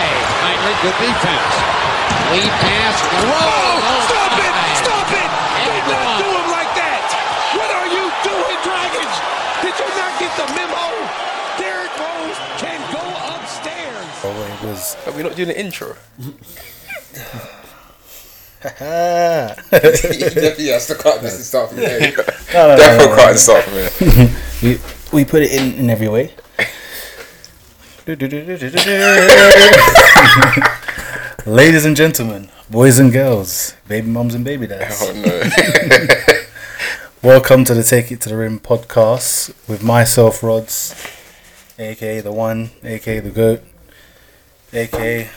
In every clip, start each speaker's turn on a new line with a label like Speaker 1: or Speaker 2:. Speaker 1: very good defense. Lead pass.
Speaker 2: Whoa! Oh, Stop it!
Speaker 1: Offside.
Speaker 2: Stop it! Did not
Speaker 1: And
Speaker 2: do him like that! What are you doing, Dragons? Did you not get the memo? Derrick Rose can go upstairs.
Speaker 3: Oh,
Speaker 4: It was.
Speaker 5: Are we not doing an intro?
Speaker 3: yeah, I still can't just start from there.
Speaker 4: No, no, no,
Speaker 3: Definitely
Speaker 4: no, no,
Speaker 3: can't
Speaker 4: no.
Speaker 3: start from there.
Speaker 4: We, we put it in in every way. Ladies and gentlemen, boys and girls, baby mums and baby dads,
Speaker 3: Oh no.
Speaker 4: welcome to the Take It to the Rim podcast with myself, Rods, aka the one, aka the goat, aka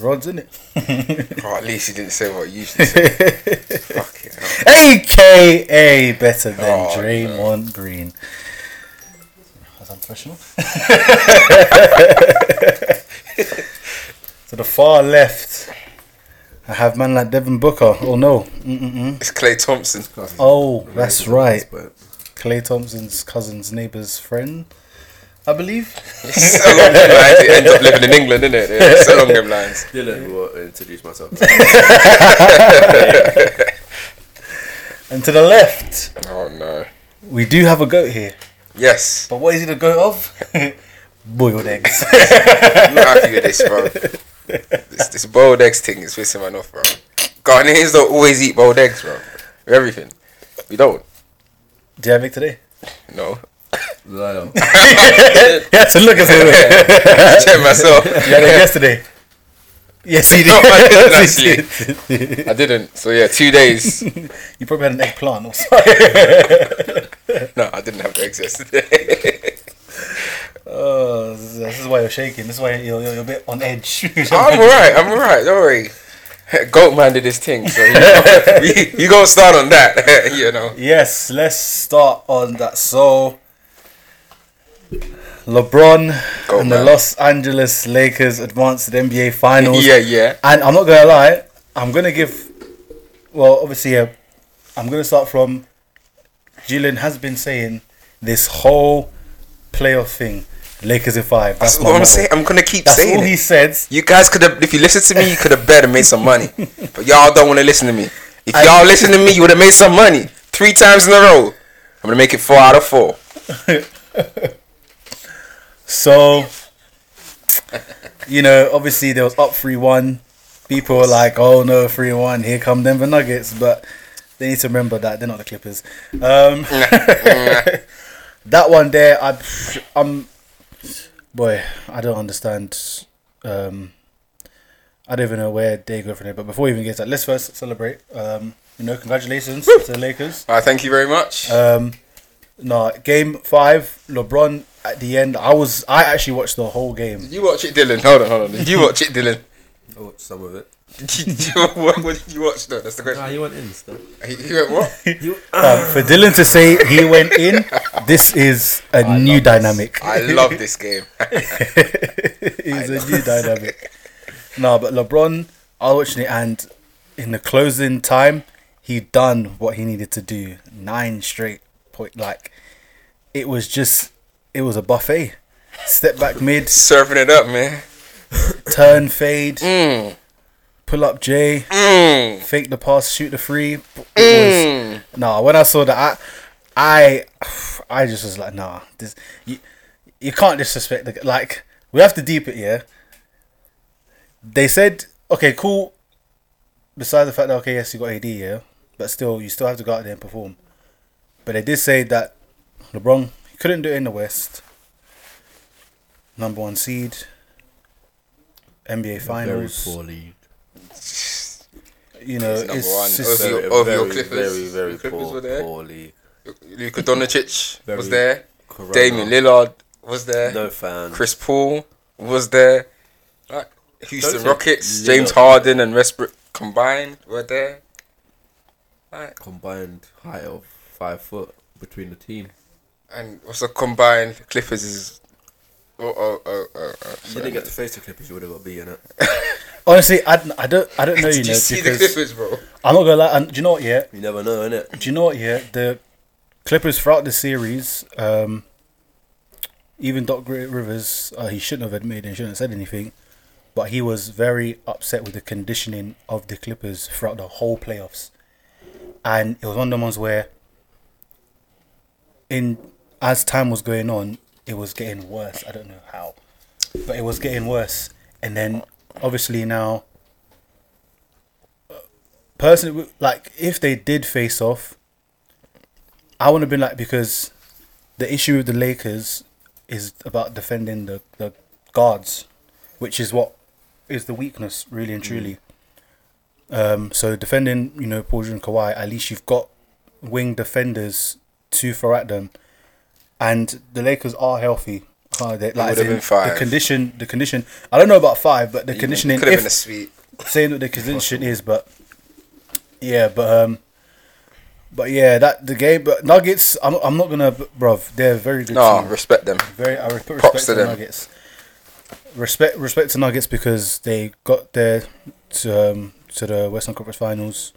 Speaker 4: Rods, in it,
Speaker 3: oh, at least you didn't say what you usually say. Fucking hell.
Speaker 4: aka better than
Speaker 3: Oh,
Speaker 4: Draymond Green. That's unprofessional. to the far left, I have man like Devin Booker. Oh no, Mm-mm-mm.
Speaker 3: It's Clay Thompson.
Speaker 4: oh that's right. Clay Thompson's cousin's neighbor's friend, I believe.
Speaker 3: It's so long them lines. You end up living in England, innit? Yeah, so long them lines.
Speaker 5: Dylan will introduce myself.
Speaker 4: And to the left,
Speaker 3: Oh no.
Speaker 4: we do have a goat here.
Speaker 3: Yes.
Speaker 4: But what is he the goat of? Boiled eggs.
Speaker 3: I'm not happy with this, bro. This, this boiled eggs thing is pissing man off, bro. Ghanaians don't always eat boiled eggs, bro. With everything. We don't.
Speaker 4: do you have egg today?
Speaker 3: No.
Speaker 5: Lion.
Speaker 4: Yeah, so look at it.
Speaker 3: Check myself.
Speaker 4: You had it yesterday. Yes, he did.
Speaker 3: No, I didn't
Speaker 4: Yes, he did.
Speaker 3: I didn't. So yeah, two days.
Speaker 4: you probably had an eggplant or something.
Speaker 3: No, I didn't have eggs yesterday.
Speaker 4: Oh, this is- this is why you're shaking. This is why you're, you're, you're a bit on edge.
Speaker 3: I'm alright, I'm alright, don't worry. Goat man did his thing, so you, know, you, you gonna start on that, you know.
Speaker 4: yes, let's start on that. So, LeBron
Speaker 3: Go,
Speaker 4: and the
Speaker 3: man.
Speaker 4: Los Angeles Lakers advanced to the NBA Finals.
Speaker 3: Yeah, yeah.
Speaker 4: And I'm not gonna lie, I'm gonna give. Well, obviously, uh, I'm gonna start from. Jillian has been saying this whole playoff thing, Lakers in five. That's,
Speaker 3: That's
Speaker 4: my
Speaker 3: what I'm
Speaker 4: motto.
Speaker 3: saying. I'm gonna keep
Speaker 4: That's all
Speaker 3: saying
Speaker 4: he
Speaker 3: it.
Speaker 4: said.
Speaker 3: You guys could have, if you listened to me, you could have better made some money. But y'all don't want to listen to me. If
Speaker 4: I-
Speaker 3: y'all listen to me, you would have made some money three times in a row. I'm gonna make it four out of four.
Speaker 4: So, you know, obviously they was up three one. People were like, "Oh no, three one! Here come Denver Nuggets." But they need to remember that they're not the Clippers. Um, that one there, I, I'm, boy, I don't understand. Um, I don't even know where they go from there. But before we even get to that, let's first celebrate. Um, you know, congratulations to the Lakers.
Speaker 3: All right, thank you very much.
Speaker 4: Um, no, game five, LeBron at the end. I was, I actually watched the whole game.
Speaker 3: you watch it, Dylan. Hold on, hold on. Did you watch it, Dylan?
Speaker 5: I watched some of it.
Speaker 3: Did you- what, what did you watch though? That's the
Speaker 5: Nah,
Speaker 3: question.
Speaker 5: you went in still.
Speaker 3: He, he went, what?
Speaker 4: Um, for Dylan to say he went in, this is a new dynamic.
Speaker 3: I love this game.
Speaker 4: It's a new dynamic. No, but LeBron, I was watching it, and in the closing time, he done what he needed to do. Nine straight point, like it was just, it was a buffet. Step back mid,
Speaker 3: Surfing it up, man.
Speaker 4: turn fade,
Speaker 3: Mm,
Speaker 4: pull up J.
Speaker 3: mm.
Speaker 4: fake the pass, shoot the free. It was, nah, when I saw that, I, I, I just was like, nah, this you, you can't disrespect the g- like. We have to deep it, yeah. They said, okay, cool. Besides the fact that okay, yes, you got AD, yeah, but still, you still have to go out there and perform. But they did say that LeBron he couldn't do it in the West. Number one seed, NBA
Speaker 5: Very
Speaker 4: Finals.
Speaker 5: poor lead.
Speaker 4: You know,
Speaker 3: number
Speaker 4: it's,
Speaker 3: one.
Speaker 4: it's-
Speaker 3: Also,
Speaker 5: Very,
Speaker 3: of
Speaker 5: very,
Speaker 3: your Clippers.
Speaker 5: very, very
Speaker 3: Your Clippers
Speaker 5: poor,
Speaker 3: were there.
Speaker 5: poor lead.
Speaker 3: Luka Doncic
Speaker 5: Very
Speaker 3: was there.
Speaker 5: Corona.
Speaker 3: Damian Lillard was there.
Speaker 5: No fan.
Speaker 3: Chris Paul was there. Like, Houston
Speaker 5: Doncic,
Speaker 3: Rockets,
Speaker 5: Lillard.
Speaker 3: James Harden and Westbrook combined were there. Like,
Speaker 5: Combined height of five foot between the team.
Speaker 3: and also combined Clippers is. Oh, oh, oh, oh, oh,
Speaker 5: If you
Speaker 3: sorry.
Speaker 5: didn't get to face the Clippers, you would have got beaten it.
Speaker 4: Honestly, I, I don't I don't know you
Speaker 3: Did
Speaker 4: know
Speaker 3: you see the
Speaker 4: because
Speaker 3: Clippers, bro?
Speaker 4: I'm not gonna lie. And do you know what? Yeah,
Speaker 5: You never know, innit?
Speaker 4: do you know what? Yeah, the Clippers throughout the series, um, even Doc Rivers, uh, he shouldn't have admitted and shouldn't have said anything. but he was very upset with the conditioning of the Clippers throughout the whole playoffs. And it was one of the ones where, in as time was going on, it was getting worse. I don't know how, but it was getting worse. And then, obviously now, uh, personally, like if they did face off, I would have been like because the issue with the Lakers is about defending the, the guards, which is what is the weakness really and
Speaker 3: Mm.
Speaker 4: truly. Um, so defending, you know, Paul George and Kawhi, at least you've got wing defenders to throw at them, and the Lakers are healthy. Uh, they, like,
Speaker 3: would've
Speaker 4: as in
Speaker 3: been five.
Speaker 4: The condition, the condition. I don't know about five, but the conditioning.
Speaker 3: could have
Speaker 4: if-
Speaker 3: been a sweep.
Speaker 4: saying what the condition is, but yeah, but um, but yeah, that the game. But Nuggets, I'm I'm not gonna, bruv. They're a very good.
Speaker 3: No,
Speaker 4: team.
Speaker 3: respect them.
Speaker 4: very. I respect,
Speaker 3: props
Speaker 4: respect
Speaker 3: to
Speaker 4: to
Speaker 3: them.
Speaker 4: Nuggets. Respect respect to Nuggets because they got there to um, to the Western Conference Finals.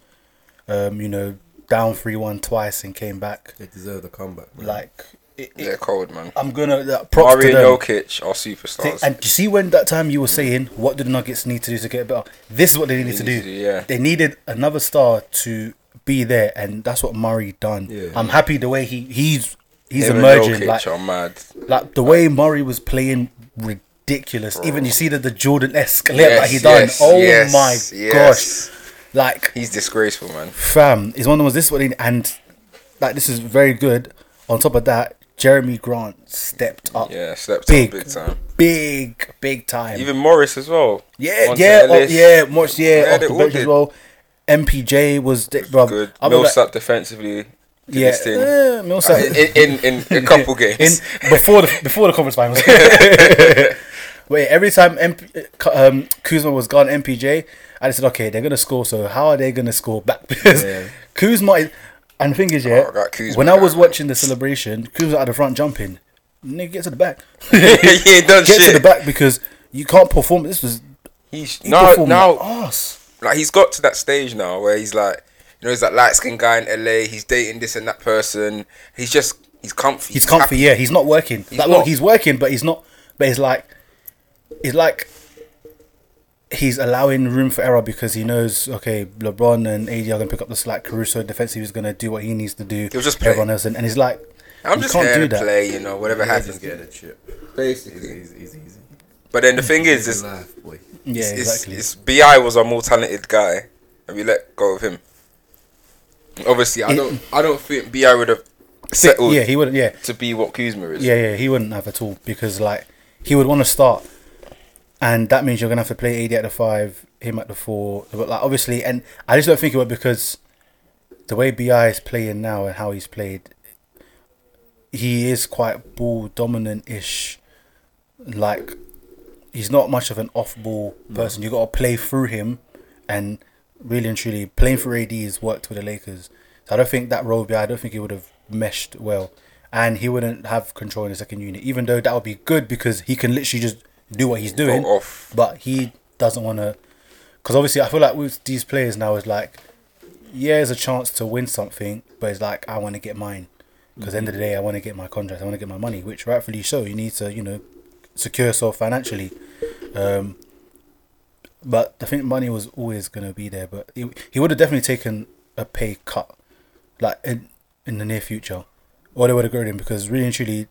Speaker 4: Um, you know, down three one twice and came back.
Speaker 5: They deserve the comeback. man.
Speaker 4: Like, it, it-
Speaker 3: They're cold, man.
Speaker 4: I'm gonna that props to them.
Speaker 3: Mario Jokic are
Speaker 4: They-
Speaker 3: superstars.
Speaker 4: and you see when that time you were saying, what do the Nuggets need to do to get better? This is what they needed
Speaker 3: They
Speaker 4: to do.
Speaker 3: need to do, yeah.
Speaker 4: They needed another star to be there, and that's what Murray done.
Speaker 5: Yeah.
Speaker 4: I'm happy the way he he's he's
Speaker 3: Him and
Speaker 4: emerging.
Speaker 3: Jokic
Speaker 4: Like,
Speaker 3: are mad.
Speaker 4: like the way Murray was playing ridiculous. Even you see that the Jordan esque layup that he
Speaker 3: Yes,
Speaker 4: done.
Speaker 3: yes,
Speaker 4: oh
Speaker 3: yes,
Speaker 4: my
Speaker 3: yes.
Speaker 4: gosh! Like
Speaker 3: He's disgraceful, man.
Speaker 4: fam is one of the ones. This is what they, and like this is very good. On top of that, Jeremy Grant stepped up.
Speaker 3: Yeah, slept
Speaker 4: Big,
Speaker 3: up big time.
Speaker 4: big, big time.
Speaker 3: Even Morris as well.
Speaker 4: Yeah,
Speaker 3: Monte
Speaker 4: yeah, oh,
Speaker 3: Ellis.
Speaker 4: yeah, much yeah,
Speaker 3: Yeah,
Speaker 4: off
Speaker 3: they
Speaker 4: the
Speaker 3: all
Speaker 4: bench as
Speaker 3: did.
Speaker 4: well. MPJ was de- bro,
Speaker 3: Good.
Speaker 4: I was
Speaker 3: Millsap defensively. did
Speaker 4: yeah,
Speaker 3: his thing.
Speaker 4: eh, Millsap
Speaker 3: In, in, in a couple games.
Speaker 4: in before the before the conference finals. Wait, every time MP, um, Kuzma was gone, MPJ, I just said, okay, they're gonna score. So how are they gonna score back? Because Kuzma is, and the thing is, yeah,
Speaker 3: Oh, I got Kuzma
Speaker 4: when I was
Speaker 3: back.
Speaker 4: watching the celebration, Kuzma at the front jumping, nigga get to the back,
Speaker 3: he ain't done
Speaker 4: get to the
Speaker 3: Oh, shit.
Speaker 4: back because you can't perform. This was
Speaker 3: He's,
Speaker 4: he
Speaker 3: no,
Speaker 4: performed
Speaker 3: no,
Speaker 4: like arse.
Speaker 3: like he's got to that stage now where he's like, you know, he's that light skinned guy in LA. He's dating this and that person. He's just he's comfy.
Speaker 4: He's comfy,
Speaker 3: happy.
Speaker 4: yeah. He's not working. like,
Speaker 3: not.
Speaker 4: look, he's working, but he's not. But he's like, he's like, he's allowing room for error because he knows, okay, LeBron and AD are going to pick up the slack. Caruso defensively is going to do what he needs to do.
Speaker 3: He'll just play.
Speaker 4: everyone else, and, and he's like,
Speaker 3: I'm
Speaker 4: you
Speaker 3: just
Speaker 4: can't
Speaker 3: here
Speaker 4: do
Speaker 3: to
Speaker 4: that.
Speaker 3: play, you know, whatever
Speaker 5: They're
Speaker 3: happens.
Speaker 5: just getting a chip. Easy,
Speaker 3: Basically.
Speaker 5: easy, easy. easy.
Speaker 3: But then the thing is,
Speaker 5: It's
Speaker 3: is
Speaker 5: life, boy.
Speaker 4: Yeah,
Speaker 3: it's,
Speaker 4: exactly.
Speaker 3: it's Bi was our more talented guy, and we let go of him. Obviously, I
Speaker 4: It-
Speaker 3: don't, I don't think Bi would have settled
Speaker 4: yeah, he wouldn't. Yeah,
Speaker 3: to be what Kuzma is.
Speaker 4: yeah, yeah. He wouldn't have at all because like he would want to start, and that means you're going to have to play AD at the five, him at the four. But like obviously, and I just don't think it would because the way Bi is playing now and how he's played, he is quite ball dominant ish. Like he's not much of an off ball person. You got to play through him, and really and truly, playing through AD has worked with the Lakers. So I don't think that role Bi, I don't think he would have meshed well, and he wouldn't have control in the second unit. Even though that would be good because he can literally just do what he's doing,
Speaker 3: off.
Speaker 4: but he doesn't want to. Because obviously, I feel like with these players now, it's like yeah, there's a chance to win something, but it's like I want to get mine because end of the day, I want to get my contract, I want to get my money, which rightfully so. You need to, you know, secure yourself financially. Um, but I think money was always gonna be there, but he, he would have definitely taken a pay cut, like in in the near future, or they would have grown him because really and truly,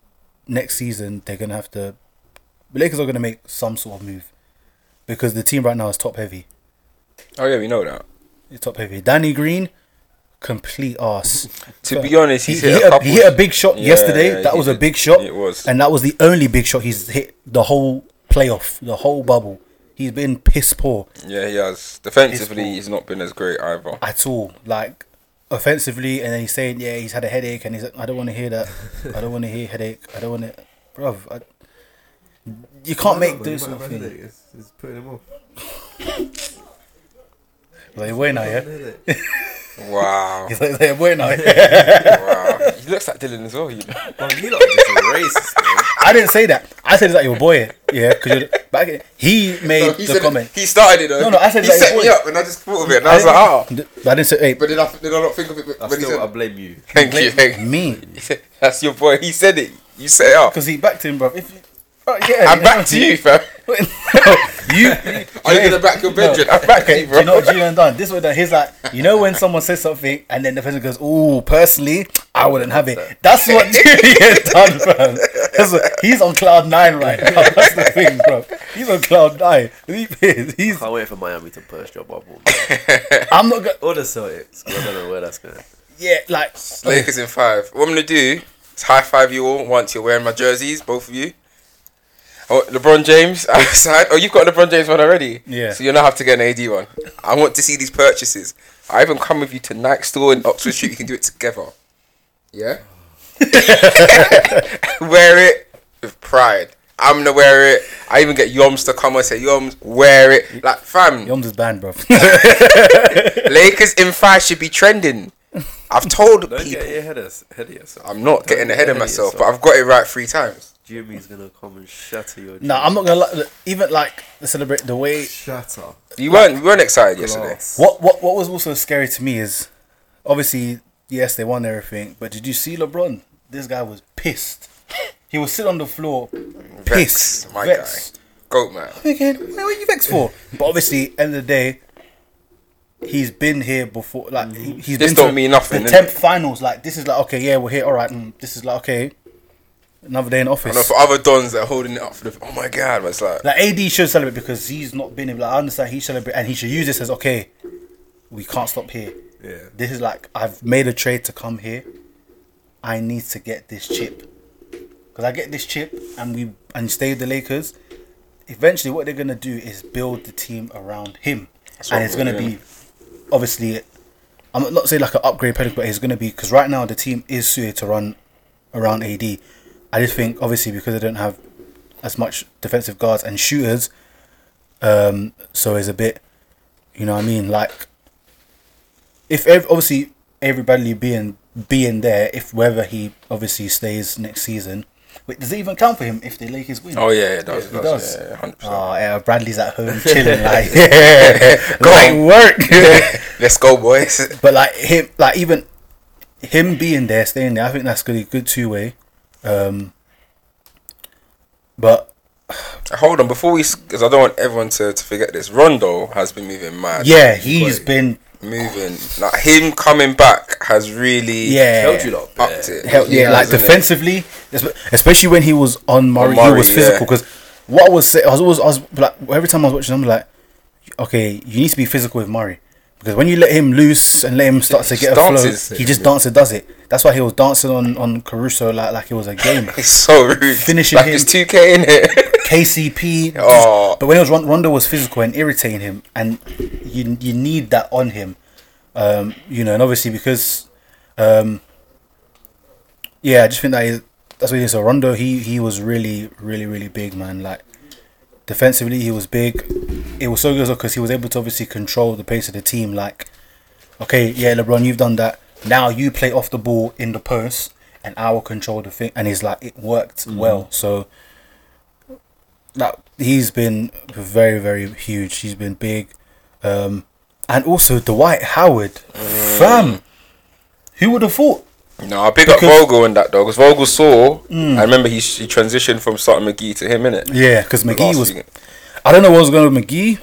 Speaker 4: next season they're gonna have to. The Lakers are gonna make some sort of move, because the team right now is top heavy.
Speaker 3: Oh yeah, we know that.
Speaker 4: It's top heavy. Danny Green, complete ass.
Speaker 3: To be honest, he's
Speaker 4: he,
Speaker 3: hit
Speaker 4: he
Speaker 3: a
Speaker 4: hit a,
Speaker 3: couple-
Speaker 4: he hit a big shot
Speaker 3: Yeah,
Speaker 4: yesterday.
Speaker 3: yeah,
Speaker 4: that
Speaker 3: he
Speaker 4: was a
Speaker 3: did.
Speaker 4: big shot.
Speaker 3: It was.
Speaker 4: and that was the only big shot he's hit the whole playoff, the whole bubble. He's been piss poor
Speaker 3: Yeah, he has. Defensively,
Speaker 4: It's-
Speaker 3: he's not been as great either.
Speaker 4: at all. Like offensively, and then he's saying, "Yeah, he's had a headache," and he's like, "I don't want to hear that. I don't want to hear headache. I don't want to, bruv." I, you can't make do something.
Speaker 5: It's, it's putting him off.
Speaker 4: Like, wait now, yeah.
Speaker 3: Wow,
Speaker 4: He's like, "Hey, wait now.
Speaker 3: wow. He looks like Dylan as well. You know?
Speaker 5: Man, you lot are just racist, man.
Speaker 4: I didn't say that. I said it's like your boy, yeah. Because back, he made
Speaker 3: No, he,
Speaker 4: the
Speaker 3: said-
Speaker 4: comment.
Speaker 3: he started it. Though.
Speaker 4: No, no, I said
Speaker 3: he
Speaker 4: that
Speaker 3: set
Speaker 4: before.
Speaker 3: me up, and I just thought of it, and I, was like, oh.
Speaker 4: I didn't say, hey,
Speaker 3: But then I, then I don't think of it.
Speaker 5: I
Speaker 3: But he
Speaker 5: still, I
Speaker 3: said,
Speaker 5: blame you.
Speaker 3: thank you, thank you.
Speaker 4: me.
Speaker 3: That's your boy. He said it. You set it up.
Speaker 4: Because he backed him, bro. If you, Oh, yeah,
Speaker 3: I'm back to you, fam.
Speaker 4: you.
Speaker 3: Are you in the back of your bedroom? I'm back to you,
Speaker 4: Do
Speaker 3: bro.
Speaker 4: you know what Julian done? This was done. He's like, you know, when someone says something and then the person goes, "Oh, personally, I wouldn't have it." That's what Julian done, fam. That's what- he's on cloud nine right now. That's the thing, bro. He's on cloud nine. He- He's.
Speaker 6: Can't wait for Miami to burst your bubble.
Speaker 4: I'm not going.
Speaker 6: All the Celtics. 'cause I don't know where that's going.
Speaker 4: Yeah, like.
Speaker 6: Oh.
Speaker 3: Lakers in five. What I'm gonna do is high five you all once you're wearing my jerseys, both of you. Oh, LeBron James outside. Oh, you've got a LeBron James one already.
Speaker 4: Yeah.
Speaker 3: So you'll now have to get an AD one. I want to see these purchases. I even come with you to Nike store in Oxford Street. You can do it together. Yeah. wear it with pride. I'm gonna wear it. I even get Yoms to come and say, Yoms, wear it. Like, fam,
Speaker 4: Yom's is banned, bro.
Speaker 3: Lakers in five should be trending. I've told
Speaker 6: Don't
Speaker 3: people.
Speaker 6: get your head as- ahead of yourself.
Speaker 3: I'm not getting ahead of
Speaker 6: Yeah,
Speaker 3: myself,
Speaker 6: so-
Speaker 3: but I've got it right three times.
Speaker 6: Jimmy's gonna come and shatter your.
Speaker 4: no, I'm not gonna lie. Look, Even like the celebrate the way
Speaker 5: Shut up.
Speaker 3: You weren't you weren't excited yesterday.
Speaker 4: What what what was also scary to me is obviously yes they won everything, but did you see LeBron? This guy was pissed. He was sitting on the floor,
Speaker 3: Vex,
Speaker 4: pissed.
Speaker 3: my
Speaker 4: vexed.
Speaker 3: guy, goat man.
Speaker 4: Thinking, "Wait, what are you vexed for? But obviously, end of the day, he's been here before. Like he- he's
Speaker 3: This
Speaker 4: been
Speaker 3: don't
Speaker 4: to
Speaker 3: mean nothing,
Speaker 4: The
Speaker 3: innit?
Speaker 4: temp finals, like this is like okay, yeah, we're here. All right, mm, this is like okay, another day in
Speaker 3: I know
Speaker 4: office.
Speaker 3: for other dons that are holding it up for the. Oh my god, man, it's like
Speaker 4: Like AD should celebrate because he's not been able. Like, I understand he celebrate and he should use this as okay. We can't stop here.
Speaker 5: Yeah.
Speaker 4: This is like I've made a trade to come here. I need to get this chip because I get this chip and we and stay with the Lakers. Eventually, what they're gonna do is build the team around him, and
Speaker 3: what
Speaker 4: it's
Speaker 3: we're
Speaker 4: gonna
Speaker 3: doing.
Speaker 4: be obviously. I'm not- not saying like an upgrade Pelican, but it's gonna be because right now the team is suited to run around AD. I just think obviously because they don't have as much defensive guards and shooters, um, so it's a bit, you know, what I mean, like if ev- obviously everybody being being there, if whether he obviously stays next season, wait, does it even count for him if the Lakers win?
Speaker 3: oh yeah, it does,
Speaker 4: it
Speaker 3: it
Speaker 4: does.
Speaker 3: does, yeah, yeah, 100%.
Speaker 4: Ah, yeah, Bradley's at home chilling, like, yeah,
Speaker 3: Go
Speaker 4: like
Speaker 3: on.
Speaker 4: work.
Speaker 3: Let's go, boys.
Speaker 4: but like him, like even him being there, staying there, I think that's good, good two way. Um, but
Speaker 3: Hold on, before we, because I don't want everyone to, to forget this. Rondo has been moving mad.
Speaker 4: yeah, he's been
Speaker 3: moving. Like him coming back has really
Speaker 4: yeah.
Speaker 5: Held you lot.
Speaker 3: upped it.
Speaker 4: Hell, yeah, like
Speaker 3: Hasn't it?
Speaker 4: defensively, espe- especially when he was on Murray,
Speaker 3: Murray,
Speaker 4: he was physical.
Speaker 3: yeah.
Speaker 4: Because what I was say, I was always, I was like, every time I was watching, I'm like, okay, you need to be physical with Murray because when you let him loose and let him start to get a flow,
Speaker 3: dances.
Speaker 4: he just dances, does it. That's why he was dancing on on Caruso like like it was a game.
Speaker 3: It's so rude.
Speaker 4: Finishing
Speaker 3: like
Speaker 4: him.
Speaker 3: it's 2K in it.
Speaker 4: KCP.
Speaker 3: Oh.
Speaker 4: But when it was Ron- Rondo was physical and irritating him, and you you need that on him, um, you know, and obviously because, um, yeah, I just think that is, that's what he is. So Rondo, he he was really really really big man. Like defensively, he was big. It was so good because he was able to obviously control the pace of the team. Like, okay, yeah, LeBron, you've done that. Now you play off the ball in the post, and I will control the thing. And it's like it worked well. So that he's been very very huge. He's been big, um, and also Dwight Howard, fam. Who would have thought?
Speaker 3: no, I big
Speaker 4: Because- Hmm.
Speaker 3: up Vogel in that though, because Vogel saw. I remember he, he transitioned from starting McGee to him in it.
Speaker 4: Yeah, because McGee
Speaker 3: Last
Speaker 4: was.
Speaker 3: weekend.
Speaker 4: I don't know what was going on with McGee,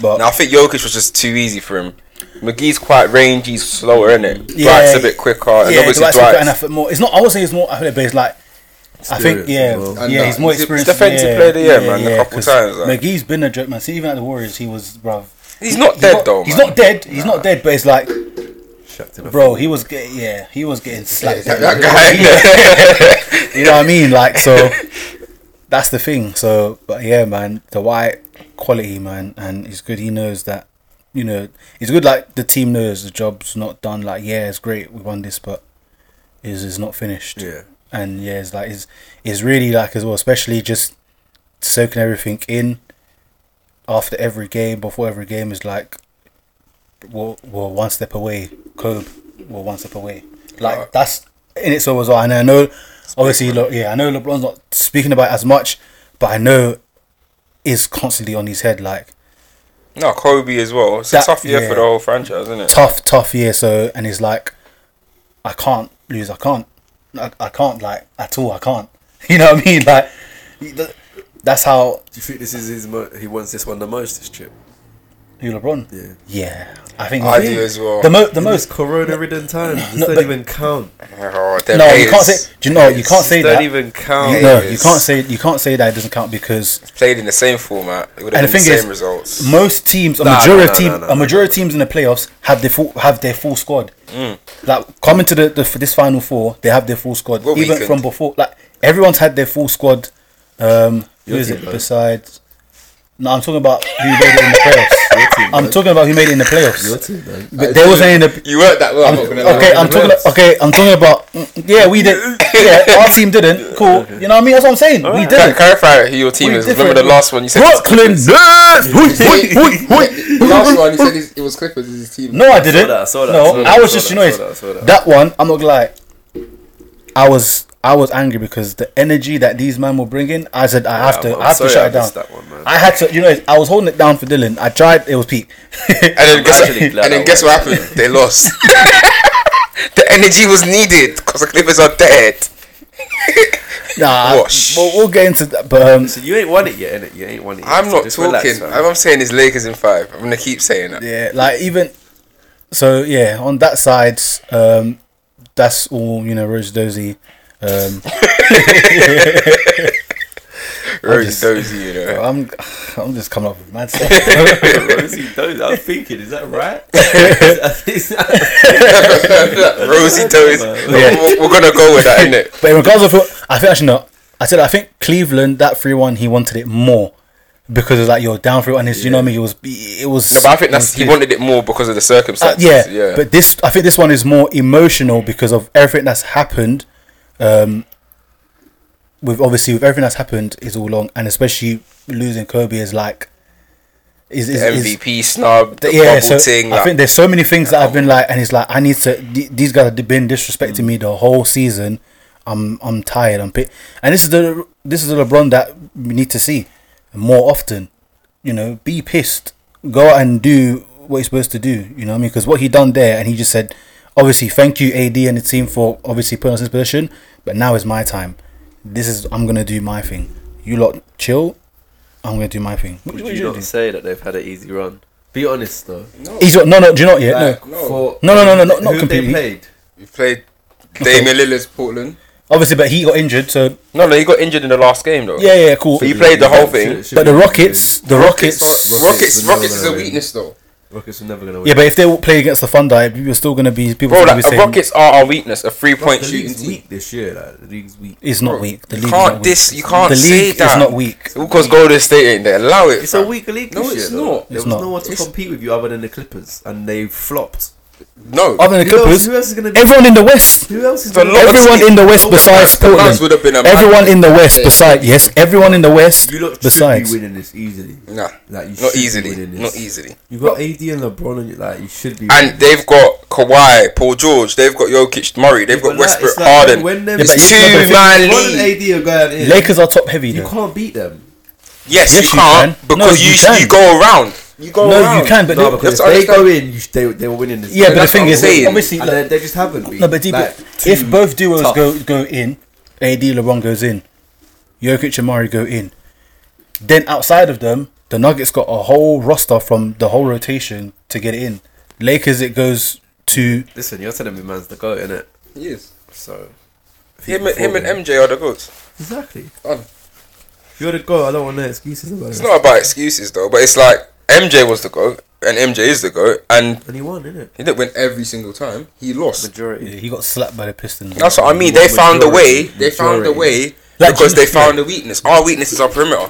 Speaker 4: but
Speaker 3: No, I think Jokic was just too easy for him. McGee's quite rangy, he's slower, isn't it?
Speaker 4: Yeah.
Speaker 3: Dwight's a bit quicker, and
Speaker 4: yeah,
Speaker 3: obviously
Speaker 4: Dwight's
Speaker 3: Dwight's,
Speaker 4: got enough more. It's not. I would say it's more athletic, but it's like. I think
Speaker 5: Experience
Speaker 4: yeah,
Speaker 5: as well.
Speaker 3: And,
Speaker 4: yeah,
Speaker 3: uh,
Speaker 4: he's more
Speaker 3: he's a
Speaker 4: experienced.
Speaker 3: defensive
Speaker 4: yeah,
Speaker 3: player of the year, man, a couple
Speaker 4: 'cause
Speaker 3: times, like.
Speaker 4: McGee's been a joke man. See, even at the Warriors, he was bruv.
Speaker 3: He's not dead
Speaker 4: not-
Speaker 3: though.
Speaker 4: He's
Speaker 3: man.
Speaker 4: not dead. He's not dead, but it's like,
Speaker 5: Shut up.
Speaker 4: bro, he was getting yeah, he was getting slapped.
Speaker 3: That, that guy.
Speaker 4: You know what I mean? Like so that's the thing. So but yeah, man, the white quality man and he's good. He knows that you know it's good like the team knows the job's not done, like, yeah, it's great, we won this, but is is not finished.
Speaker 5: Yeah.
Speaker 4: And yeah, it's like it's it's really like as well, especially just soaking everything in after every game, before every game is like we're, we're one step away. Kobe, we're one step away. Like that's in itself as well. And I know, obviously, look, yeah, I know LeBron's not speaking about it as much, but I know is constantly on his head. Like
Speaker 3: no, Kobe as well. It's
Speaker 4: That-
Speaker 3: a tough year
Speaker 4: yeah.
Speaker 3: for the whole franchise, isn't it?
Speaker 4: tough, tough year. So and he's like, I can't lose. I can't. I, I can't like at all. I can't. You know what I mean? Like He- th- That's how
Speaker 6: Do you think this is his? Mo- he wants this one the most. This trip.
Speaker 4: you LeBron.
Speaker 6: Yeah.
Speaker 4: Yeah, I think
Speaker 3: I do as well.
Speaker 4: The, mo- the
Speaker 6: In this
Speaker 4: most.
Speaker 6: corona-ridden times, this don't
Speaker 4: but-
Speaker 6: even count.
Speaker 3: Oh, them
Speaker 4: No, you can't
Speaker 3: haters.
Speaker 4: say. Do you know? You
Speaker 3: It's-
Speaker 4: can't say
Speaker 6: don't
Speaker 4: that.
Speaker 6: even count.
Speaker 4: no, you
Speaker 3: haters.
Speaker 4: can't say. You can't say that it doesn't count because
Speaker 3: Played in the same format. It would
Speaker 4: And
Speaker 3: have
Speaker 4: the
Speaker 3: been the
Speaker 4: thing is,
Speaker 3: same results.
Speaker 4: most teams, a
Speaker 6: Nah,
Speaker 4: majority
Speaker 6: nah,
Speaker 4: of
Speaker 6: nah,
Speaker 4: team,
Speaker 6: nah, nah,
Speaker 4: a majority of teams in the playoffs have their full have their full squad. Like coming to the, the for this final four, they have their full squad.
Speaker 3: What
Speaker 4: Even
Speaker 3: weekend?
Speaker 4: from before, like everyone's had their full squad. Um, who
Speaker 5: Your
Speaker 4: is
Speaker 5: team,
Speaker 4: it
Speaker 5: though.
Speaker 4: besides? No, I'm talking about who made it in the playoffs.
Speaker 5: team,
Speaker 4: I'm
Speaker 5: man.
Speaker 4: talking about who made it in the
Speaker 5: Your
Speaker 4: playoffs.
Speaker 5: team, man.
Speaker 4: But they wasn't in the.
Speaker 3: You worked that well. I'm not gonna lie.
Speaker 4: Okay, I'm
Speaker 5: the
Speaker 4: talking.
Speaker 5: playoffs.
Speaker 4: Okay, I'm talking about. mm, Yeah, we did. Yeah, our team didn't. Cool. You know what I mean? That's what I'm saying. We
Speaker 3: Can I
Speaker 4: didn't.
Speaker 3: clarify who your team
Speaker 4: We
Speaker 3: is?
Speaker 4: different.
Speaker 3: Remember the last one you said?
Speaker 4: Brooklyn
Speaker 3: it was
Speaker 4: Nets. Hui, hui, hui, hui.
Speaker 3: Clippers? The last one you said is- it was Clippers. Is his team?
Speaker 4: No, I didn't.
Speaker 6: that, I saw that,
Speaker 4: no,
Speaker 6: I saw that,
Speaker 4: I
Speaker 6: I saw
Speaker 4: was just
Speaker 6: that, I
Speaker 4: annoyed.
Speaker 6: saw that, I saw
Speaker 4: that.
Speaker 6: that.
Speaker 4: one, I'm not gonna lie. I was I was angry because the energy that these men were bringing, I said I have to,
Speaker 6: I'm-
Speaker 4: i
Speaker 6: I'm
Speaker 4: have
Speaker 6: sorry
Speaker 4: to shut
Speaker 6: I
Speaker 4: it down.
Speaker 6: missed that one, man.
Speaker 4: I had to, you know, I was holding it down for Dylan. I tried, it was peak.
Speaker 3: And then guess,
Speaker 6: actually glad
Speaker 3: and then
Speaker 6: I
Speaker 3: guess what happened? They lost. the energy was needed because the Clippers are dead.
Speaker 4: nah,
Speaker 3: Wash.
Speaker 4: we'll, we'll get into that. But um,
Speaker 6: So you ain't won it yet, innit? You ain't won it. Yet.
Speaker 3: I'm
Speaker 6: So
Speaker 3: not
Speaker 6: just relax,
Speaker 3: talking.
Speaker 6: fam.
Speaker 3: All I'm saying is Lakers in five. I'm gonna keep saying that.
Speaker 4: yeah, like even so, yeah. On that side, um, that's all you know, Rose Dozy. Um,
Speaker 3: Very
Speaker 4: just-
Speaker 3: dozy, you know.
Speaker 4: I'm, I'm just coming up with mad stuff.
Speaker 6: Rosie Dozy. I'm thinking, is that right? Is that-
Speaker 3: Rosie dozy.
Speaker 4: Yeah.
Speaker 3: We're, we're gonna go with that, innit?
Speaker 4: But in regards of, I think actually no. I said I think Cleveland that three one he wanted it more because it's like you're down three one. and it's- You know what I mean? It was it was.
Speaker 3: But I think that's
Speaker 4: it
Speaker 3: he
Speaker 4: was-
Speaker 3: wanted it more because of the
Speaker 4: Uh,
Speaker 3: circumstances.
Speaker 4: yeah,
Speaker 3: yeah.
Speaker 4: But this I think this one is more emotional because of everything that's happened. Um, with obviously with everything that's happened is all long and especially losing Kobe is like is is, is
Speaker 3: MVP snub, the
Speaker 4: yeah,
Speaker 3: bubble
Speaker 4: so
Speaker 3: thing.
Speaker 4: I
Speaker 3: like-
Speaker 4: think there's so many things that I've been like, and it's like I need to. th- These guys have been disrespecting me the whole season. I'm I'm tired. I'm pit, and this is the this is the LeBron that we need to see more often. You know, be pissed. Go out and do what he's supposed to do. You know what I mean? Because what he done there, and he just said, obviously, thank you, AD and the team for obviously putting us in this position. But now is my time. This is I'm gonna do my thing. You lot chill. I'm gonna do my thing. What, what
Speaker 6: Would
Speaker 4: you
Speaker 6: you
Speaker 4: do?
Speaker 6: not say that they've had an easy run?
Speaker 5: Be honest though.
Speaker 4: He's not- no no. Do you not yet? no.
Speaker 5: Like, for-
Speaker 4: No, no, no, no, not- not
Speaker 5: who
Speaker 4: completely.
Speaker 5: They played.
Speaker 3: We played Damian Lillard's Portland.
Speaker 4: Obviously, but he got injured, so
Speaker 3: No, no, he got injured in the last game though.
Speaker 4: yeah, yeah, cool.
Speaker 3: So he played the whole thing.
Speaker 5: Should- should
Speaker 4: but the
Speaker 5: be-
Speaker 4: Rockets, the Rockets,
Speaker 3: Rockets,
Speaker 5: Rockets
Speaker 3: Rockets,
Speaker 5: were
Speaker 3: Rockets is a
Speaker 5: never
Speaker 3: weakness though.
Speaker 5: Rockets are never gonna win.
Speaker 4: yeah, but if they play against the Thunder, you're still gonna be people.
Speaker 3: Bro,
Speaker 4: gonna
Speaker 3: like
Speaker 4: be
Speaker 3: the
Speaker 4: saying,
Speaker 3: Rockets are our weakness, a three-point
Speaker 5: the
Speaker 3: shooting
Speaker 5: league's
Speaker 3: team.
Speaker 5: weak this year. Like the league's weak.
Speaker 4: is
Speaker 3: Bro,
Speaker 4: not weak. The
Speaker 3: you
Speaker 4: league
Speaker 3: can't
Speaker 4: is not
Speaker 3: this.
Speaker 4: weak.
Speaker 3: You can't
Speaker 4: The
Speaker 3: say
Speaker 4: league
Speaker 3: that.
Speaker 4: is not weak.
Speaker 3: Because Golden State ain't there. Allow it.
Speaker 6: It's a
Speaker 3: fam.
Speaker 6: weak league.
Speaker 3: No,
Speaker 6: this
Speaker 3: it's
Speaker 6: year, though.
Speaker 3: not.
Speaker 6: There
Speaker 4: It's
Speaker 6: was
Speaker 4: not.
Speaker 6: no one to compete with you other than the Clippers, and they flopped.
Speaker 3: No.
Speaker 4: Other than the
Speaker 5: Who else-
Speaker 4: Clippers,
Speaker 5: who else is gonna be-
Speaker 4: everyone in the West.
Speaker 5: Who else is
Speaker 3: The
Speaker 5: gonna-
Speaker 3: lot of
Speaker 4: Everyone
Speaker 3: teams-
Speaker 4: in the West
Speaker 3: The
Speaker 4: besides
Speaker 3: Lakers- the Lakers
Speaker 4: Portland.
Speaker 3: would have been a
Speaker 4: Everyone
Speaker 3: madness.
Speaker 4: in the West
Speaker 3: Yeah.
Speaker 4: besides yes, everyone in the West
Speaker 5: You lot
Speaker 4: besides.
Speaker 5: should be winning this easily.
Speaker 3: Nah,
Speaker 5: like you should
Speaker 3: not
Speaker 5: be
Speaker 3: easily.
Speaker 5: winning this.
Speaker 3: Not easily.
Speaker 5: You got AD and LeBron, and you, like you should be.
Speaker 3: And they've got Kawhi, Paul George. They've got Jokic, Murray. They've got
Speaker 5: But like,
Speaker 3: Westbrook,
Speaker 5: it's like
Speaker 3: Harden.
Speaker 5: When they're
Speaker 4: Yeah,
Speaker 3: it's
Speaker 4: but you- no, but
Speaker 3: two
Speaker 4: if-
Speaker 3: man
Speaker 5: LeBron and
Speaker 3: league.
Speaker 5: AD are going in.
Speaker 4: Lakers are top heavy
Speaker 5: you
Speaker 4: though.
Speaker 5: can't beat them.
Speaker 3: Yes,
Speaker 4: Yes,
Speaker 3: you
Speaker 4: you
Speaker 3: can't
Speaker 4: can.
Speaker 3: because
Speaker 4: No,
Speaker 3: you
Speaker 4: you
Speaker 3: sh-
Speaker 4: can.
Speaker 3: you go around. You go
Speaker 4: No,
Speaker 3: around.
Speaker 4: you can, but
Speaker 5: No,
Speaker 4: they-
Speaker 5: because
Speaker 3: that's
Speaker 5: if
Speaker 3: what
Speaker 5: they
Speaker 3: I'm
Speaker 5: go in, you, they they were winning this.
Speaker 4: yeah, but the
Speaker 3: that's what
Speaker 4: thing
Speaker 3: I'm
Speaker 4: is,
Speaker 3: saying.
Speaker 4: obviously,
Speaker 5: and
Speaker 4: like,
Speaker 5: they, they just haven't. Been.
Speaker 4: No, but, deep,
Speaker 5: like,
Speaker 4: if both duos
Speaker 5: tough.
Speaker 4: go go in, AD LeBron goes in, Jokic and Murray go in, then outside of them, the Nuggets got a whole roster from the whole rotation to get it in. Lakers, it goes to
Speaker 6: Listen, you're telling me man's the goat, innit?
Speaker 3: Yes.
Speaker 6: So
Speaker 3: Him, and- him and MJ are the goats.
Speaker 5: exactly.
Speaker 3: Done.
Speaker 5: If you're the goal, I don't want no excuses about
Speaker 3: It's
Speaker 5: it.
Speaker 3: not about excuses though, but it's like MJ was the goat and MJ is the goat, and
Speaker 5: And he won, innit?
Speaker 3: he didn't win every single time. He lost.
Speaker 6: majority.
Speaker 4: he got slapped by the Pistons.
Speaker 3: That's what I mean. They found a way. They found a way
Speaker 4: Like,
Speaker 3: because
Speaker 4: do you-
Speaker 3: they found a weakness. Our weakness is our perimeter.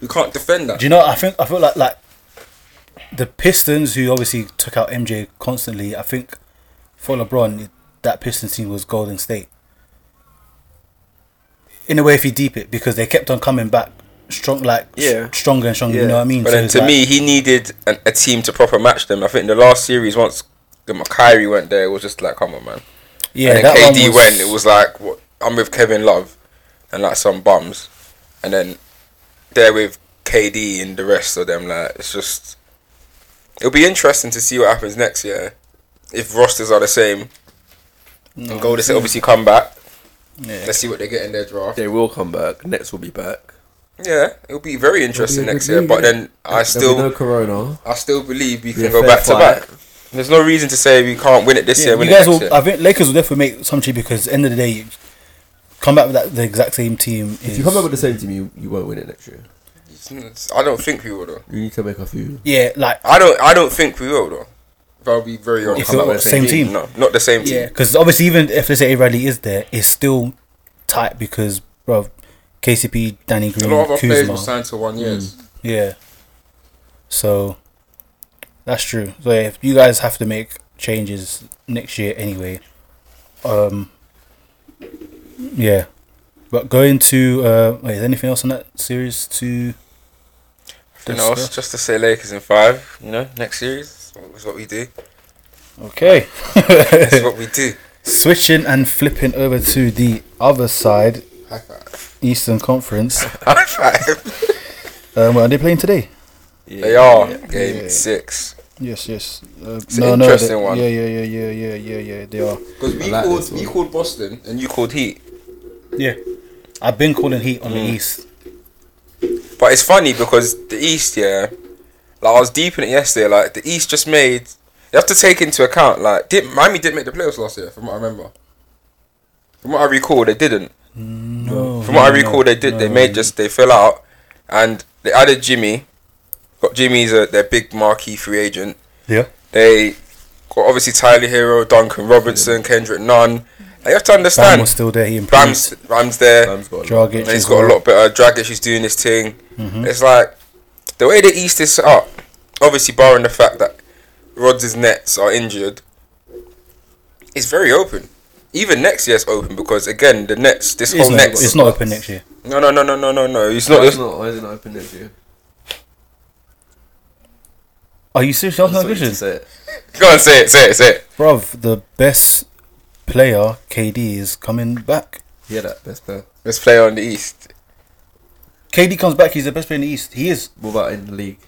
Speaker 3: We can't defend that.
Speaker 4: Do you know? I think I feel like like the Pistons, who obviously took out MJ constantly. I think for LeBron, that Pistons team was Golden State. In a way, if you deep it, because they kept on coming back strong, like s-
Speaker 6: Yeah.
Speaker 4: stronger and stronger. You
Speaker 6: Yeah.
Speaker 4: know what I mean?
Speaker 3: But
Speaker 4: So
Speaker 3: then
Speaker 4: it's
Speaker 3: to
Speaker 4: like-
Speaker 3: me, he needed an, a team to proper match them. I think the last series, once the Kyrie went there, it was just like, come on, man.
Speaker 4: yeah,
Speaker 3: and
Speaker 4: that
Speaker 3: then
Speaker 4: one
Speaker 3: KD
Speaker 4: was-
Speaker 3: went. It was like, what, I'm with Kevin Love and like some bums, and then they're with KD and the rest of them. Like, it's just. It'll be interesting to see what happens next year if rosters are the same. and Golden State obviously come back.
Speaker 4: Yeah.
Speaker 3: Let's see what they get in their draft.
Speaker 6: They will come back. Nets will be back.
Speaker 3: Yeah, it'll be very interesting
Speaker 5: be a
Speaker 3: next
Speaker 5: good
Speaker 3: year.
Speaker 5: league,
Speaker 3: But
Speaker 5: innit?
Speaker 3: then I
Speaker 5: There'll be
Speaker 3: still,
Speaker 5: no corona.
Speaker 3: I still believe we
Speaker 5: Be a
Speaker 3: can go
Speaker 5: fair
Speaker 3: back to back.
Speaker 5: fight.
Speaker 3: There's no reason to say we can't win it this year.
Speaker 4: you
Speaker 3: Win
Speaker 4: guys
Speaker 3: it next
Speaker 4: will. uh, I
Speaker 3: year.
Speaker 4: think Lakers will definitely make some cheap because at the end of the day, you come back with that, the exact same team.
Speaker 5: If you come up with the same team, you, you won't win it next year.
Speaker 3: It's- I don't think we will though.
Speaker 5: You need to make a few.
Speaker 4: yeah, like
Speaker 3: I don't. I don't think we will though. If I'll be very honest.
Speaker 4: If
Speaker 5: come up
Speaker 4: it's the
Speaker 5: with the
Speaker 4: same
Speaker 5: same
Speaker 4: team,
Speaker 3: No, not the same team.
Speaker 4: yeah, because obviously even if let's say A Riley is there, it's still tight because bro, KCP, Danny
Speaker 3: A
Speaker 4: Green,
Speaker 3: lot of our players were
Speaker 4: Kuzma,
Speaker 3: signed to one years.
Speaker 4: yeah. So that's true. So yeah, if you guys have to make changes next year anyway, um, yeah. But going to uh, wait, is there anything else on that series to?
Speaker 3: You know,
Speaker 4: discuss?
Speaker 3: just to say Lakers in five. You know, next series is what we do.
Speaker 4: Okay.
Speaker 3: That's what we do.
Speaker 4: Switching and flipping over to the other side,
Speaker 3: High five.
Speaker 4: Eastern Conference.
Speaker 3: High five.
Speaker 4: Um, what are they playing today?
Speaker 6: Yeah.
Speaker 3: They are game
Speaker 4: Yeah.
Speaker 3: six.
Speaker 4: Yes, yes. Uh,
Speaker 3: an
Speaker 4: they-
Speaker 3: interesting one.
Speaker 4: Yeah, yeah, yeah, yeah, yeah, yeah, yeah. They are.
Speaker 3: Because we
Speaker 5: I like
Speaker 3: called
Speaker 5: this one.
Speaker 3: we called Boston and you called Heat.
Speaker 4: Yeah. I've been calling Heat on
Speaker 3: Mm.
Speaker 4: the East.
Speaker 3: But it's funny because the East, yeah, like I was deep in it yesterday. Like the East just made. You have to take into account like did Miami didn't make the playoffs last year, from what I remember. From what I recall, they didn't.
Speaker 4: No.
Speaker 3: From what
Speaker 4: no,
Speaker 3: I recall,
Speaker 4: no,
Speaker 3: they did. they
Speaker 4: no.
Speaker 3: made just they fell out, and they added Jimmy. Got Jimmy's a their big marquee free agent.
Speaker 4: Yeah.
Speaker 3: They got obviously Tyler Hero, Duncan Robinson, Kendrick Nunn. Like, you have to
Speaker 4: Bam
Speaker 3: understand.
Speaker 4: was still there. He improved.
Speaker 3: Bam's Bam's there.
Speaker 5: Bam's got a lot.
Speaker 4: Dragic.
Speaker 3: And he's
Speaker 4: as
Speaker 3: got a
Speaker 4: well. Mm-hmm.
Speaker 3: lot better. Dragic is doing his thing. It's like the way the East is set up. Obviously, barring the fact that Rod's nets are injured, it's very open. Even next year's open because again, the Nets, this
Speaker 4: It's
Speaker 3: whole
Speaker 4: not,
Speaker 3: Nets,
Speaker 4: it's not open next year.
Speaker 3: no, no, no, no, no, no, no. It's not.
Speaker 5: Why is
Speaker 3: It's
Speaker 5: it not, why is it not open next year?
Speaker 4: Are you serious? That's
Speaker 5: I
Speaker 4: not
Speaker 5: just want you
Speaker 4: Griffin?
Speaker 5: to say it.
Speaker 3: Go on, say it, say it, say it.
Speaker 4: Bruv, the best player, KD, is coming back.
Speaker 5: Yeah, that best player.
Speaker 3: Let's play on the East.
Speaker 4: KD comes back. He's the best player in the East. He is.
Speaker 5: What about in the league?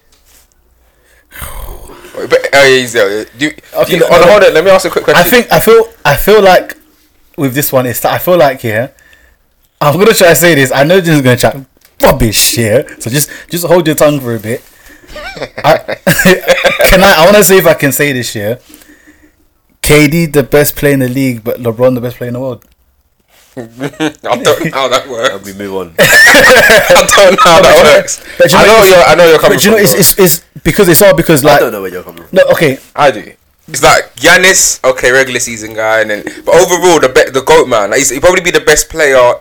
Speaker 3: Wait, But, oh, yeah, he's there. Do you,
Speaker 4: Okay,
Speaker 3: do you,
Speaker 4: no,
Speaker 3: hold
Speaker 4: no.
Speaker 3: on, hold on, let me ask you a quick question.
Speaker 4: I think I feel I feel like with this one it's that I feel like yeah I'm gonna try to say this I know Jim's gonna chat rubbish yeah so just just hold your tongue for a bit I, can I I want to see if I can say this yeah KD the best player in the league but LeBron the best player in the world
Speaker 3: I don't know how that
Speaker 6: And
Speaker 3: works.
Speaker 6: we move on.
Speaker 3: I don't know how that works.
Speaker 4: But you
Speaker 3: I
Speaker 4: know
Speaker 3: know
Speaker 4: it's-
Speaker 3: you're. I know you're coming
Speaker 4: but you know
Speaker 3: from,
Speaker 4: it's,
Speaker 3: though.
Speaker 4: it's, it's because it's all because
Speaker 5: I
Speaker 4: like
Speaker 5: don't know where you're coming from.
Speaker 4: no okay
Speaker 3: I do. It's like Giannis, okay, regular season guy, and then but overall the be- the goat man. Like, he's, he'd probably be the best player. I know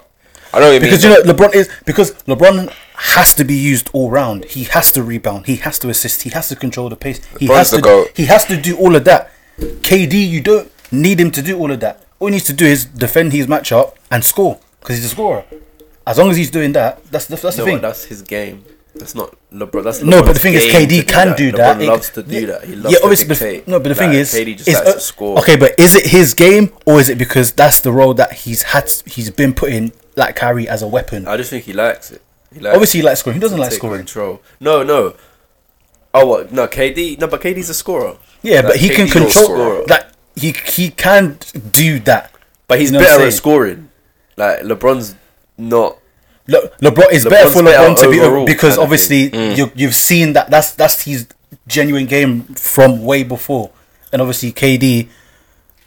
Speaker 3: what you mean.
Speaker 4: Because you know LeBron is because LeBron has to be used all round. He has to rebound. He has to assist. He has to control the pace. He
Speaker 3: LeBron's
Speaker 4: has
Speaker 3: the
Speaker 4: to.
Speaker 3: GOAT.
Speaker 4: He has to do all of that. KD, you don't need him to do all of that. All he needs to do is defend his matchup and score because he's a scorer. As long as he's doing that, that's that's, that's
Speaker 5: no,
Speaker 4: the thing.
Speaker 5: that's his game. That's not LeBron. That's
Speaker 4: No, but
Speaker 5: LeBron's
Speaker 4: the thing is,
Speaker 5: game to
Speaker 4: KD can do that.
Speaker 5: LeBron
Speaker 4: It-
Speaker 5: loves to do that. He loves
Speaker 4: yeah,
Speaker 5: to
Speaker 4: obviously. But,
Speaker 5: dictate.
Speaker 4: no, but the thing
Speaker 5: Like,
Speaker 4: is,
Speaker 5: KD just
Speaker 4: it's-
Speaker 5: likes to score.
Speaker 4: Okay, but is it his game or is it because that's the role that he's had? He's been put in like Kyrie as a weapon.
Speaker 5: I just think he likes it. He likes
Speaker 4: Obviously, he likes scoring. He doesn't
Speaker 5: to
Speaker 4: like
Speaker 5: take
Speaker 4: scoring.
Speaker 5: Control. No, no. Oh, what? No, KD. No, but KD's a scorer.
Speaker 4: Yeah, but
Speaker 5: Like,
Speaker 4: he can
Speaker 5: KD 's a
Speaker 4: control
Speaker 5: scorer.
Speaker 4: that. He he can do that.
Speaker 5: But he's
Speaker 4: You know what I'm
Speaker 5: better at
Speaker 4: saying?
Speaker 5: scoring. Like LeBron's not.
Speaker 4: Le- LeBron is better
Speaker 5: LeBron's
Speaker 4: for LeBron
Speaker 5: better
Speaker 4: to be
Speaker 5: overall Mm.
Speaker 4: because
Speaker 5: kind of
Speaker 4: obviously you you've seen that that's that's his genuine game from way before, and obviously KD.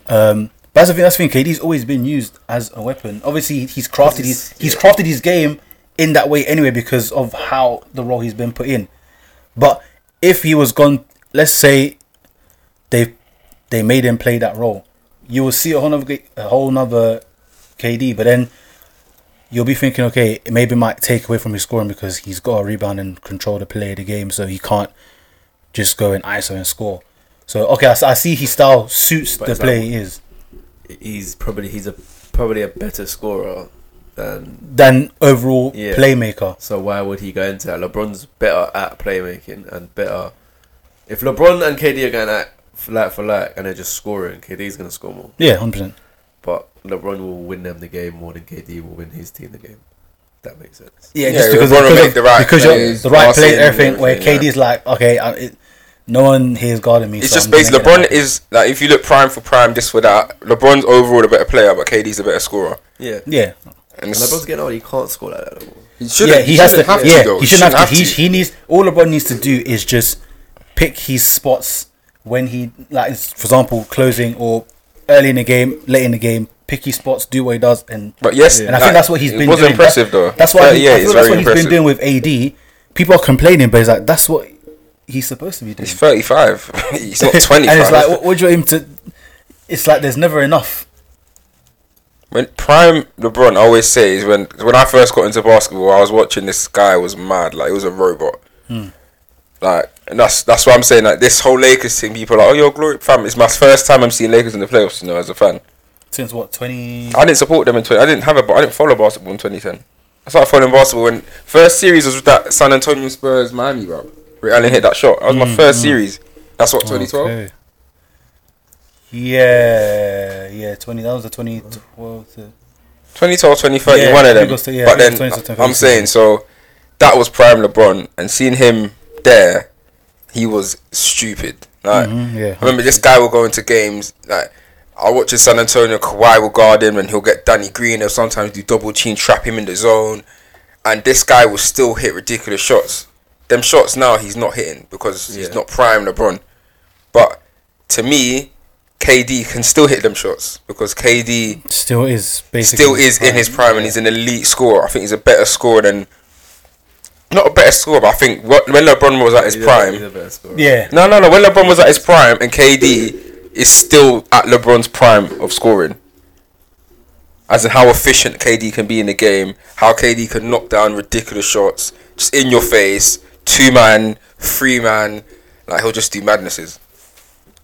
Speaker 4: Um, but that's the thing. That's the thing. KD's always been used as a weapon. Obviously, he's crafted his he's crafted his game in that way anyway because of how the role he's been put in. But if he was gone, let's say they they made him play that role, you will see a whole nother, a whole nother KD. But then you'll be thinking, okay, it maybe might take away from his scoring because he's got to rebound and control the play of the game, so he can't just go and ISO and score. So okay, I, s- I see his style suits the
Speaker 5: it's
Speaker 4: play
Speaker 5: like-
Speaker 4: he is
Speaker 5: He's probably he's a probably a better scorer than.
Speaker 4: than overall
Speaker 5: Yeah.
Speaker 4: playmaker.
Speaker 5: So why would he go into that? LeBron's better at playmaking and better. If LeBron and KD are going at like for like and they're just scoring, KD's going to score more.
Speaker 4: Yeah, hundred percent.
Speaker 5: But LeBron will win them the game more than KD will win his team the game. That makes sense.
Speaker 4: Yeah,
Speaker 3: Yeah,
Speaker 4: just because,
Speaker 3: LeBron will
Speaker 4: because,
Speaker 3: make
Speaker 4: of,
Speaker 3: the right
Speaker 4: because you're
Speaker 3: plays,
Speaker 4: the right
Speaker 3: passing
Speaker 4: play,
Speaker 3: and
Speaker 4: everything. Where
Speaker 3: everything,
Speaker 4: KD is like, okay, I, it, no one here is guarding me.
Speaker 3: It's
Speaker 4: so
Speaker 3: just
Speaker 4: I'm gonna
Speaker 3: based.
Speaker 4: make it
Speaker 3: LeBron
Speaker 4: happen.
Speaker 3: is like if you look prime for prime, this for that. LeBron's overall the better player, but KD's the better scorer.
Speaker 5: Yeah.
Speaker 4: yeah.
Speaker 3: And
Speaker 5: And
Speaker 3: it's,
Speaker 5: LeBron's getting old. He can't score like that anymore.
Speaker 4: yeah,
Speaker 3: shouldn't-
Speaker 4: he has to.
Speaker 3: shouldn't have
Speaker 4: yeah,
Speaker 3: though.
Speaker 4: he shouldn't have to. He, he needs all LeBron needs to do is just pick his spots when he like, for example, closing or early in the game, late in the game. Pick his spots, do what he does, and
Speaker 3: But yes,
Speaker 4: and I
Speaker 3: like,
Speaker 4: think that's what he's
Speaker 3: it
Speaker 4: been.
Speaker 3: was
Speaker 4: doing.
Speaker 3: impressive, though.
Speaker 4: That's why
Speaker 3: Uh,
Speaker 4: I think-
Speaker 3: yeah,
Speaker 4: I
Speaker 3: it's
Speaker 4: feel that's
Speaker 3: very
Speaker 4: what he's been
Speaker 3: impressive.
Speaker 4: doing with AD. People are complaining, but it's like that's what he's supposed to be doing.
Speaker 3: He's 35. He's not 25.
Speaker 4: and it's like, what, what do you want him to? It's like there's never enough.
Speaker 3: When prime LeBron I always says when when I first got into basketball, I was watching this guy was mad, like he was a robot.
Speaker 4: Hmm.
Speaker 3: Like, and that's that's why I'm saying like this whole Lakers thing. People are like, oh, you're glory fam. It's my first time I'm seeing Lakers in the playoffs. You know, as a fan,
Speaker 4: Since what twenty?
Speaker 3: I didn't support them in 20. I didn't have a. I didn't follow basketball in 2010. I started following basketball when first series was with that San Antonio Spurs Miami bro. Ray Allen hit that shot. That was my first series. That's what 2012.
Speaker 4: Hmm, Oh, Okay. Yeah, yeah, twenty. That was the twenty twelve.
Speaker 3: 2012, 2013,
Speaker 4: Yeah,
Speaker 3: one of
Speaker 4: I
Speaker 3: them.
Speaker 4: think it was the- yeah, I
Speaker 3: but
Speaker 4: think it
Speaker 3: then
Speaker 4: was 2012,
Speaker 3: I'm saying so that was prime LeBron, and seeing him there, he was stupid. Like,
Speaker 4: Mhm, yeah.
Speaker 3: I remember this guy will go into games like. I watch in San Antonio, Kawhi will guard him and he'll get Danny Green or sometimes do double team, trap him in the zone. And this guy will still hit ridiculous shots. Them shots now he's not hitting because he's
Speaker 5: Yeah.
Speaker 3: not prime LeBron. But to me, KD can still hit them shots because KD
Speaker 4: Still is basically
Speaker 3: still is in his prime and he's an elite scorer. I think he's a better scorer than not a better scorer, but I think what, when LeBron was at his
Speaker 5: He's a- he's a
Speaker 3: prime.
Speaker 5: better scorer.
Speaker 4: Yeah,
Speaker 3: No, no, no. When LeBron was at his prime and KD is still at LeBron's prime of scoring. As in how efficient KD can be in the game, how KD can knock down ridiculous shots, just in your face, two man, three man, like he'll just do madnesses.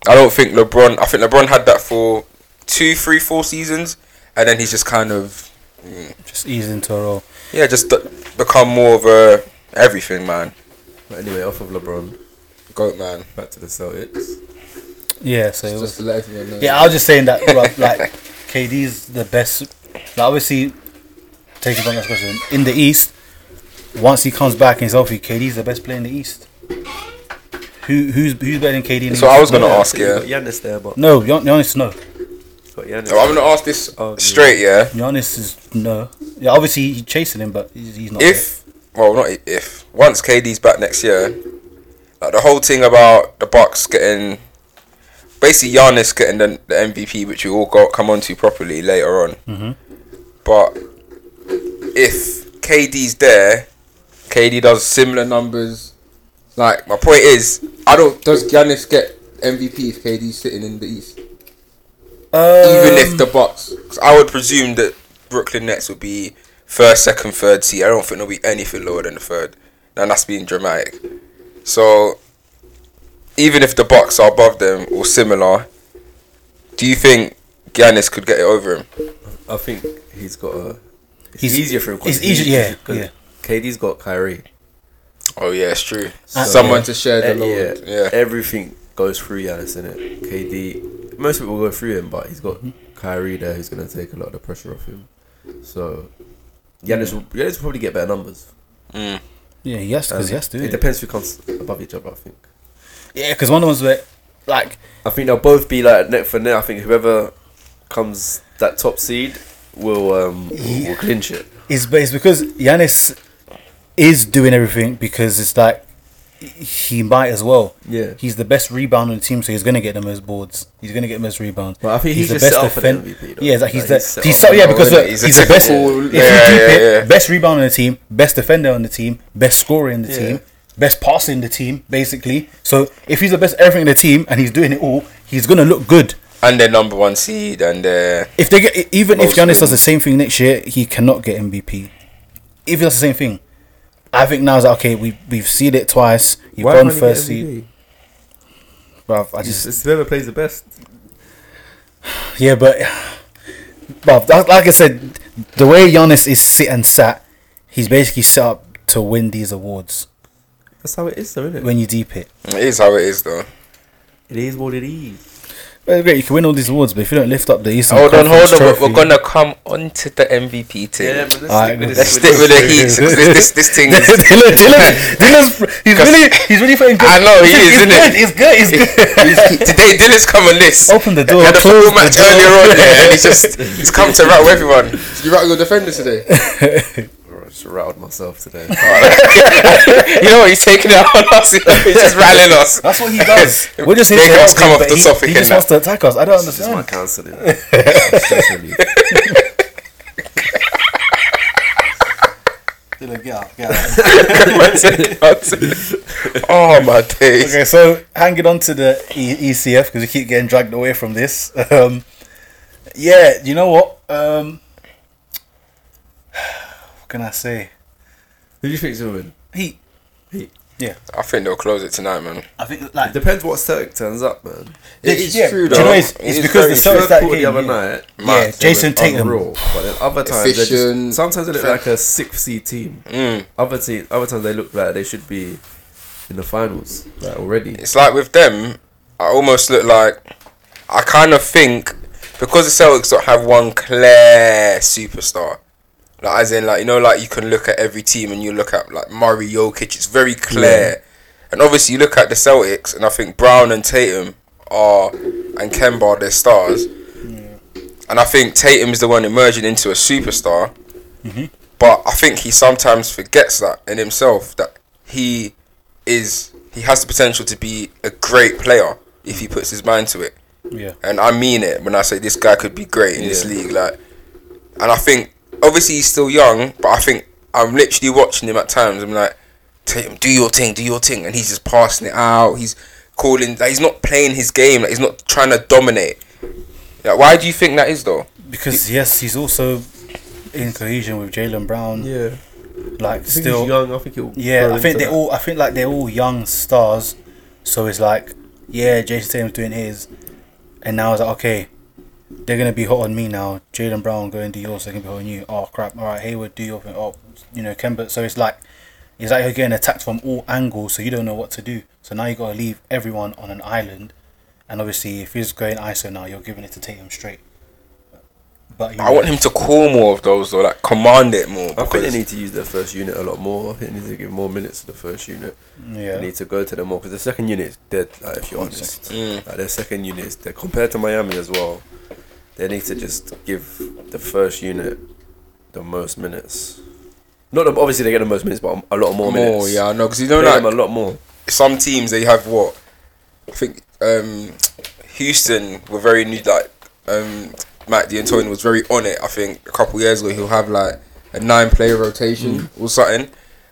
Speaker 3: I don't think LeBron. I think LeBron had that for two, three, four seasons, and then he's just kind of
Speaker 4: just ease into a role.
Speaker 3: yeah, just d- become more of a everything man,
Speaker 5: But anyway, off of LeBron,
Speaker 3: goat man.
Speaker 5: back to the Celtics.
Speaker 4: Yeah, so it was
Speaker 3: Just let everyone know.
Speaker 4: Yeah, I was just saying that. bro, like, KD's the best. Like, obviously, taking from that question in the East. Once he comes back and he's healthy, KD's the best player in the East. Who who's who's better than KD? In the
Speaker 3: So I
Speaker 4: East?
Speaker 3: was gonna
Speaker 5: Yeah,
Speaker 3: ask,
Speaker 5: you
Speaker 3: yeah.
Speaker 5: got Giannis there, but
Speaker 4: No, Gian- Giannis. No,
Speaker 5: got Giannis.
Speaker 3: So I'm gonna ask this
Speaker 5: Oh, yeah.
Speaker 3: straight, yeah.
Speaker 4: Giannis is no. Yeah, obviously he's chasing him, but he's, he's not.
Speaker 3: If well, not i- if once KD's back next year, like the whole thing about the Bucks getting basically Giannis getting the, the MVP, which we all got come on to properly later on.
Speaker 5: Mm-hmm.
Speaker 3: But if KD's there, KD does similar numbers. Like my point is, I don't. Does Giannis get MVP if KD's sitting in the East?
Speaker 4: there.
Speaker 3: even
Speaker 4: Um,
Speaker 3: if the Bucks, 'cause I would presume that Brooklyn Nets would be first, second, third seed. I don't think there'll be anything lower than the third, and that's being dramatic. So, even if the Bucks are above them or similar, do you think Giannis could get it over him?
Speaker 5: I think he's got a. It's
Speaker 4: He's-
Speaker 5: easier for him. 'cause
Speaker 4: it's easier- yeah,
Speaker 5: 'cause
Speaker 4: yeah.
Speaker 5: KD's got Kyrie.
Speaker 3: Oh yeah, it's true.
Speaker 4: Uh,
Speaker 5: So-
Speaker 3: Someone to share the
Speaker 5: Eh,
Speaker 3: load.
Speaker 5: Yeah,
Speaker 3: Yeah,
Speaker 5: everything goes through Giannis in it. KD, most people go through him, but he's got
Speaker 4: Mm-hmm.
Speaker 5: Kyrie there who's going to take a lot of the pressure off him. So Giannis will, Giannis will probably get better numbers.
Speaker 4: yeah, he has to. 'cause he has to.
Speaker 5: it depends who comes above each other. I think.
Speaker 4: Yeah, because one of the ones where, like,
Speaker 5: I think they'll both be like net for net. I think whoever comes that top seed will um will, will clinch it.
Speaker 4: It's, but it's because Yanis is doing everything because it's like he might as well.
Speaker 5: Yeah.
Speaker 4: He's the best rebounder on the team, so he's gonna get the most boards. He's gonna get the most rebounds.
Speaker 5: But I think he's just set up for the MVP though.
Speaker 4: Yeah, it's like
Speaker 5: Like,
Speaker 4: he's,
Speaker 5: he's
Speaker 4: the
Speaker 5: set
Speaker 4: he's
Speaker 5: up
Speaker 4: so, yeah
Speaker 3: for-
Speaker 4: because look,
Speaker 3: He's
Speaker 4: he's,
Speaker 3: a
Speaker 4: the best.
Speaker 3: technical-
Speaker 4: If
Speaker 3: Yeah,
Speaker 4: you keep
Speaker 3: yeah,
Speaker 4: it,
Speaker 3: yeah.
Speaker 4: best rebounder on the team, best defender on the team, best scorer in the
Speaker 5: Yeah.
Speaker 4: team, best passer in the team, basically. So if he's the best everything in the team and he's doing it all, he's gonna look good.
Speaker 3: and they're number one seed, and uh, they're
Speaker 4: If they get even if
Speaker 3: Most
Speaker 4: Giannis does
Speaker 3: wins.
Speaker 4: the same thing next year, he cannot get MVP. If he does the same thing, I think now is like, okay. We we've seen it twice. You've gone
Speaker 5: can't he get
Speaker 4: first seed,
Speaker 5: MVP?
Speaker 4: bruv. I
Speaker 5: It's,
Speaker 4: just
Speaker 5: it's whoever plays the best.
Speaker 4: yeah, but bruv, that, like I said, the way Giannis is sit and sat, he's basically set up to win these awards
Speaker 5: That's how it is, though, isn't it?
Speaker 4: when you deep it.
Speaker 3: it is how it is though.
Speaker 5: it is what it is.
Speaker 4: Well, great, you can win all these awards, but if you don't lift up the Eastern
Speaker 3: Hold on, hold
Speaker 4: Conference
Speaker 3: on. We're,
Speaker 4: trophy-
Speaker 3: we're gonna come on to the MVP team.
Speaker 6: Yeah, but let's
Speaker 4: Alright,
Speaker 6: stick with this.
Speaker 3: Let's stick with the Heat. 'cause This, this, this thing is
Speaker 4: Dylan, Dylan, Dylan's, he's really, he's really feeling good.
Speaker 3: I know, he is,
Speaker 4: he's
Speaker 3: isn't
Speaker 4: good,
Speaker 3: it?
Speaker 4: He's good. He's good.
Speaker 3: Today, Dylan's come on this.
Speaker 4: Open the door,
Speaker 3: He had a
Speaker 4: close
Speaker 3: football
Speaker 4: the
Speaker 3: match
Speaker 4: door.
Speaker 3: earlier on, yeah, and he's just he's come to rattle everyone. You rattle your defenders today.
Speaker 5: It's just rattled myself today.
Speaker 3: you know what? He's taking it out on us. He's just rallying us.
Speaker 4: That's what he does. We're just here to
Speaker 3: Big ups
Speaker 4: help
Speaker 3: come
Speaker 4: him,
Speaker 3: off
Speaker 4: but
Speaker 3: the
Speaker 4: he,
Speaker 3: topic
Speaker 4: he
Speaker 3: in
Speaker 4: just
Speaker 3: that.
Speaker 4: wants to attack us. I don't
Speaker 5: this is my
Speaker 4: understand.
Speaker 5: counselling. Stress relief.
Speaker 4: Dylan, get out, get out.
Speaker 3: oh my days.
Speaker 4: Okay, so hanging on to the e- ECF because we keep getting dragged away from this. Um, yeah, you know what? Um, what can I say?
Speaker 5: Who do you think's gonna win?
Speaker 4: He,
Speaker 3: I think they'll close it tonight, man.
Speaker 4: I think like
Speaker 5: Depends what Celtic turns up, man.
Speaker 3: It
Speaker 4: Yeah,
Speaker 3: is
Speaker 4: yeah,
Speaker 3: true,
Speaker 4: do
Speaker 3: though.
Speaker 4: you know it's-
Speaker 3: It
Speaker 4: it's
Speaker 3: is
Speaker 4: because the
Speaker 3: very true.
Speaker 4: Celtic-
Speaker 5: Third
Speaker 4: that
Speaker 5: quarter the
Speaker 4: game,
Speaker 5: other
Speaker 4: yeah.
Speaker 5: night,
Speaker 4: yeah,
Speaker 3: Mad,
Speaker 4: Jason Tatum.
Speaker 5: unreal, but then other times they're
Speaker 3: Efficient.
Speaker 5: just, sometimes they look like a sixth seed team.
Speaker 4: Mm.
Speaker 5: Other team, other times they look like they should be in the finals like already.
Speaker 3: It's like with them, I almost look like I kind of think because the Celtics don't have one clear superstar. Like as in like you know like you can look at every team and you look at like Murray Jokic, it's very clear. And obviously you look at the Celtics and I think Brown and Tatum are and Kemba are their stars. And I think Tatum is the one emerging into a superstar. But I think he sometimes forgets that in himself that he is he has the potential to be a great player if he puts his mind to it.
Speaker 4: Yeah.
Speaker 3: And I mean it when I say this guy could be great in this
Speaker 5: Yeah.
Speaker 3: league. Like and I think obviously he's still young, but I think I'm literally watching him at times. I'm like, Tatum, do your thing, do your thing, and he's just passing it out. He's calling. Like, he's not playing his game. Like, he's not trying to dominate. Like, why do you think that is though?
Speaker 4: because yes, he's also in cohesion with Jalen Brown.
Speaker 5: Yeah,
Speaker 4: Like
Speaker 5: I think
Speaker 4: still,
Speaker 5: he's young. I think he'll.
Speaker 4: yeah,
Speaker 5: grow
Speaker 4: I think
Speaker 5: into
Speaker 4: they're
Speaker 5: that.
Speaker 4: all. I think like they're all young stars. So it's like, yeah, Jason Tatum's doing his, and now it's like, okay, they're gonna be hot on me now. Jalen Brown going to yours, they're gonna be hot on you. Oh crap! All right, Hayward, do your thing. Oh, you know, Kemba. So it's like, it's like you're getting attacked from all angles, so you don't know what to do. So now you gotta leave everyone on an island, and obviously, if he's going ISO now, you're giving it to Tatum straight. But you
Speaker 3: I want him to call more of those though, like command it more.
Speaker 5: I think
Speaker 3: because-
Speaker 5: they need to use their first unit a lot more. I think they need to give more minutes to the first unit.
Speaker 4: Yeah.
Speaker 5: They need to go to them more because the second unit is dead. Like, if you're honest,
Speaker 3: Mm.
Speaker 5: like, their second unit is dead compared to Miami as well. They need to just give the first unit the most minutes. Not the, obviously they get the most minutes, but a lot
Speaker 3: more.
Speaker 5: more, minutes.
Speaker 3: Yeah, I know because you
Speaker 5: Play
Speaker 3: know
Speaker 5: them
Speaker 3: like
Speaker 5: a lot more.
Speaker 3: some teams they have what I think um, Houston were very new. Like um, Matt D'Antoni was very on it. I think a couple years ago he'll have like a nine-player rotation
Speaker 5: Mm.
Speaker 3: or something,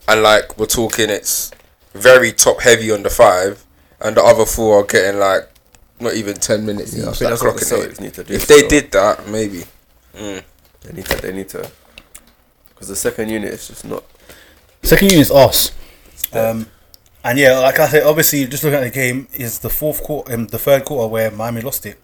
Speaker 3: and like we're talking, it's very top heavy on the five, and the other four are getting like not even ten minutes.
Speaker 5: Yeah, I
Speaker 3: each, like,
Speaker 5: think that's what the
Speaker 3: clocking it.
Speaker 5: Celtics need to do.
Speaker 3: If they
Speaker 5: so
Speaker 3: did that, maybe.
Speaker 5: they need to. They need to. Because the second unit is just not.
Speaker 4: Second unit's us. Um, and yeah, like I said, obviously, just looking at the game, is the fourth quarter, um, the third quarter where Miami lost it.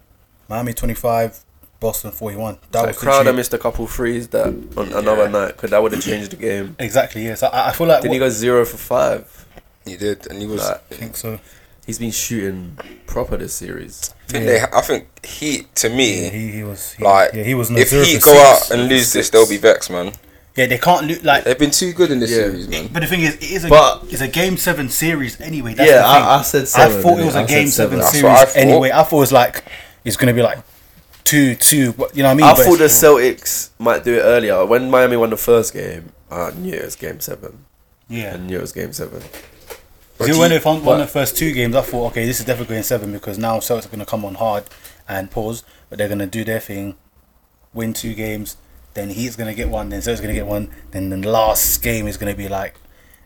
Speaker 4: Miami 25, Boston 41. That
Speaker 5: Like
Speaker 4: was
Speaker 5: Crowder
Speaker 4: literally-
Speaker 5: missed a couple threes that on another night because that would have changed the game.
Speaker 4: Exactly, yes. I, I feel like.
Speaker 5: Then he
Speaker 4: what-
Speaker 5: goes zero for five.
Speaker 3: He did, and he was.
Speaker 5: Like,
Speaker 4: I think so.
Speaker 5: He's been shooting proper this series.
Speaker 3: I think
Speaker 4: yeah.
Speaker 3: they. I think Heat to me.
Speaker 4: Yeah, he, he was. He,
Speaker 3: like
Speaker 4: yeah, he was.
Speaker 3: if
Speaker 4: zero
Speaker 3: he
Speaker 4: for
Speaker 3: go
Speaker 4: six.
Speaker 3: out and lose this,
Speaker 5: Six.
Speaker 3: they'll be vexed, man.
Speaker 4: Yeah, they can't look like.
Speaker 3: They've been too good in this
Speaker 5: Yeah.
Speaker 3: series, man.
Speaker 4: But the thing is, it is a,
Speaker 5: But-
Speaker 4: it's a game seven series anyway. That's
Speaker 5: Yeah,
Speaker 4: the thing.
Speaker 5: I- I said seven,
Speaker 4: I thought it
Speaker 5: innit?
Speaker 4: was
Speaker 5: I
Speaker 4: a
Speaker 5: said
Speaker 4: game
Speaker 5: seven.
Speaker 4: seven,
Speaker 5: That's
Speaker 3: what I
Speaker 4: series
Speaker 3: thought.
Speaker 4: anyway. I thought it was like it's gonna be like two two. What you know what I mean?
Speaker 5: I
Speaker 4: But
Speaker 5: thought the
Speaker 4: it's-
Speaker 5: Celtics might do it earlier. When Miami won the first game, I knew it was game seven.
Speaker 4: yeah.
Speaker 5: I knew it was game seven.
Speaker 4: Because
Speaker 3: do
Speaker 4: when
Speaker 3: you-
Speaker 4: they found won the first two games, I thought, okay, this is definitely going seven because now Celtics are going to come on hard and pause, but they're going to do their thing, win two games, then he's going to get one, then Celtics going to get one, then the last game is going to be like,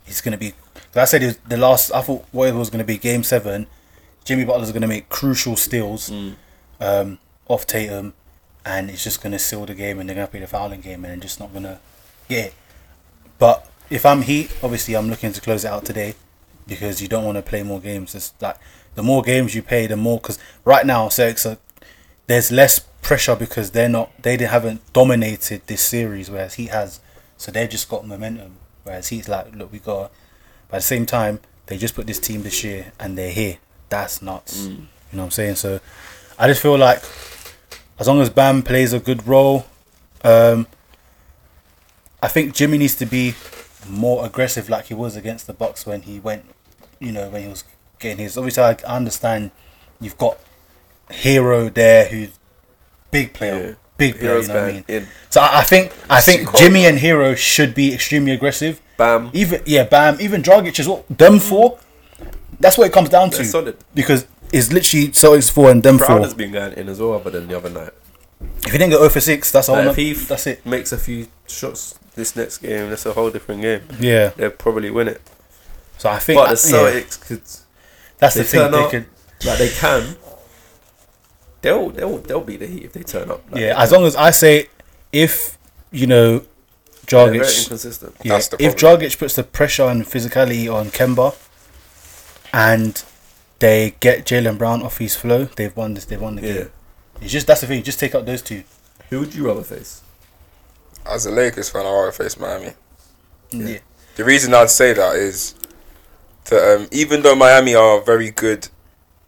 Speaker 4: it's going to be. 'cause I said it was the last. I thought what it was going to be game seven. Jimmy Butler's going to make crucial steals um, off Tatum, and it's just going to seal the game, and they're going to play the fouling game, and they're just not going to get it. But if I'm Heat, obviously I'm looking to close it out today because you don't want to play more games. It's like the more games you play, the more because right now Celtics are there's less pressure because they're not they didn't, haven't dominated this series whereas he has, so they've just got momentum. Whereas he's like, look, we got. But at the same time, they just put this team this year and they're here. That's
Speaker 5: Mm.
Speaker 4: nuts. You know what I'm saying? So I just feel like as long as Bam plays a good role, um, I think Jimmy needs to be more aggressive, like he was against the Bucks when he went, you know, when he was getting his. Obviously, I I understand you've got Hero there, who's big player, big player.
Speaker 5: Hero's
Speaker 4: You know what I
Speaker 5: bad.
Speaker 4: mean?
Speaker 5: In.
Speaker 4: So I I think I think Jimmy and Hero should be extremely aggressive.
Speaker 5: Bam. Mm.
Speaker 4: Even yeah, Bam. Even Dragic is what them for. That's what it comes down to.
Speaker 5: They're solid.
Speaker 4: Because it's literally Celtics four and them
Speaker 5: Brown
Speaker 4: four.
Speaker 5: has been going in as well, other than the other night.
Speaker 4: If you didn't go 0 for six, that's all. Like,
Speaker 5: Like, if he
Speaker 4: Oh, that's it.
Speaker 5: makes a few shots this next game, that's a whole different game.
Speaker 4: Yeah.
Speaker 5: They'll probably win it.
Speaker 4: So I think
Speaker 5: But the
Speaker 4: yeah,
Speaker 5: Celtics could
Speaker 4: that's
Speaker 5: they
Speaker 4: the thing.
Speaker 5: turn
Speaker 4: They
Speaker 5: up
Speaker 4: could,
Speaker 5: like they can. They'll they'll they'll beat the Heat if they turn up. Like,
Speaker 4: yeah. As long as I say, if you know,
Speaker 5: they're very
Speaker 4: Dragic.
Speaker 5: inconsistent.
Speaker 4: Yeah,
Speaker 3: That's the
Speaker 4: if Dragic puts the pressure and physicality on Kemba, and they get Jalen Brown off his flow, they've won this. They've won the
Speaker 5: Yeah.
Speaker 4: game. It's just that's the thing. Just take out those two.
Speaker 5: Who would you rather face?
Speaker 3: As a Lakers fan, I want to face Miami.
Speaker 4: Yeah.
Speaker 3: The reason I'd say that is that um, even though Miami are very good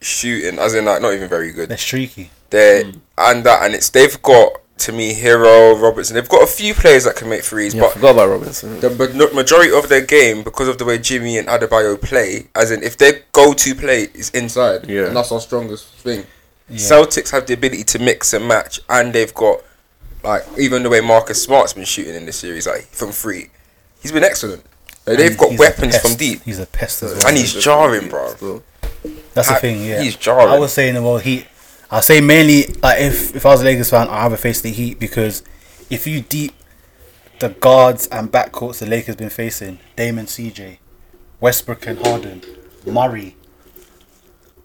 Speaker 3: shooting, as in like not even very good,
Speaker 4: They're streaky.
Speaker 3: they and that and it's they've got to me Hero Robertson. They've got a few players that can make threes,
Speaker 5: Yeah, I
Speaker 3: but
Speaker 5: forgot about Robinson.
Speaker 3: the ma- majority of their game, because of the way Jimmy and Adebayo play, as in if their go-to play is inside,
Speaker 5: Yeah.
Speaker 3: and that's our strongest thing. Celtics have the ability to mix and match, and they've got like even the way Marcus Smart's been shooting in this series, like from three, he's been excellent. Like, they've
Speaker 4: And
Speaker 3: got
Speaker 4: he's a
Speaker 3: weapons from
Speaker 4: pest.
Speaker 3: deep.
Speaker 4: He's a pest as well.
Speaker 3: And he's jarring, bro.
Speaker 5: Still.
Speaker 4: That's the
Speaker 3: ha-
Speaker 4: thing. Yeah.
Speaker 3: he's jarring.
Speaker 4: I was saying the well, Heat. I say mainly like if if I was a Lakers fan, I have a face the Heat because if you deep the guards and backcourts the Lakers been facing, Damon, CJ, Westbrook and Harden, Murray,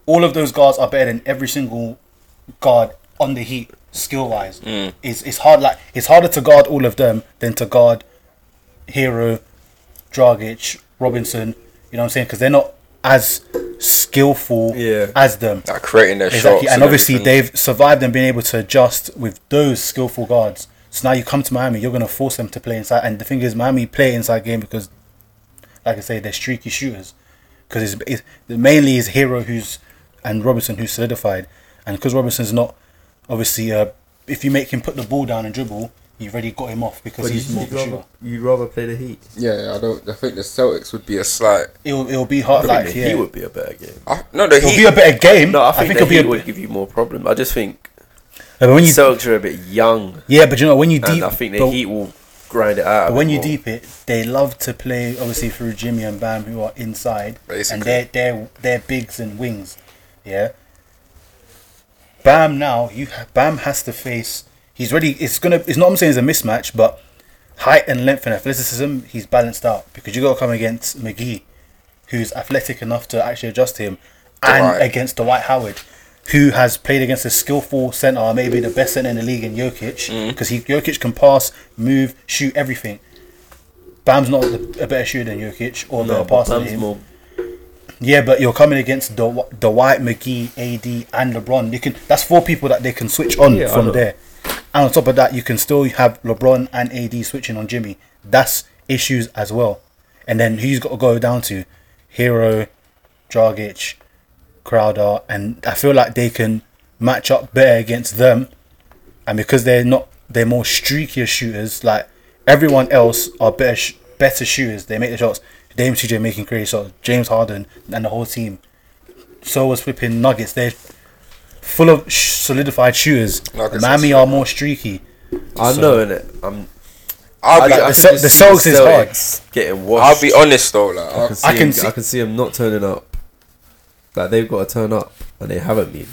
Speaker 4: all of those guards are better than every single guard on the Heat skill wise. It's it's hard like it's harder to guard all of them than to guard Hero, Dragic, Robinson. You know what I'm saying? Because they're not as skillful
Speaker 5: Yeah.
Speaker 4: as them.
Speaker 3: Like creating their
Speaker 4: Exactly,
Speaker 3: shots.
Speaker 4: and obviously
Speaker 3: everything.
Speaker 4: they've survived and been able to adjust with those skillful guards. So now you come to Miami, you're going to force them to play inside. And the thing is, Miami play inside game because, like I say, they're streaky shooters. Because it's, it's the- mainly is Hero who's and Robinson who's solidified, and because Robinson's not obviously, uh, if you make him put the ball down and dribble, you've already got him off because
Speaker 5: But
Speaker 4: he's more
Speaker 5: you'd
Speaker 4: of a shooter.
Speaker 5: rather, you'd rather play the Heat.
Speaker 3: yeah, I don't. I think the Celtics would be a slight.
Speaker 4: It'll it'll be hard.
Speaker 5: I
Speaker 4: Like
Speaker 5: think the
Speaker 4: yeah,
Speaker 5: Heat
Speaker 4: it'll
Speaker 5: would be a better game.
Speaker 3: I, no, the
Speaker 4: be
Speaker 3: Heat.
Speaker 4: a better game.
Speaker 5: No, I think,
Speaker 4: it'll
Speaker 5: the
Speaker 4: be.
Speaker 5: Heat
Speaker 4: A,
Speaker 5: would give you more problem. I just think
Speaker 4: No, but when you
Speaker 5: Celtics are a bit young,
Speaker 4: yeah, but you know when you
Speaker 5: and
Speaker 4: deep,
Speaker 5: I think the
Speaker 4: but-
Speaker 5: Heat will grind it out. a
Speaker 4: But
Speaker 5: bit
Speaker 4: when you
Speaker 5: more.
Speaker 4: deep it, they love to play obviously through Jimmy and Bam, who are inside, and
Speaker 3: Basically.
Speaker 4: they're they're they're bigs and wings, yeah. Bam now you ha- Bam has to face. He's really it's gonna it's not I'm saying it's a mismatch, but height and length and athleticism he's balanced out because you got to come against McGee, who's athletic enough to actually adjust to him, and
Speaker 3: Dwight.
Speaker 4: against Dwight Howard. Who has played against a skillful centre, maybe the best centre in the league in Jokic,
Speaker 5: Mm.
Speaker 4: because he Jokic can pass, move, shoot everything. Bam's not the, a better shooter than Jokic or a
Speaker 5: No,
Speaker 4: better
Speaker 5: but
Speaker 4: passer than
Speaker 5: Bam's
Speaker 4: him.
Speaker 5: more.
Speaker 4: Yeah, but you're coming against Dw- Dwight McGee, AD, and LeBron. You can that's four people that they can switch on
Speaker 5: Yeah, I know.
Speaker 4: from there. And on top of that, you can still have LeBron and AD switching on Jimmy. That's issues as well. And then who's got to go down to? Hero, Dragic, Crowder, and I feel like they can match up better against them. And because they're not, they're more streakier shooters. Like everyone else are better, sh- better shooters. They make the shots. Dame CJ making crazy shots. James Harden and the whole team. So was flipping Nuggets. They're full of sh- solidified shooters.
Speaker 3: Nuggets
Speaker 4: Miami
Speaker 3: are
Speaker 4: are more streaky.
Speaker 5: I know, innit? I'm.
Speaker 3: I'll be.
Speaker 5: I- I
Speaker 3: I,
Speaker 4: the Cel-
Speaker 5: can just
Speaker 4: the
Speaker 5: see
Speaker 4: Celtics is hard.
Speaker 5: Celtics Getting washed.
Speaker 3: will be honest though, like
Speaker 5: I
Speaker 3: I,
Speaker 5: can see,
Speaker 4: I can
Speaker 5: him,
Speaker 4: see-
Speaker 5: I can see him not turning up. Like they've got to turn up, and they haven't been.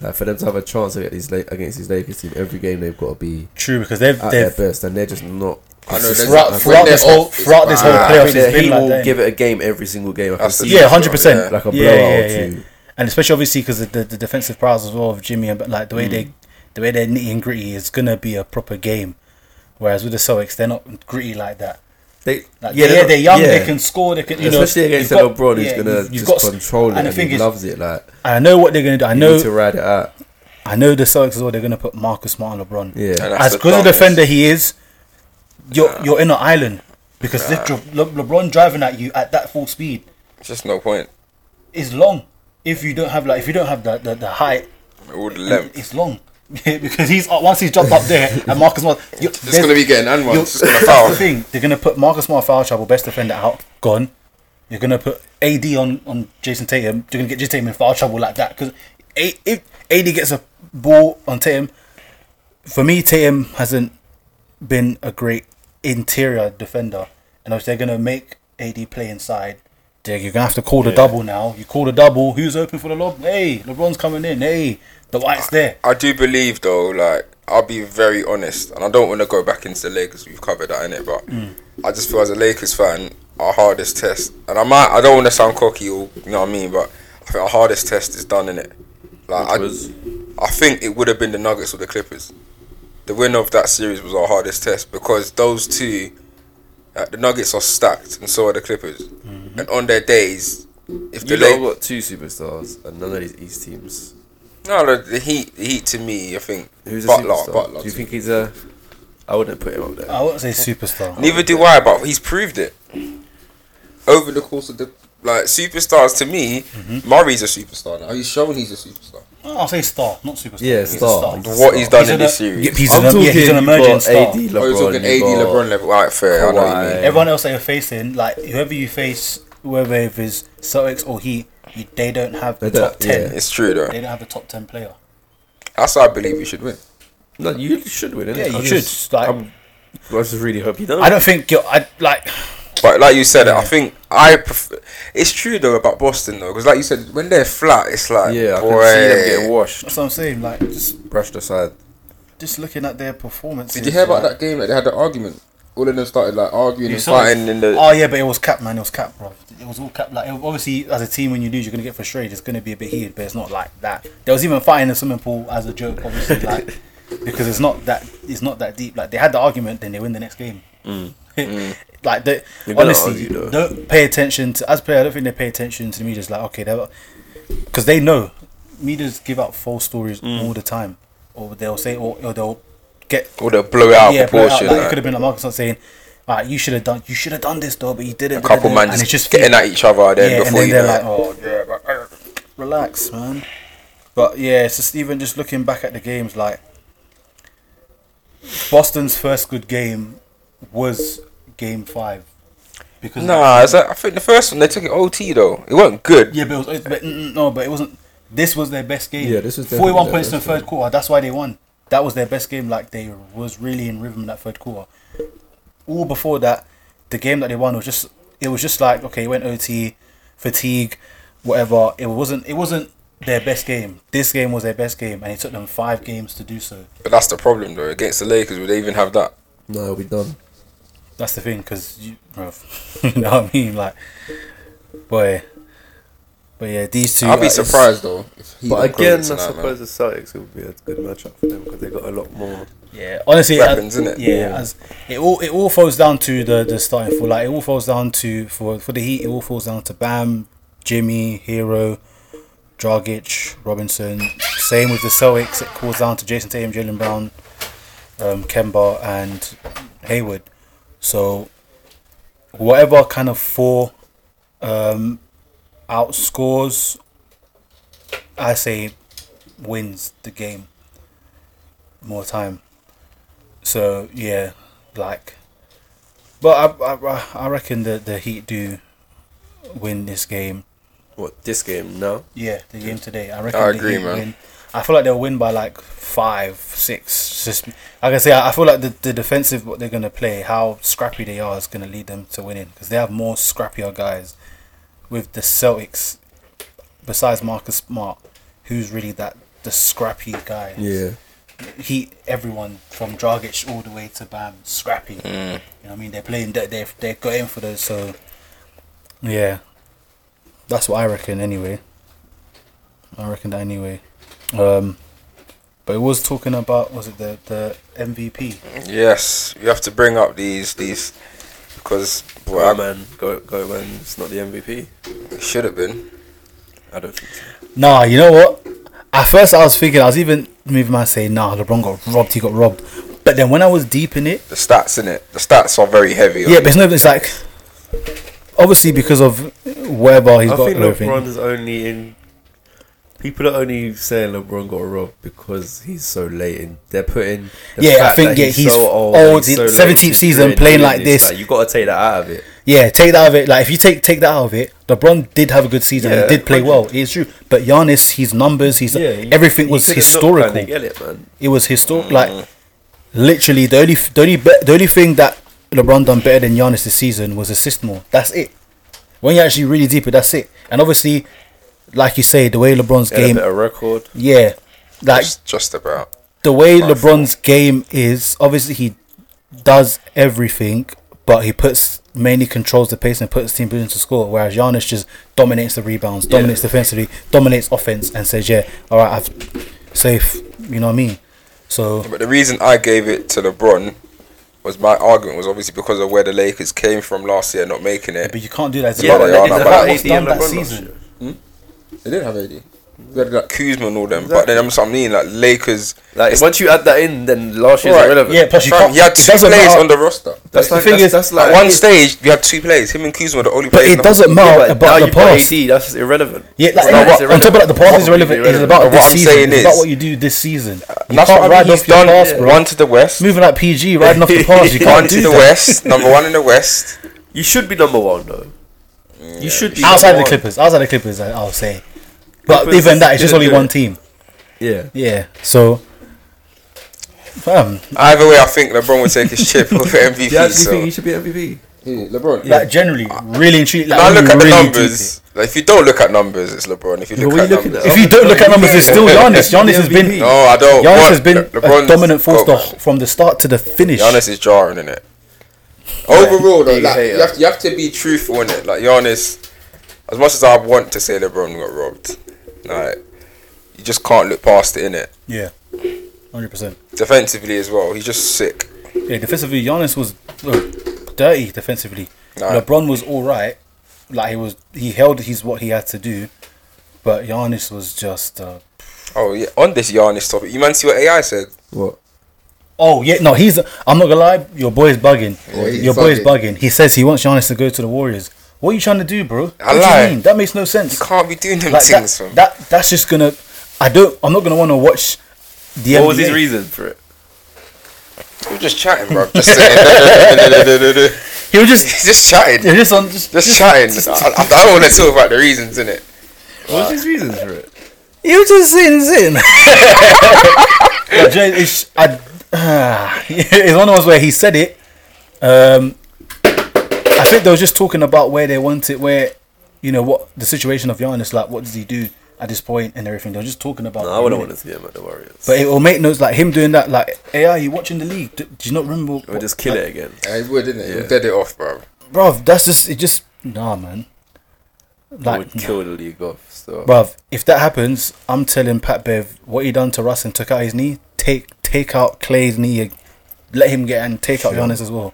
Speaker 5: Like for them to have a chance against these La- against these Lakers team, every game they've got to be
Speaker 4: True, because they've
Speaker 5: at
Speaker 4: they've
Speaker 5: their best, and they're just not.
Speaker 3: I know
Speaker 5: consistent.
Speaker 3: they're-
Speaker 5: I
Speaker 4: throughout,
Speaker 5: think-
Speaker 4: throughout
Speaker 3: they're
Speaker 4: this whole
Speaker 3: off, it's
Speaker 4: throughout this whole
Speaker 3: bad.
Speaker 5: I
Speaker 4: playoffs.
Speaker 5: think
Speaker 4: It's
Speaker 5: that
Speaker 4: been
Speaker 5: he
Speaker 4: like
Speaker 5: will
Speaker 4: that.
Speaker 5: give it a game every single game. I can
Speaker 3: That's the
Speaker 5: see.
Speaker 4: Yeah, hundred percent.
Speaker 3: Yeah.
Speaker 5: Like a
Speaker 4: yeah,
Speaker 5: blowout
Speaker 4: yeah, yeah.
Speaker 5: too.
Speaker 4: And especially obviously because of the, the defensive prowess as well of Jimmy and like the way they, the way they're nitty and gritty is gonna be a proper game. Whereas with the Celtics, they're not gritty like that.
Speaker 5: They,
Speaker 4: Like, yeah, they're, they're young. They
Speaker 5: yeah.
Speaker 4: can score. They can, you know,
Speaker 5: Especially against
Speaker 4: you've got-
Speaker 5: LeBron, who's
Speaker 4: yeah,
Speaker 5: gonna
Speaker 4: you've- you've
Speaker 5: just
Speaker 4: got-
Speaker 5: control it
Speaker 4: And
Speaker 5: and,
Speaker 4: the thing
Speaker 5: he
Speaker 4: is,
Speaker 5: loves it. Like
Speaker 4: I know what they're gonna do. I
Speaker 5: you need to
Speaker 4: know,
Speaker 5: ride it out.
Speaker 4: I know the Celtics as well. They're gonna put Marcus Smart and LeBron.
Speaker 5: Yeah,
Speaker 3: And That's
Speaker 4: As
Speaker 3: the
Speaker 4: good a
Speaker 3: dumbest.
Speaker 4: defender he is, you're you're in an island because this dri- Le- LeBron driving at you at that full speed.
Speaker 3: just no point.
Speaker 4: is long. If you don't have like, if you don't have the the, the height,
Speaker 3: All the length.
Speaker 4: it's long because he's up, once he's jumped up there and Marcus Smart. you-
Speaker 3: It's gonna be getting and one.
Speaker 4: you're-
Speaker 3: It's just gonna
Speaker 4: That's
Speaker 3: foul.
Speaker 4: the thing. They're gonna put Marcus Smart foul trouble, best defender out, gone. You're gonna put AD on on Jason Tatum. You're gonna get Jason Tatum in foul trouble like that because if AD gets a ball on Tatum, for me, Tatum hasn't been a great interior defender, and if they're gonna make AD play inside, they're, you're gonna have to call the double now. You call the double. Who's open for the lob? Hey, LeBron's coming in. Hey, the White's there.
Speaker 3: I do believe though, like I'll be very honest, and I don't want to go back into the Lakers. We've covered that in it, but
Speaker 5: Mm.
Speaker 3: I just feel as a Lakers fan, our hardest test, and I might, I don't want to sound cocky, or you know what I mean, but I think our hardest test is done in it. Like I,
Speaker 5: was-
Speaker 3: I think it would have been the Nuggets or the Clippers. The win of that series was our hardest test because those two, uh, the Nuggets are stacked, and so are the Clippers.
Speaker 5: Mm-hmm.
Speaker 3: And on their days, if the
Speaker 5: You know, I've
Speaker 3: Lakers,
Speaker 5: got two superstars, and none of these East teams.
Speaker 3: no, the, the Heat, the Heat to me, I think
Speaker 5: Who's a
Speaker 3: Butler,
Speaker 5: superstar?
Speaker 3: Butler.
Speaker 5: Do you
Speaker 3: to
Speaker 5: think he's a? I wouldn't put him up there.
Speaker 4: I wouldn't say superstar.
Speaker 3: Neither do I, but he's proved it over the course of the like superstars. To me, Murray's a superstar now. Mm-hmm. He's shown he's a superstar.
Speaker 4: Oh, I'll say star, not superstar.
Speaker 5: Yeah,
Speaker 4: He's a
Speaker 5: star.
Speaker 3: What he's done
Speaker 4: He's
Speaker 3: in
Speaker 4: an- er-
Speaker 3: this series.
Speaker 4: Yeah, he's, an, yeah, he's an
Speaker 5: you've
Speaker 4: emerging
Speaker 5: got
Speaker 4: star.
Speaker 5: AD, LeBron,
Speaker 3: oh, you're talking AD,
Speaker 5: you've got-
Speaker 3: LeBron level. All right, fair. I know what you mean.
Speaker 5: Kawhi.
Speaker 4: Everyone else that you're facing, like whoever you face, whether if it's Celtics or Heat, you, they don't have the
Speaker 5: They don't-
Speaker 4: top ten.
Speaker 5: yeah.
Speaker 3: It's true though.
Speaker 4: They don't have a top ten player.
Speaker 3: That's how I believe we should win.
Speaker 5: No, you should win. innit?
Speaker 4: Yeah, you
Speaker 5: I'm
Speaker 4: should,
Speaker 5: just-
Speaker 4: like-
Speaker 5: I'm- I just really hope you don't.
Speaker 4: I don't think you're. I like.
Speaker 3: But like you said, I think I prefer. It's true though about Boston though, because like you said, when they're flat, it's like
Speaker 5: Yeah, I
Speaker 3: boy.
Speaker 5: can see them getting washed,
Speaker 4: That's what I'm saying. Like just
Speaker 5: brushed aside.
Speaker 4: just looking at their performances.
Speaker 3: Did you hear about
Speaker 4: like-
Speaker 3: that game? Like they had the argument. All of them started like arguing
Speaker 4: You
Speaker 3: and
Speaker 4: saw it.
Speaker 3: fighting in the.
Speaker 4: Oh yeah, but it was cap, man. It was cap, bro. It was all cap. Like it- obviously, as a team, when you lose, you're gonna get frustrated. It's gonna be a bit heated, but it's not like that. There was even fighting in the swimming pool as a joke, obviously, like because it's not that it's not that deep. Like they had the argument, then they win the next game.
Speaker 3: Mm.
Speaker 4: like the
Speaker 5: You're gonna
Speaker 4: honestly,
Speaker 5: argue, though.
Speaker 4: don't pay attention to as a player. I don't think they pay attention to the media's like okay, they're because they know media's give out false stories
Speaker 3: Mm.
Speaker 4: all the time, or they'll say or, or they'll get
Speaker 3: Or they'll blow it out
Speaker 4: yeah,
Speaker 3: of
Speaker 4: But,
Speaker 3: proportion.
Speaker 4: like, it
Speaker 3: like.
Speaker 4: could have been like Marcus not saying, "Right, you should have done, you should have done this though, but you didn't."
Speaker 3: a couple man
Speaker 4: and
Speaker 3: just,
Speaker 4: it's just
Speaker 3: getting
Speaker 4: feel-
Speaker 3: at each other then
Speaker 4: yeah, and
Speaker 3: before
Speaker 4: then
Speaker 3: you
Speaker 4: they're
Speaker 3: know
Speaker 4: like,
Speaker 3: it.
Speaker 4: "Oh, yeah, but, uh, relax, man." But yeah, it's just even just looking back at the games, like Boston's first good game was Game Five because
Speaker 3: Nah, it's like, I think the first one they took it OT though. It wasn't good.
Speaker 4: yeah, but, it was, it- but mm, mm, no, but it wasn't. This was their best game.
Speaker 5: Yeah, this was definitely
Speaker 4: forty-one
Speaker 5: their
Speaker 4: points in the
Speaker 5: best
Speaker 4: third
Speaker 5: game.
Speaker 4: quarter. That's why they won. That was their best game. Like they was really in rhythm in that third quarter. All before that, the game that they won was just it was just like okay, it went OT, fatigue, whatever. It wasn't it wasn't their best game. This game was their best game, and it took them five games to do so.
Speaker 3: But that's the problem though. Against the Lakers, would they even have that?
Speaker 5: No, we done.
Speaker 4: That's the thing, because you, bruv, you know what I mean, like, boy. But yeah, these two.
Speaker 3: I'd be
Speaker 4: like, it's-
Speaker 3: surprised though. If he
Speaker 5: But
Speaker 3: don't close it
Speaker 5: again, I
Speaker 3: tonight, man.
Speaker 5: suppose the Celtics would be a good matchup for them because they got a lot more.
Speaker 4: Yeah, honestly,
Speaker 3: Weapons,
Speaker 4: as-
Speaker 3: innit?
Speaker 4: Yeah, As, it all it all falls down to the the starting four. Like it all falls down to for for the Heat. It all falls down to Bam, Jimmy, Hero, Dragic, Robinson. Same with the Celtics. It falls down to Jason Tatum, Jalen Brown, um, Kemba, and Hayward. So whatever kind of four um, outscores, I say wins the game more time. So yeah, like, but I I, I reckon that the Heat do win this game.
Speaker 5: What this game now?
Speaker 4: Yeah, the game today. I reckon.
Speaker 3: I
Speaker 4: the
Speaker 3: agree,
Speaker 4: Heat
Speaker 3: man.
Speaker 4: Win. I feel like they'll win by like five, six. Just like I say, I I feel like the, the defensive what they're gonna play, how scrappy they are, is gonna lead them to winning because they have more scrappier guys with the Celtics. Besides Marcus Smart, who's really that the scrappy guy?
Speaker 5: Yeah,
Speaker 4: heat everyone from Dragic all the way to Bam scrappy. You know what I mean? They're playing they they're they're going for those so Yeah. That's what I reckon anyway. I reckon that anyway. Um but it was talking about was it the the MVP?
Speaker 3: Yes, you have to bring up these these because boy,
Speaker 5: go
Speaker 3: I
Speaker 5: Ah, man, go go man. It's not the MVP.
Speaker 3: should have been.
Speaker 5: I don't think so.
Speaker 4: Nah, you know what? At first I was thinking I was even moving my saying, nah, LeBron got robbed, he got robbed. But then when I was deep in it,
Speaker 3: The stats in it, the stats are very heavy.
Speaker 4: yeah, but it's not it's like obviously because of whatever he's
Speaker 5: I
Speaker 4: got
Speaker 5: think
Speaker 4: and everything.
Speaker 5: LeBron is only in. People are only saying LeBron got robbed because he's so late in. They're putting. the
Speaker 4: Yeah, I
Speaker 5: fact
Speaker 4: think,
Speaker 5: that
Speaker 4: yeah, he's
Speaker 5: and
Speaker 4: old,
Speaker 5: he's late
Speaker 4: 17th
Speaker 5: into
Speaker 4: season
Speaker 5: doing
Speaker 4: playing like this.
Speaker 5: you got to take that out of it.
Speaker 4: Yeah, take that out of it. Like if you take take that out of it, LeBron did have a good season.
Speaker 5: Yeah,
Speaker 4: he did play
Speaker 5: 100.
Speaker 4: well. It's true. But Giannis, his numbers, his
Speaker 5: Yeah, he-
Speaker 4: everything
Speaker 5: he
Speaker 4: was
Speaker 5: took a knockdown,
Speaker 4: historical.
Speaker 5: they get Mm. it, man.
Speaker 4: It was historic. Like Literally, the only the only be, the only thing that LeBron done better than Giannis this season was assist more. That's it. When you actually really deep it, that's it. And obviously, like you say, the way LeBron's
Speaker 5: Game.
Speaker 4: game,
Speaker 5: A better record.
Speaker 4: yeah, like
Speaker 3: Just, just about.
Speaker 4: the way
Speaker 3: Right.
Speaker 4: LeBron's game is, obviously he does everything, but he puts mainly controls the pace and puts team position to score. Whereas Giannis just dominates the rebounds, dominates defensively, dominates offense, and says, "Yeah, all right, I've safe." You know what I mean? So
Speaker 3: But the reason I gave it to LeBron was my argument was obviously because of where the Lakers came from last year, not making it.
Speaker 4: But you can't do that. It's
Speaker 3: Yeah,
Speaker 4: about,
Speaker 3: they are
Speaker 4: it's
Speaker 3: not
Speaker 4: about
Speaker 3: bad.
Speaker 4: what's
Speaker 6: AD and
Speaker 4: done that
Speaker 6: LeBron last
Speaker 4: season.
Speaker 3: They didn't have AD. They had like Kuzma and all them. But then I'm I mean, like Lakers.
Speaker 5: Like
Speaker 3: it's-
Speaker 5: once you add that in, then last year's
Speaker 3: Alright,
Speaker 5: irrelevant.
Speaker 4: Yeah, plus you
Speaker 3: Fam,
Speaker 4: can't.
Speaker 3: he had
Speaker 4: it
Speaker 3: two
Speaker 4: doesn't
Speaker 3: players
Speaker 4: matter-
Speaker 3: on the roster.
Speaker 5: that's
Speaker 4: the
Speaker 5: like,
Speaker 4: thing
Speaker 5: that's,
Speaker 4: is,
Speaker 5: that's
Speaker 3: At
Speaker 5: like
Speaker 3: one stage, you had two players. Him and Kuzma were the only
Speaker 4: But
Speaker 3: players. in
Speaker 4: it
Speaker 3: the
Speaker 4: doesn't
Speaker 3: whole-
Speaker 4: matter
Speaker 5: but now
Speaker 4: about the
Speaker 5: you put
Speaker 4: past.
Speaker 5: AD, that's irrelevant.
Speaker 4: Yeah, like,
Speaker 5: It's not- it's
Speaker 4: on top of that, the past is
Speaker 5: irrelevant.
Speaker 4: relevant. It's
Speaker 3: But
Speaker 4: about
Speaker 3: what
Speaker 4: this
Speaker 3: I'm
Speaker 4: season.
Speaker 3: saying
Speaker 4: It's about
Speaker 3: is-
Speaker 4: what you do this season.
Speaker 3: And
Speaker 4: You
Speaker 3: that's
Speaker 4: can't
Speaker 3: what I
Speaker 4: ride
Speaker 3: mean. He's
Speaker 4: off your
Speaker 3: done
Speaker 4: past, bro.
Speaker 3: one to the West,
Speaker 4: Moving like PG, riding off the past. You
Speaker 3: one
Speaker 4: can't
Speaker 3: to
Speaker 4: do
Speaker 3: the
Speaker 4: that.
Speaker 3: West, number one in the West.
Speaker 5: You should be number one though. you should be
Speaker 4: Outside
Speaker 5: number
Speaker 4: the
Speaker 5: one.
Speaker 4: Clippers, outside the Clippers, I- I'll say. But
Speaker 5: Clippers
Speaker 4: even that, it's just
Speaker 5: didn't
Speaker 4: only
Speaker 5: do
Speaker 4: one
Speaker 5: it.
Speaker 4: team.
Speaker 5: Yeah.
Speaker 4: Yeah. So, fam,
Speaker 3: Either way, I think LeBron would take his chip over MVP.
Speaker 6: Yeah, do you
Speaker 3: so.
Speaker 6: think he should be MVP?
Speaker 3: LeBron.
Speaker 4: like generally, really intrigued. Like,
Speaker 3: Now
Speaker 4: when
Speaker 3: look
Speaker 4: you
Speaker 3: at the
Speaker 4: really deep it.
Speaker 3: numbers. Like, if you don't look at numbers, it's LeBron. If you look
Speaker 6: what
Speaker 3: at
Speaker 6: you looking
Speaker 3: numbers,
Speaker 6: at?
Speaker 4: If you don't look at numbers, it's still Giannis. Giannis has been.
Speaker 3: no, Oh, I don't.
Speaker 4: Giannis
Speaker 3: What?
Speaker 4: has been
Speaker 3: Le-
Speaker 4: a
Speaker 3: LeBron's
Speaker 4: dominant force
Speaker 3: got-
Speaker 4: the, from the start to the finish.
Speaker 3: Giannis is jarring in it. Overall, though,
Speaker 5: Big
Speaker 3: like,
Speaker 5: hater.
Speaker 3: you, have to, you have to be truthful in it. Like Giannis, as much as I want to say LeBron got robbed, like you just can't look past it in it.
Speaker 4: Yeah, hundred percent.
Speaker 3: Defensively as well, he's just sick.
Speaker 4: Yeah, defensively, Giannis was uh, dirty defensively.
Speaker 3: Nah.
Speaker 4: LeBron was all right. Like he was, he held his what he had to do, but Giannis was just. Uh,
Speaker 3: Oh yeah, on this Giannis topic, you man see what AI said?
Speaker 6: What?
Speaker 4: Oh yeah, no, he's. I'm not gonna lie, your boy is bugging.
Speaker 3: Yeah, he's
Speaker 4: your boy is bugging. He says he wants Giannis to go to the Warriors. What are you trying to do, bro?
Speaker 3: I
Speaker 4: what do
Speaker 3: lie.
Speaker 4: you mean? That makes no sense.
Speaker 3: You can't be doing them
Speaker 4: Like,
Speaker 3: things.
Speaker 4: that,
Speaker 3: fam.
Speaker 4: that that's just gonna. I don't. I'm not gonna want to watch. The
Speaker 5: What was
Speaker 4: NBA.
Speaker 5: his reason for it?
Speaker 3: We're just chatting, bro. Just saying.
Speaker 4: He was
Speaker 3: He's
Speaker 4: just.
Speaker 3: just chatting.
Speaker 4: He was just on. Just,
Speaker 3: Just chatting. I, I don't want to talk about the reasons in it.
Speaker 5: What was his reason for it?
Speaker 4: He was just sitting, sitting. But Jay, it's, I, ah, it's one of those where he said it. Um, I think they were just talking about where they want it, where you know what the situation of Giannis, like what does he do at this point and everything. They were just talking about.
Speaker 5: No, I wouldn't want to see him at the Warriors.
Speaker 4: But it will make notes like him doing that. Like AI, you watching the league? Do, do you not remember?
Speaker 5: Or just kill it again.
Speaker 3: I would, didn't it? Yeah. Dead it off, bro.
Speaker 4: bro. That's just it. Just nah, man.
Speaker 5: I
Speaker 4: Like,
Speaker 5: would kill the league off. So
Speaker 4: bruv, if that happens, I'm telling Pat Bev what he done to Russ and took out his knee. Take take out Clay's knee, eh, let him get and take out Giannis as well,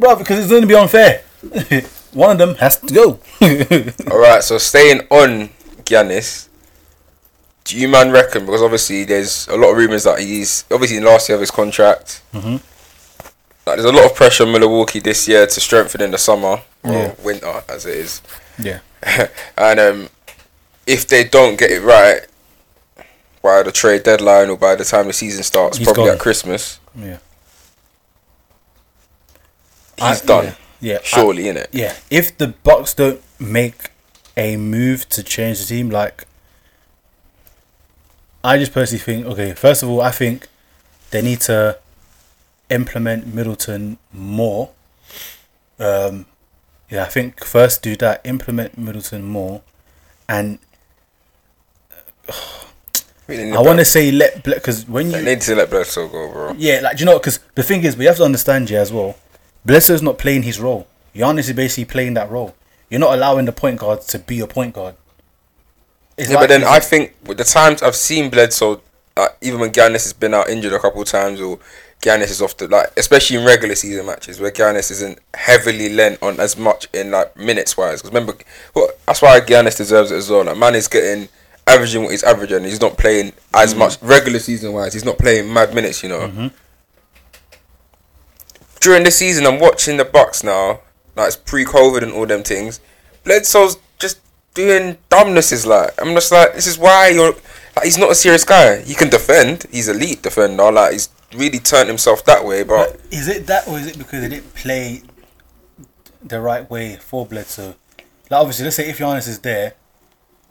Speaker 4: bruv, because it's going to be unfair. One of them has to go.
Speaker 3: All right, so staying on Giannis, do you man reckon? Because obviously there's a lot of rumors that he's obviously in last year of his contract. Mm-hmm. Like there's a lot of pressure on Milwaukee this year to strengthen in the summer or
Speaker 4: Yeah.
Speaker 3: winter as it is,
Speaker 4: yeah,
Speaker 3: and um, if they don't get it right by the trade deadline or by the time the season starts,
Speaker 4: He's
Speaker 3: probably
Speaker 4: gone.
Speaker 3: at Christmas,
Speaker 4: yeah.
Speaker 3: he's
Speaker 4: I-
Speaker 3: done.
Speaker 4: Yeah, yeah. I-
Speaker 3: surely in it.
Speaker 4: Yeah, if the Bucks don't make a move to change the team, like I just personally think, okay, first of all, I think they need to implement Middleton more. Um, yeah, I think first do that, implement Middleton more, and I want to say let because when
Speaker 3: They
Speaker 4: you
Speaker 3: need to let Bledsoe go, bro.
Speaker 4: yeah, like, do you know, because the thing is, we have to understand here as well. Bledsoe's not playing his role. Giannis is basically playing that role. You're not allowing the point guard to be a point guard. It's
Speaker 3: Yeah,
Speaker 4: like-
Speaker 3: but then I think with the times I've seen Bledsoe, uh, even when Giannis has been out injured a couple of times, or Giannis is off the like, especially in regular season matches where Giannis isn't heavily lent on as much in like minutes wise. Because remember, well, that's why Giannis deserves it as well. Like, man is getting averaging what he's averaging. He's not playing as much regular season wise. He's not playing mad minutes, you know. During the season, I'm watching the Bucks now. Like it's pre-COVID and all them things. Bledsoe's just doing dumbnesses. Like I'm just like, this is why you're. Like, he's not a serious guy. He can defend. He's elite defender. Like he's really turned himself that way. But
Speaker 4: But is it that, or is it because they didn't play the right way for Bledsoe? Like, obviously, let's say if Giannis is there,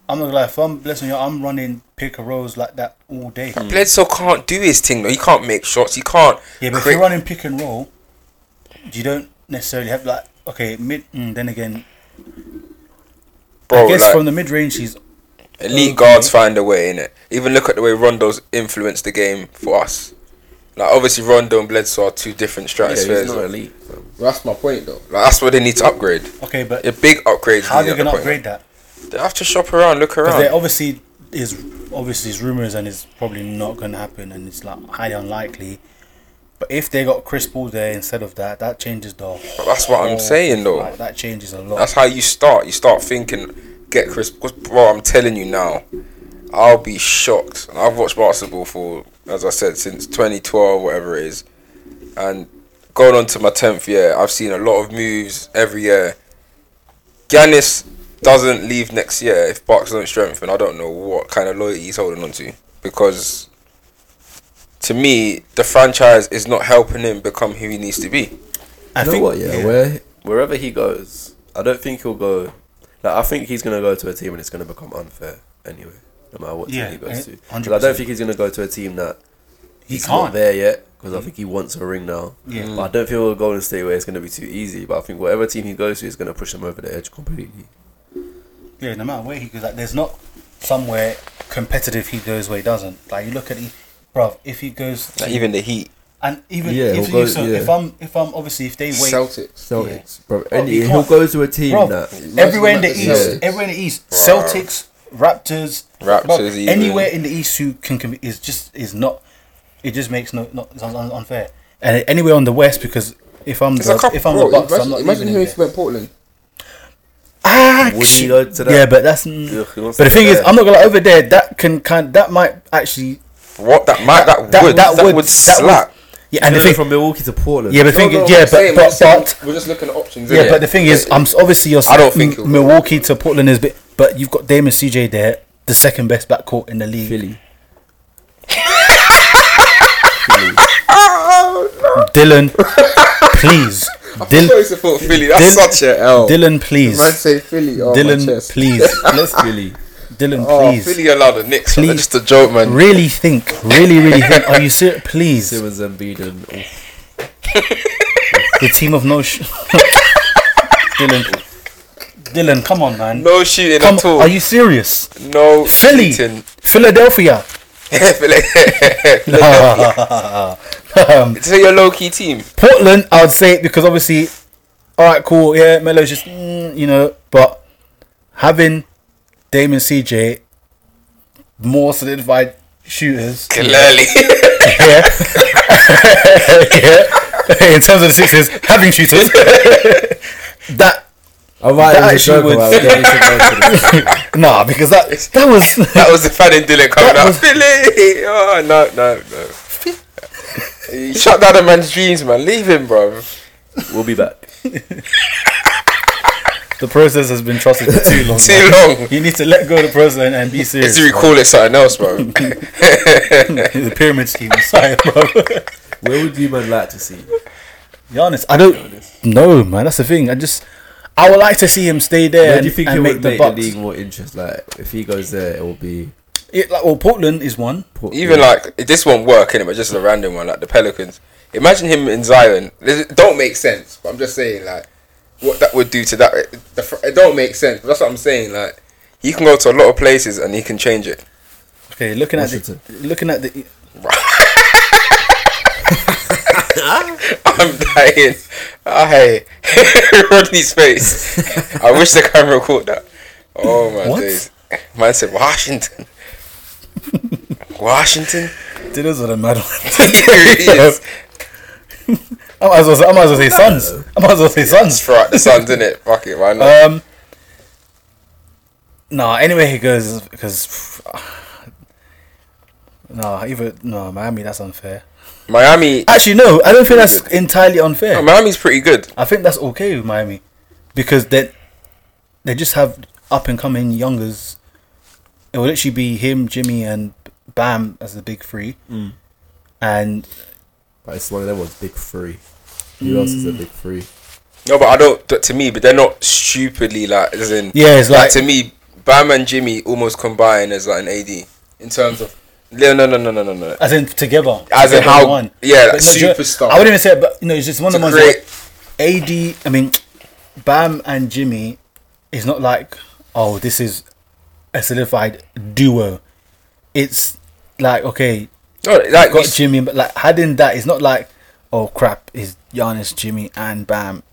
Speaker 4: I'm not gonna lie, if I'm blessing you, I'm running pick and rolls like that all day.
Speaker 3: Bledsoe can't do his thing though. He can't make shots. He can't.
Speaker 4: Yeah, but if
Speaker 3: create-
Speaker 4: you're running pick and roll, you don't necessarily have like okay mid. Mm, then again,
Speaker 3: bro,
Speaker 4: I guess
Speaker 3: like,
Speaker 4: from the mid range, he's
Speaker 3: elite
Speaker 4: Okay.
Speaker 3: guards find a way in it. Even look at the way Rondo's influenced the game for us. Like obviously Rondo and Bledsoe are two different
Speaker 5: Yeah, he's
Speaker 3: stratospheres.
Speaker 5: not elite. fam.
Speaker 3: that's my point though. Like that's what they need to upgrade.
Speaker 4: okay. But
Speaker 3: The big upgrades.
Speaker 4: how are
Speaker 3: need
Speaker 4: they
Speaker 3: at
Speaker 4: gonna
Speaker 3: the point.
Speaker 4: upgrade that?
Speaker 3: They have to shop around, look
Speaker 4: Because
Speaker 3: around.
Speaker 4: there obviously is obviously is rumors and it's probably not gonna happen and it's like highly unlikely. But if they got Chris Paul there instead of that, that changes the.
Speaker 3: But that's what I'm
Speaker 4: whole-
Speaker 3: saying, though.
Speaker 4: like, that changes a lot.
Speaker 3: That's how you start. You start thinking, get Chris. Because, bro, I'm telling you now, I'll be shocked. And I've watched basketball for, as I said, since 2012, whatever it is. And going on to my 10th year, I've seen a lot of moves every year. Giannis doesn't leave next year if Bucks don't strengthen. I don't know what kind of loyalty he's holding on to. Because, to me, the franchise is not helping him become who he needs to be.
Speaker 4: I
Speaker 5: You know what? Yeah, where wherever he goes, I don't think he'll go. Like, I think he's gonna go to a team and it's gonna become unfair anyway. No matter what
Speaker 4: Yeah,
Speaker 5: team he goes
Speaker 4: eh,
Speaker 5: to,
Speaker 4: 100%.
Speaker 5: 'Cause I don't think he's gonna go to a team that
Speaker 4: he
Speaker 5: he's not
Speaker 4: can't.
Speaker 5: there yet because I think he wants a ring now.
Speaker 4: Yeah.
Speaker 5: But I don't feel a Golden State where it's gonna be too easy. But I think whatever team he goes to is gonna push him over the edge completely.
Speaker 4: Yeah, no matter where he goes, like there's not somewhere competitive he goes where he doesn't. Like you look at, he, bruv, if he goes,
Speaker 3: Like, even the Heat.
Speaker 4: and even
Speaker 5: Yeah,
Speaker 4: if
Speaker 5: he'll go-
Speaker 4: you, so
Speaker 5: yeah.
Speaker 4: if I'm if I'm obviously if they wait,
Speaker 1: Celtics.
Speaker 5: Celtics, bro.
Speaker 4: Oh,
Speaker 5: And
Speaker 4: he
Speaker 5: he will
Speaker 4: can't.
Speaker 5: go to a team
Speaker 4: bruv,
Speaker 5: that.
Speaker 4: everywhere in the
Speaker 1: Celtics.
Speaker 4: east,
Speaker 1: Yeah.
Speaker 4: everywhere in the east,
Speaker 3: Bruh.
Speaker 4: Celtics, Raptors,
Speaker 3: Raptors
Speaker 4: bruv,
Speaker 3: even.
Speaker 4: anywhere in the east who can, can is just is not. It just makes no not it's un- un- unfair. And anywhere on the west because if I'm
Speaker 3: There's
Speaker 4: the,
Speaker 3: a couple-
Speaker 4: if I'm
Speaker 3: bro,
Speaker 4: the Bucks,
Speaker 1: imagine,
Speaker 4: I'm not
Speaker 1: imagine
Speaker 4: leaving
Speaker 1: him
Speaker 4: him
Speaker 1: if he
Speaker 4: there.
Speaker 1: went Portland.
Speaker 4: Ah,
Speaker 5: Would he
Speaker 4: shit.
Speaker 5: go to that?
Speaker 4: Yeah, but that's.
Speaker 5: Ugh, he wants
Speaker 4: but the
Speaker 5: to
Speaker 4: thing
Speaker 5: go
Speaker 4: is,
Speaker 5: there.
Speaker 4: I'm not gonna lie, over there. That can kind that might actually
Speaker 3: What that might that,
Speaker 4: that
Speaker 3: would that, would, slap.
Speaker 4: Yeah, and the
Speaker 5: No,
Speaker 4: thing,
Speaker 5: from Milwaukee to Portland.
Speaker 4: yeah, but the thing, is, yeah, but but, but
Speaker 1: we're just looking at options.
Speaker 4: yeah, but the thing is, I'm s- obviously you're.
Speaker 3: I don't
Speaker 4: s-
Speaker 3: think he'll go.
Speaker 4: Milwaukee to Portland is, bit, but you've got Dame and CJ there, the second best backcourt in the league.
Speaker 5: Philly.
Speaker 4: Dylan, please, Dylan,
Speaker 3: Sorry to put Philly. That's
Speaker 4: Dylan-
Speaker 3: such a L.
Speaker 4: Dylan, please,
Speaker 1: Man say Philly. Oh, my
Speaker 4: Dylan,
Speaker 1: chest.
Speaker 4: please,
Speaker 5: Let's Philly.
Speaker 4: Dylan,
Speaker 3: Oh,
Speaker 4: please.
Speaker 3: Philly allowed the Knicks. man.
Speaker 4: Please.
Speaker 3: Just a joke, man.
Speaker 4: Really think, really, really think. Are you serious? Please,
Speaker 5: Simmons and Beden.
Speaker 4: the team of no. Sh- Dylan, Dylan, come on, man.
Speaker 3: No shooting
Speaker 4: come
Speaker 3: at all.
Speaker 4: on. Are you serious?
Speaker 3: no
Speaker 4: Philly,
Speaker 3: shooting.
Speaker 4: Philadelphia.
Speaker 3: um, so your low key team.
Speaker 4: Portland, I would say it because obviously, all right, cool, yeah, Melo's just mm, you know, but having Damon CJ more solidified shooters,
Speaker 3: Clearly,
Speaker 4: yeah, yeah, in terms of the sixes, having shooters, that
Speaker 5: I might
Speaker 4: That
Speaker 5: have a
Speaker 4: actually
Speaker 5: joke
Speaker 4: would-
Speaker 5: about it. we should go to the-
Speaker 4: nah, because that that was
Speaker 3: that was the fan in Dylan coming
Speaker 4: That
Speaker 3: out.
Speaker 4: was-
Speaker 3: Philly. Oh no no no. You Shut down a man's dreams, man. Leave him, bro.
Speaker 5: We'll be back.
Speaker 4: the process has been trusted for too long.
Speaker 3: Too
Speaker 4: man.
Speaker 3: long.
Speaker 4: You need to let go of the process and, and be serious.
Speaker 3: Let's recall it something else, bro.
Speaker 4: the pyramid scheme, sorry, bro.
Speaker 5: Where would you man like to see?
Speaker 4: Be honest, I don't know, man. That's the thing. I just, I would like to see him stay there
Speaker 5: Where
Speaker 4: and,
Speaker 5: do you think
Speaker 4: and
Speaker 5: it
Speaker 4: make
Speaker 5: would
Speaker 4: the
Speaker 5: make the
Speaker 4: Bucks.
Speaker 5: league more interest? Like, if he goes there, it will be
Speaker 4: It, like, well, Portland is one.
Speaker 5: Portland.
Speaker 3: Even like this won't work in it, but just a random one like the Pelicans. Imagine him in Zion. This don't make sense. But I'm just saying like what that would do to that. It, the fr- it don't make sense. But that's what I'm saying. Like he can go to a lot of places and he can change it.
Speaker 4: Okay, looking at the,
Speaker 5: Washington.
Speaker 4: looking at the.
Speaker 3: I'm dying. Oh, hey, Rodney's face. I wish the camera caught that. Oh my
Speaker 4: What?
Speaker 3: days. Man said Washington. Washington.
Speaker 4: Dinners are the mad one.
Speaker 3: Here he is.
Speaker 4: I might as well say, I might as well say Suns. I might as well say
Speaker 3: It's
Speaker 4: Suns.
Speaker 3: throughout the Suns, isn't it? Fuck it, why not?
Speaker 4: Um, nah, anyway, he goes because. Nah, even no Miami. That's unfair.
Speaker 3: Miami.
Speaker 4: Actually, no, I don't think that's entirely unfair.
Speaker 3: Miami's pretty good.
Speaker 4: I think that's okay with Miami because they they just have up and coming youngers. It will literally be him, Jimmy, and Bam as the big three,
Speaker 3: Mm.
Speaker 4: and
Speaker 5: But it's one of them ones, big three. Who else is a big three?
Speaker 3: No, but I don't. To me, but they're not stupidly like. As in,
Speaker 4: Yeah, it's like-
Speaker 3: to me, Bam and Jimmy almost combine as like an AD in terms of. No, no, no, no, no, no, no.
Speaker 4: As in together.
Speaker 3: As in
Speaker 4: Together
Speaker 3: how-
Speaker 4: one.
Speaker 3: yeah,
Speaker 4: But no, do you-
Speaker 1: superstar.
Speaker 4: I wouldn't even say it, but you know, it's just one
Speaker 3: To
Speaker 4: of the ones
Speaker 3: create-
Speaker 4: like AD. I mean, Bam and Jimmy is not like oh, this is a solidified duo. It's like okay,
Speaker 3: No, like
Speaker 4: got Jimmy, but like adding that, it's not like oh crap, is Giannis, Jimmy, and Bam.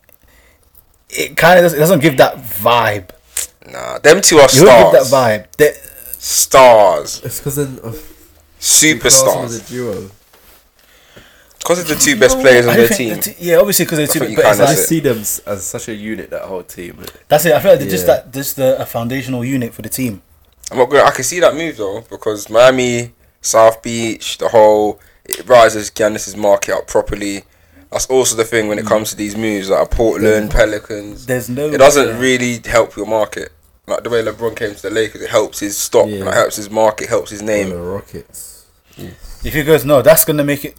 Speaker 4: It kind of doesn't, it doesn't give that vibe.
Speaker 3: nah, them two are
Speaker 4: You don't give that
Speaker 3: stars.
Speaker 4: vibe. They,
Speaker 3: Stars,
Speaker 6: It's because then
Speaker 5: uh,
Speaker 6: of
Speaker 3: superstars,
Speaker 6: a duo.
Speaker 3: because they're the two best players on
Speaker 4: I
Speaker 3: their
Speaker 4: don't think
Speaker 3: team.
Speaker 4: the te- yeah, obviously because they're
Speaker 3: That's
Speaker 4: two.
Speaker 3: what you
Speaker 4: But it's
Speaker 3: kinda
Speaker 6: I
Speaker 4: like,
Speaker 3: That's it.
Speaker 6: see them s- as such a unit, that whole team.
Speaker 4: that's it. I feel like they're just
Speaker 6: Yeah.
Speaker 4: that just the a foundational unit for the team.
Speaker 3: I'm not gonna, I can see that move though because Miami, South Beach, the whole it rises Giannis's market up properly. That's also the thing when it comes to these moves like Portland Pelicans.
Speaker 4: There's no.
Speaker 3: It doesn't
Speaker 4: yeah.
Speaker 3: really help your market. Like the way LeBron came to the Lakers, it helps his stock,
Speaker 6: Yeah.
Speaker 3: like, helps his market, helps his
Speaker 6: Name.
Speaker 3: name.
Speaker 6: Rockets.
Speaker 4: If he goes, no, that's gonna make it.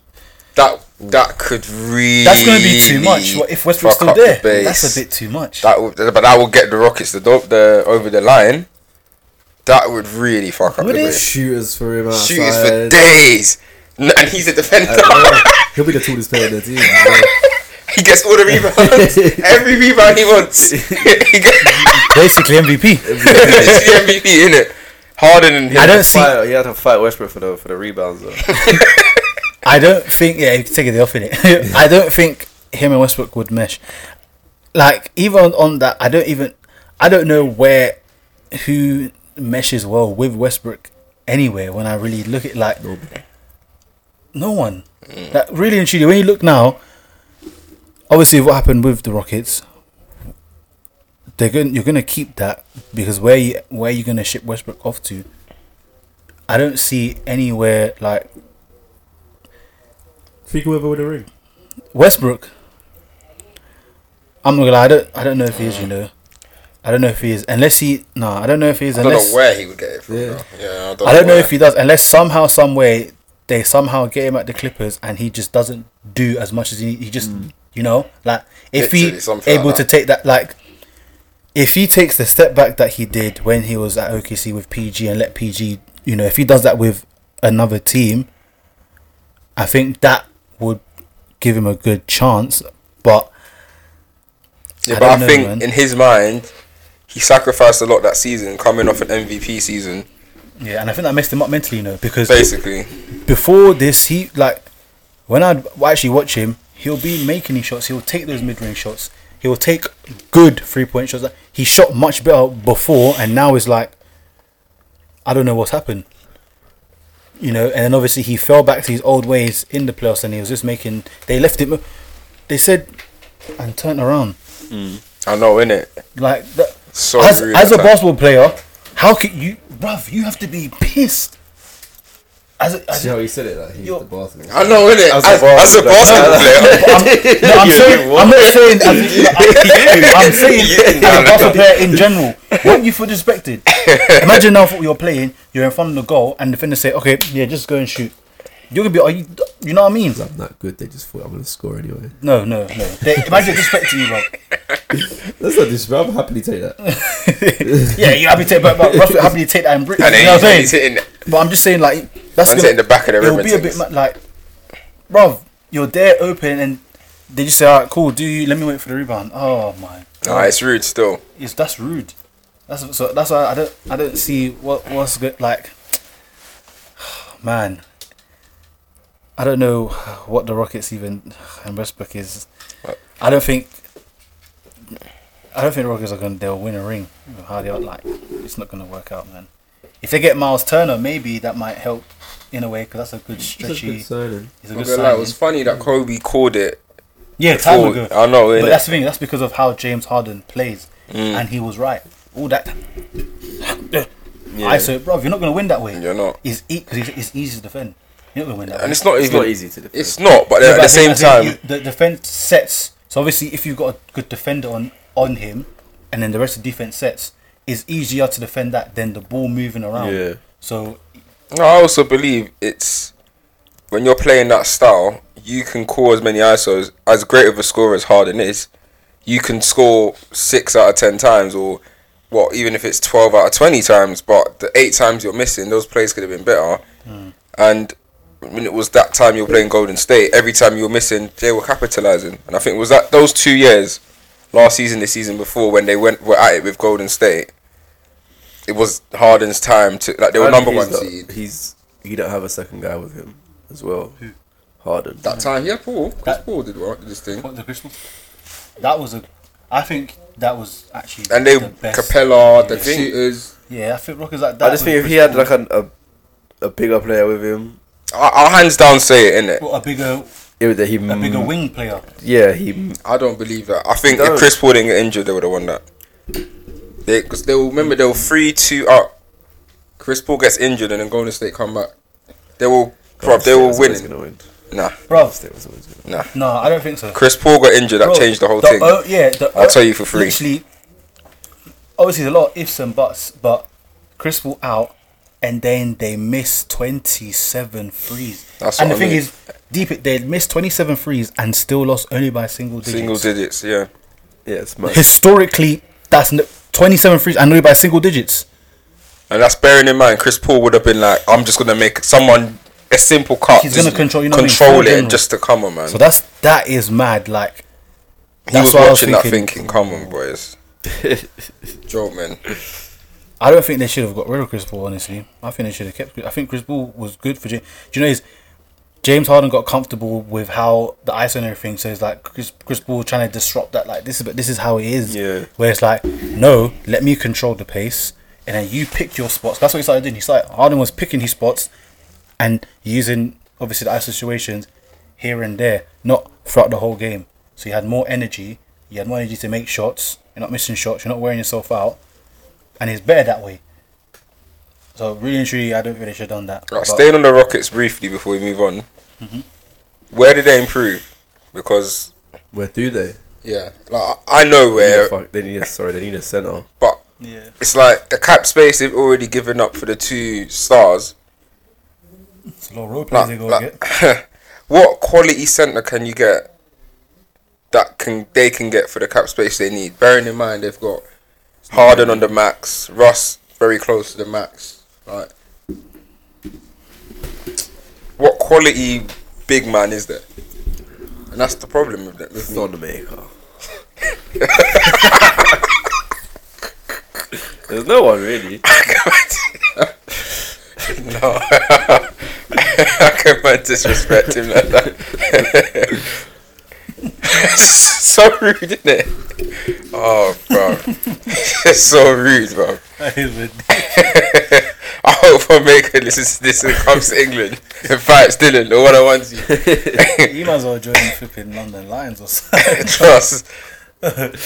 Speaker 3: That that could really
Speaker 4: That's gonna be too much. What if Westbrook's still
Speaker 3: fuck up the
Speaker 4: there?
Speaker 3: base.
Speaker 4: that's a bit too much.
Speaker 3: That would, but that would get the Rockets the, do- the over the line. That would really fuck up
Speaker 4: Would
Speaker 3: the
Speaker 4: it?
Speaker 3: base.
Speaker 6: Shooters for him outside.
Speaker 3: Shooters for days, N- and he's a defender.
Speaker 6: He'll be the tallest player in the team.
Speaker 3: He gets all the rebounds. Every rebound he wants. he gets
Speaker 4: Basically MVP.
Speaker 3: he's the MVP in it. Harden and
Speaker 4: I
Speaker 3: him.
Speaker 4: don't see.
Speaker 6: he had to fight Westbrook for the for the rebounds though.
Speaker 4: I don't think. Yeah, you can take it off in it. I don't think him and Westbrook would mesh. Like even on that, I don't even. I don't know where who meshes well with Westbrook anywhere. When I really look at like no one. That really and truly, when you look now, obviously what happened with the Rockets, they're going. You're going to keep that because where you, where you going to ship Westbrook off to? I don't see anywhere like
Speaker 6: Think whoever with a ring.
Speaker 4: Westbrook. I'm not gonna. Lie, I don't. I don't know if he is. You know, I don't know if he is. Unless he. No, I don't know if he is.
Speaker 3: I don't
Speaker 4: unless
Speaker 3: know where he would get it from.
Speaker 6: Yeah.
Speaker 3: though. Yeah,
Speaker 4: I don't know if
Speaker 3: where.
Speaker 4: he does. Unless somehow, some way, they somehow get him at the Clippers, and he just doesn't do as much as he. He just, you know, like if he
Speaker 3: Literally, something like
Speaker 4: able to
Speaker 3: that.
Speaker 4: take that, Mm. like if he takes the step back that he did when he was at OKC with PG and let PG, you know, if he does that with another team, I think that would give him a good chance. But
Speaker 3: Yeah,
Speaker 4: I
Speaker 3: but I,
Speaker 4: don't know,
Speaker 3: think
Speaker 4: man.
Speaker 3: in his mind, he sacrificed a lot that season, coming off an MVP season,
Speaker 4: yeah, and I think that messed him up mentally, you know, because
Speaker 3: basically.
Speaker 4: before this, he like when I actually watch him, he'll be making these shots. He'll take those mid-range shots. He'll take good three-point shots. Like, He shot much better before, and now it's like I don't know what's happened. You know, and then obviously he fell back to his old ways in the playoffs, and he was just making. They left him. They said, and turned around
Speaker 3: I know, innit?
Speaker 4: like that.
Speaker 3: So
Speaker 4: as
Speaker 3: rude
Speaker 4: as a
Speaker 3: at times.
Speaker 4: basketball player, how could you, bruv? You have to be pissed. As a, as
Speaker 6: See
Speaker 4: a,
Speaker 6: how he said it? Like he's
Speaker 4: You're-
Speaker 6: the basketball.
Speaker 3: I know, innit? As,
Speaker 5: As a
Speaker 3: as, a
Speaker 5: basketball
Speaker 3: basketball player.
Speaker 4: No, I'm, saying, I'm not saying. I'm, I'm saying
Speaker 3: You.
Speaker 4: as a basketball player in general, what you would expected. Imagine now what you're playing, you're in front of the goal, and the defender say, "Okay, yeah, just go and shoot." You're gonna be, are you, you know what I mean?
Speaker 6: I'm not good. They just thought I'm gonna score anyway.
Speaker 4: No, no, no. They, imagine disrespecting you, bro.
Speaker 6: That's not this. I'm happily take that.
Speaker 4: Yeah, you happy to take, but, but Russell happy to take that and brick. You
Speaker 3: And
Speaker 4: know what I'm
Speaker 3: then
Speaker 4: saying?
Speaker 3: he's, he's hitting.
Speaker 4: But I'm just saying, like, that's
Speaker 3: I'm saying the back of the
Speaker 4: It'll
Speaker 3: rim
Speaker 4: be
Speaker 3: and
Speaker 4: a bit
Speaker 3: things.
Speaker 4: ma- like, bro, you're there open, and they just say, "All right, cool, do you? Let me wait for the rebound." Oh my
Speaker 3: Nah, it's rude still.
Speaker 4: is that's rude. That's so that's why I don't I don't see what what's good like. Man, I don't know what the Rockets even and Westbrook is. I don't think. I don't think the Rockets are going. to They'll win a ring. with How they are like, it's not going to work out, man. If they get Miles Turner, maybe that might help in a way because that's a good stretchy. It's a
Speaker 6: signing.
Speaker 3: I'm
Speaker 4: good
Speaker 3: gonna lie, it
Speaker 4: signing.
Speaker 3: was funny that Kobe called it.
Speaker 4: yeah, time
Speaker 3: Before,
Speaker 4: ago.
Speaker 3: I know,
Speaker 4: But
Speaker 3: innit? Mm.
Speaker 4: that's the thing. That's because of how James Harden plays, and he was right. All that
Speaker 5: Yeah.
Speaker 4: I ISO, bro, you're not going to win that way.
Speaker 3: You're not.
Speaker 4: It's, e- cause it's, it's easy to defend. You're not going to win that
Speaker 3: And
Speaker 4: way.
Speaker 3: it's not
Speaker 5: it's
Speaker 3: even.
Speaker 5: not easy to defend.
Speaker 3: It's not, but then
Speaker 4: Yeah,
Speaker 3: at
Speaker 4: but I
Speaker 3: the same
Speaker 4: think- I
Speaker 3: time,
Speaker 4: think you- the defense sets. So obviously, if you've got a good defender on on him, and then the rest of the defense sets, it's easier to defend that than the ball moving around.
Speaker 5: Yeah.
Speaker 4: So
Speaker 3: No, I also believe it's when you're playing that style, you can call as many ISOs. As great of a scorer as Harden is, you can score six out of ten times, or what even if it's twelve out of twenty times, but the eight times you're missing, those plays could have been better. And when it was that time you were playing Golden State, every time you were missing, they were capitalizing. And I think it was that those two years, last season, the season before, when they went were at it with Golden State, it was Harden's time to like they were
Speaker 5: And
Speaker 3: number
Speaker 5: he's
Speaker 3: one
Speaker 5: not-
Speaker 3: seed
Speaker 5: He's he don't have a second guy with him as well. Harden.
Speaker 3: that time. Yeah, Paul, Chris
Speaker 4: That-
Speaker 3: Paul did well did this thing.
Speaker 4: What the Christmas? That was a. I think that was actually.
Speaker 3: And they
Speaker 4: the best.
Speaker 3: Capella, the
Speaker 4: Yeah.
Speaker 3: shooters.
Speaker 4: Yeah, I think Rockets like that.
Speaker 5: I just think if he had like a, a a bigger player with him,
Speaker 3: I'll I'll hands down say it, innit?
Speaker 4: a, a bigger,
Speaker 5: it would that he
Speaker 4: a
Speaker 3: Mm.
Speaker 4: bigger wing player.
Speaker 5: Yeah, he
Speaker 3: I don't believe that. I think
Speaker 5: Don't.
Speaker 3: if Chris Paul didn't get injured, they would have won that. They, cause they will remember they were three two up. Chris Paul gets injured and then Golden State come back. They will, bro. They were
Speaker 5: was always
Speaker 3: winning.
Speaker 5: Gonna win.
Speaker 3: Nah,
Speaker 4: Bro,
Speaker 5: State was always gonna
Speaker 3: nah.
Speaker 4: no, I don't think so.
Speaker 3: Chris Paul got injured. That
Speaker 4: Bro,
Speaker 3: changed the whole thing.
Speaker 4: oh, yeah, the-
Speaker 3: I'll tell you for free.
Speaker 4: Literally, obviously, there's a lot of ifs and buts, but Chris Paul out, and then they missed 27 threes.
Speaker 3: That's
Speaker 4: and
Speaker 3: what
Speaker 4: the
Speaker 3: I
Speaker 4: thing
Speaker 3: mean.
Speaker 4: is, deep it, they missed 27 threes and still lost only by single digits.
Speaker 3: Single digits. Yeah.
Speaker 5: win. Yeah, it's mad.
Speaker 4: Historically, that's n- 27 threes and only by single digits.
Speaker 3: And that's bearing in mind, Chris Paul would have been like, "I'm just gonna make someone a simple cut.
Speaker 4: He's
Speaker 3: just
Speaker 4: gonna control- you know what I mean?
Speaker 3: control
Speaker 4: Four
Speaker 3: it,
Speaker 4: general.
Speaker 3: just to come on, man."
Speaker 4: So that's that is mad. Like
Speaker 3: he
Speaker 4: that's
Speaker 3: was
Speaker 4: what I was
Speaker 3: watching that
Speaker 4: thinking.
Speaker 3: thinking, "Come on, boys." Joke, man.
Speaker 4: I don't think they should have got rid of Chris Paul. Honestly, I think they should have kept. I think Chris Paul was good for. Ja- Do you know is James Harden got comfortable with how the ice and everything. So it's like Chris, Chris Paul trying to disrupt that. Like this is, but this is how it is.
Speaker 5: Yeah.
Speaker 4: Where it's like, no, let me control the pace, and then you pick your spots. That's what he started doing. He started Harden was picking his spots, and using obviously the ice situations here and there, not throughout the whole game. So you had more energy. You had more energy to make shots. You're not missing shots. You're not wearing yourself out and it's better that way. So really and truly, I don't think they should have done that.
Speaker 3: Right,
Speaker 4: But
Speaker 3: staying on the Rockets briefly before we move on.
Speaker 4: Mm-hmm.
Speaker 3: Where did they improve? Because
Speaker 5: Where do they?
Speaker 3: yeah, like I I know
Speaker 5: Yeah,
Speaker 3: where,
Speaker 5: fuck, they need a sorry, they need a center.
Speaker 3: but it's like the cap space they've already given up for the two stars.
Speaker 4: it's a lot of role players
Speaker 3: Like,
Speaker 4: they go
Speaker 3: like,
Speaker 4: get.
Speaker 3: what quality center can you get that can they can get for the cap space they need? Bearing in mind they've got Harden on the max, Russ very close to the max. Right, what quality big man is there? And that's the problem with that. With me.
Speaker 5: Thonmaker. There's no one really.
Speaker 3: No, I can't disrespect him like that. so rude, isn't it? Oh, bro, it's so rude, bro.
Speaker 4: That is ridiculous.
Speaker 3: I hope Omega listens to this and comes to England and fights Dylan or one on ones you.
Speaker 4: you might as well join the flipping London Lions or something.
Speaker 3: Trust. Bro, it's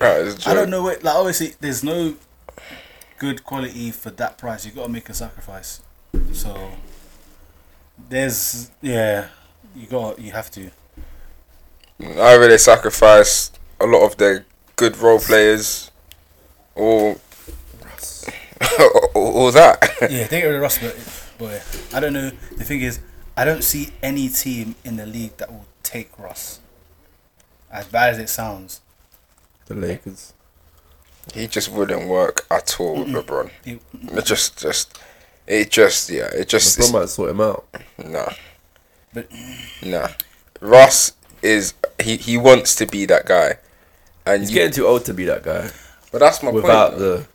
Speaker 3: a
Speaker 4: I don't
Speaker 3: joke.
Speaker 4: know. What, like obviously, there's no good quality for that price. You got to make a sacrifice. So there's yeah, you got you have to.
Speaker 3: I really sacrificed a lot of their good role players or, or, or that.
Speaker 4: Yeah, they get rid of Russ, but boy, I don't know. The thing is, I don't see any team in the league that will take Russ. As bad as it sounds.
Speaker 5: The Lakers.
Speaker 3: He just wouldn't work at all with LeBron.
Speaker 4: He-
Speaker 3: It just, just, it just, yeah, it just,
Speaker 5: LeBron
Speaker 3: it's,
Speaker 5: might sort him out.
Speaker 3: nah,
Speaker 4: But
Speaker 3: nah. Ross is he, he wants to be that guy, and
Speaker 5: He's
Speaker 3: you,
Speaker 5: getting too old to be that guy.
Speaker 3: but that's my
Speaker 5: Without
Speaker 3: point. though.
Speaker 5: the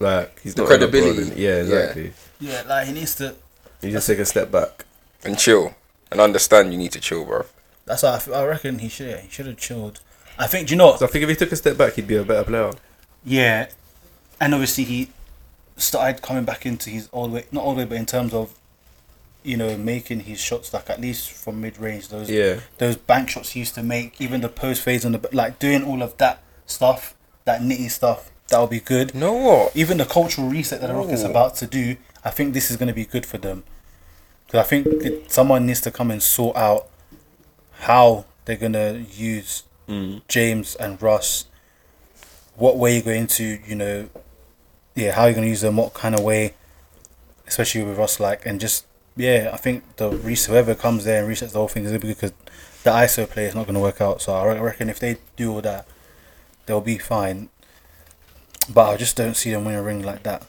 Speaker 5: like he's
Speaker 3: Oh, The
Speaker 5: not in LeBron
Speaker 3: credibility.
Speaker 5: and- Yeah,
Speaker 3: Yeah.
Speaker 5: exactly.
Speaker 4: yeah, like he needs to.
Speaker 5: You just take a step back.
Speaker 3: and chill and understand. You need to chill, bro.
Speaker 4: That's how I, feel. I reckon he should. He should have chilled. I think. Do you know? what?
Speaker 5: So I think if he took a step back, he'd be a better player.
Speaker 4: Yeah, and obviously he started coming back into his old way, not old way, but in terms of you know making his shots like at least from mid range. Those
Speaker 5: Yeah.
Speaker 4: those bank shots he used to make, even the post phase on the like doing all of that stuff, that nitty stuff. That would be good.
Speaker 3: You know what?
Speaker 4: Even the cultural reset that the Rockets are about to do, I think this is going to be good for them. Because I think it, someone needs to come and sort out how they're going to use James and Russ. What way you're going to, you know, yeah, how you're going to use them, what kind of way, especially with Russ, like, and just, yeah, I think the res- whoever comes there and resets the whole thing is going to be good because the ISO play is not going to work out. So I re- reckon if they do all that, they'll be fine. But I just don't see them winning a ring like that.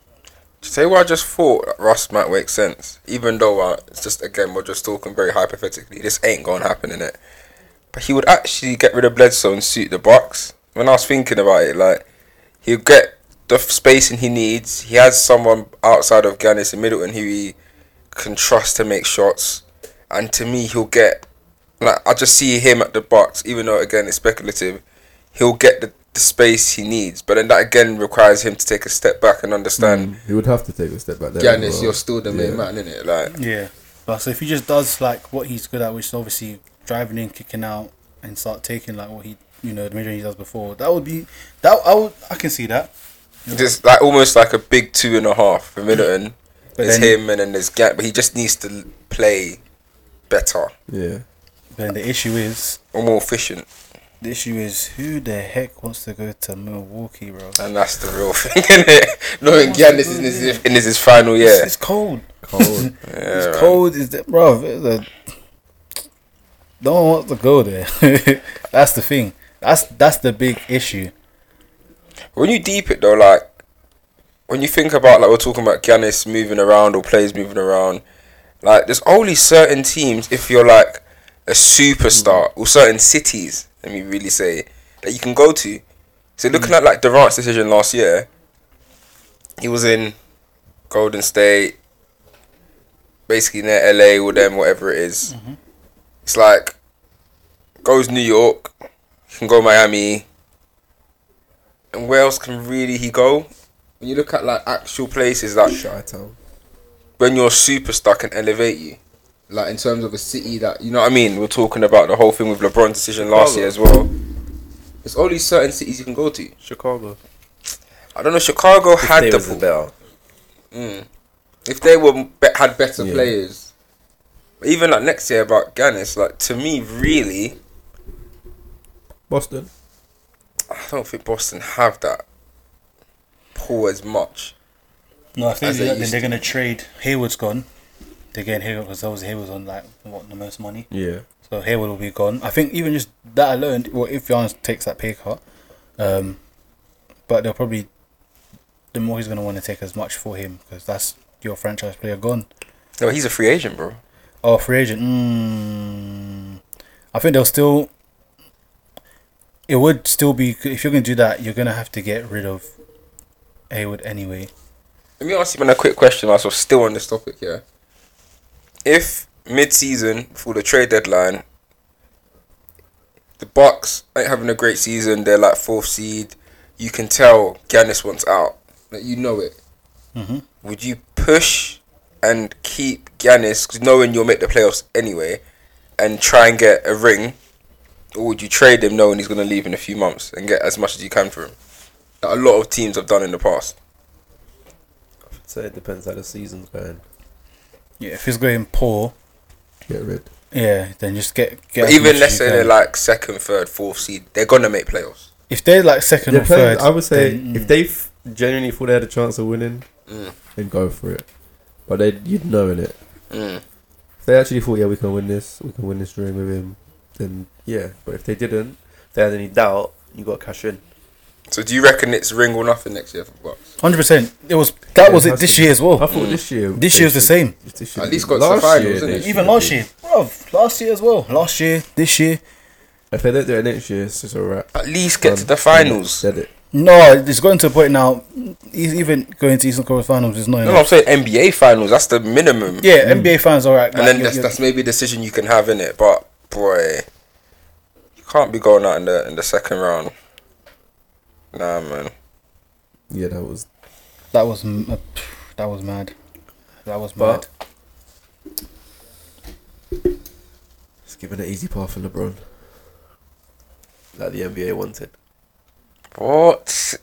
Speaker 3: Say what I just thought that Russ might make sense, even though uh, it's just again we're just talking very hypothetically. This ain't gonna happen in it, but he would actually get rid of Bledsoe and suit the Bucks. When I was thinking about it, like he'll get the f- spacing he needs. He has someone outside of Giannis and Middleton who he can trust to make shots, and to me he'll get like I just see him at the Bucks, even though again it's speculative. He'll get the, the space he needs, but then that again requires him to take a step back and understand.
Speaker 5: He would have to take a step back there.
Speaker 3: Giannis, you're still the main
Speaker 5: Yeah.
Speaker 3: man, innit? Like,
Speaker 4: Yeah. But so if he just does like what he's good at, which is obviously driving in, kicking out, and start taking like what he you know the mid range he does before, that would be that I would I can see that.
Speaker 3: just like almost like a big two and a half for Middleton.
Speaker 4: But
Speaker 3: It's
Speaker 4: then-
Speaker 3: him and then there's Gap, but he just needs to play better
Speaker 5: Yeah.
Speaker 4: But the issue is
Speaker 3: or more efficient,
Speaker 4: the issue is who the heck wants to go to Milwaukee, bro?
Speaker 3: and that's the real thing, innit? Knowing Giannis is in his, in his final
Speaker 4: It's,
Speaker 3: year.
Speaker 4: it's cold.
Speaker 5: Cold.
Speaker 3: Yeah,
Speaker 4: it's
Speaker 3: man.
Speaker 4: cold. Is that, bro? it's a- no one wants to go there. that's the thing. That's that's the big issue.
Speaker 3: When you deep it though, like when you think about like we're talking about Giannis moving around or players moving around, like there's only certain teams if you're like a superstar or certain cities, let me really say, that you can go to. So looking at like Durant's decision last year, he was in Golden State, basically near LA or them, whatever it is. It's like goes New York, he can go Miami, and where else can really he go? When you look at like actual places, like
Speaker 5: Chi-town.
Speaker 3: when you're a superstar can elevate you. Like in terms of a city that you know what I mean. We're talking about the whole thing with LeBron's decision last
Speaker 5: Chicago.
Speaker 3: year as well. There's only certain cities you can go to.
Speaker 5: Chicago.
Speaker 3: I don't know. Chicago had
Speaker 5: They
Speaker 3: the
Speaker 5: was
Speaker 3: pool.
Speaker 5: bell.
Speaker 3: if they were be- had better
Speaker 5: Yeah.
Speaker 3: players, even like next year about Giannis, like to me really,
Speaker 5: Boston.
Speaker 3: I don't think Boston have that pull as much.
Speaker 4: No, if they
Speaker 3: As
Speaker 4: do
Speaker 3: they
Speaker 4: that, then
Speaker 3: used
Speaker 4: they're gonna trade. Hayward's gone. They're getting Hayward because obviously Hayward's on like what the most money.
Speaker 5: Yeah.
Speaker 4: So Hayward will be gone. I think even just that alone, well, if Giannis takes that pay cut, um, but they'll probably the more he's gonna want to take as much for him because that's your franchise player gone.
Speaker 3: No, he's a free agent, bro.
Speaker 4: Oh, free agent. Mm, I think they'll still. It would still be if you're gonna do that, you're gonna have to get rid of Hayward anyway.
Speaker 3: Let me ask you man a quick question whilst we're still on this topic here. If mid season for the trade deadline the Bucks ain't having a great season, they're like fourth seed, you can tell Giannis wants out. Like you know it.
Speaker 4: Mhm.
Speaker 3: Would you push and keep Giannis 'cause knowing you'll make the playoffs anyway and try and get a ring? Or would you trade him knowing he's gonna leave in a few months and get as much as you can for him? That a lot of teams have done in the past.
Speaker 5: So it depends how the season's going.
Speaker 4: Yeah, if he's going poor,
Speaker 5: Get rid.
Speaker 4: yeah, then just get. get as
Speaker 3: But
Speaker 4: much
Speaker 3: even
Speaker 4: as
Speaker 3: let's
Speaker 4: you
Speaker 3: say
Speaker 4: can.
Speaker 3: they're like second, third, fourth seed, they're gonna make playoffs.
Speaker 4: if they're like second or third,
Speaker 5: Depends, I would say
Speaker 4: then, mm.
Speaker 5: if they f- genuinely thought they had a chance of winning,
Speaker 3: Mm.
Speaker 5: then go for it. But they, you'd know in it.
Speaker 3: Mm.
Speaker 5: If they actually thought, yeah, we can win this, we can win this dream with him, then yeah. But if they didn't, if they had any doubt, you got to cash in.
Speaker 3: So do you reckon it's ring or nothing next year for Bucks?
Speaker 4: Hundred percent. It was that was it this year as
Speaker 5: I
Speaker 4: well.
Speaker 5: thought this year.
Speaker 4: This year's the same.
Speaker 5: This year
Speaker 3: At least got to the finals, isn't it?
Speaker 5: they
Speaker 4: Even
Speaker 5: should
Speaker 4: last
Speaker 5: be.
Speaker 4: year, bro. Last year as well. Last year, this year.
Speaker 5: If they don't do it next year, it's just a wrap.
Speaker 3: At least get to
Speaker 1: Um,
Speaker 5: Done.
Speaker 3: the finals.
Speaker 5: Said it.
Speaker 4: No, it's going to a point now. He's even going to Eastern Conference Finals is not
Speaker 3: No, no, I'm
Speaker 4: enough.
Speaker 3: saying NBA finals. That's the minimum.
Speaker 4: Yeah, NBA fans, all right.
Speaker 3: and then that's, that's maybe a decision you can have in it. But boy, you can't be going out in the in the second round. Nah, man.
Speaker 5: Yeah, that was.
Speaker 4: That was m- uh, pff, that was mad. That was mad.
Speaker 5: But it's given an easy path for LeBron, like the NBA wanted.
Speaker 3: What?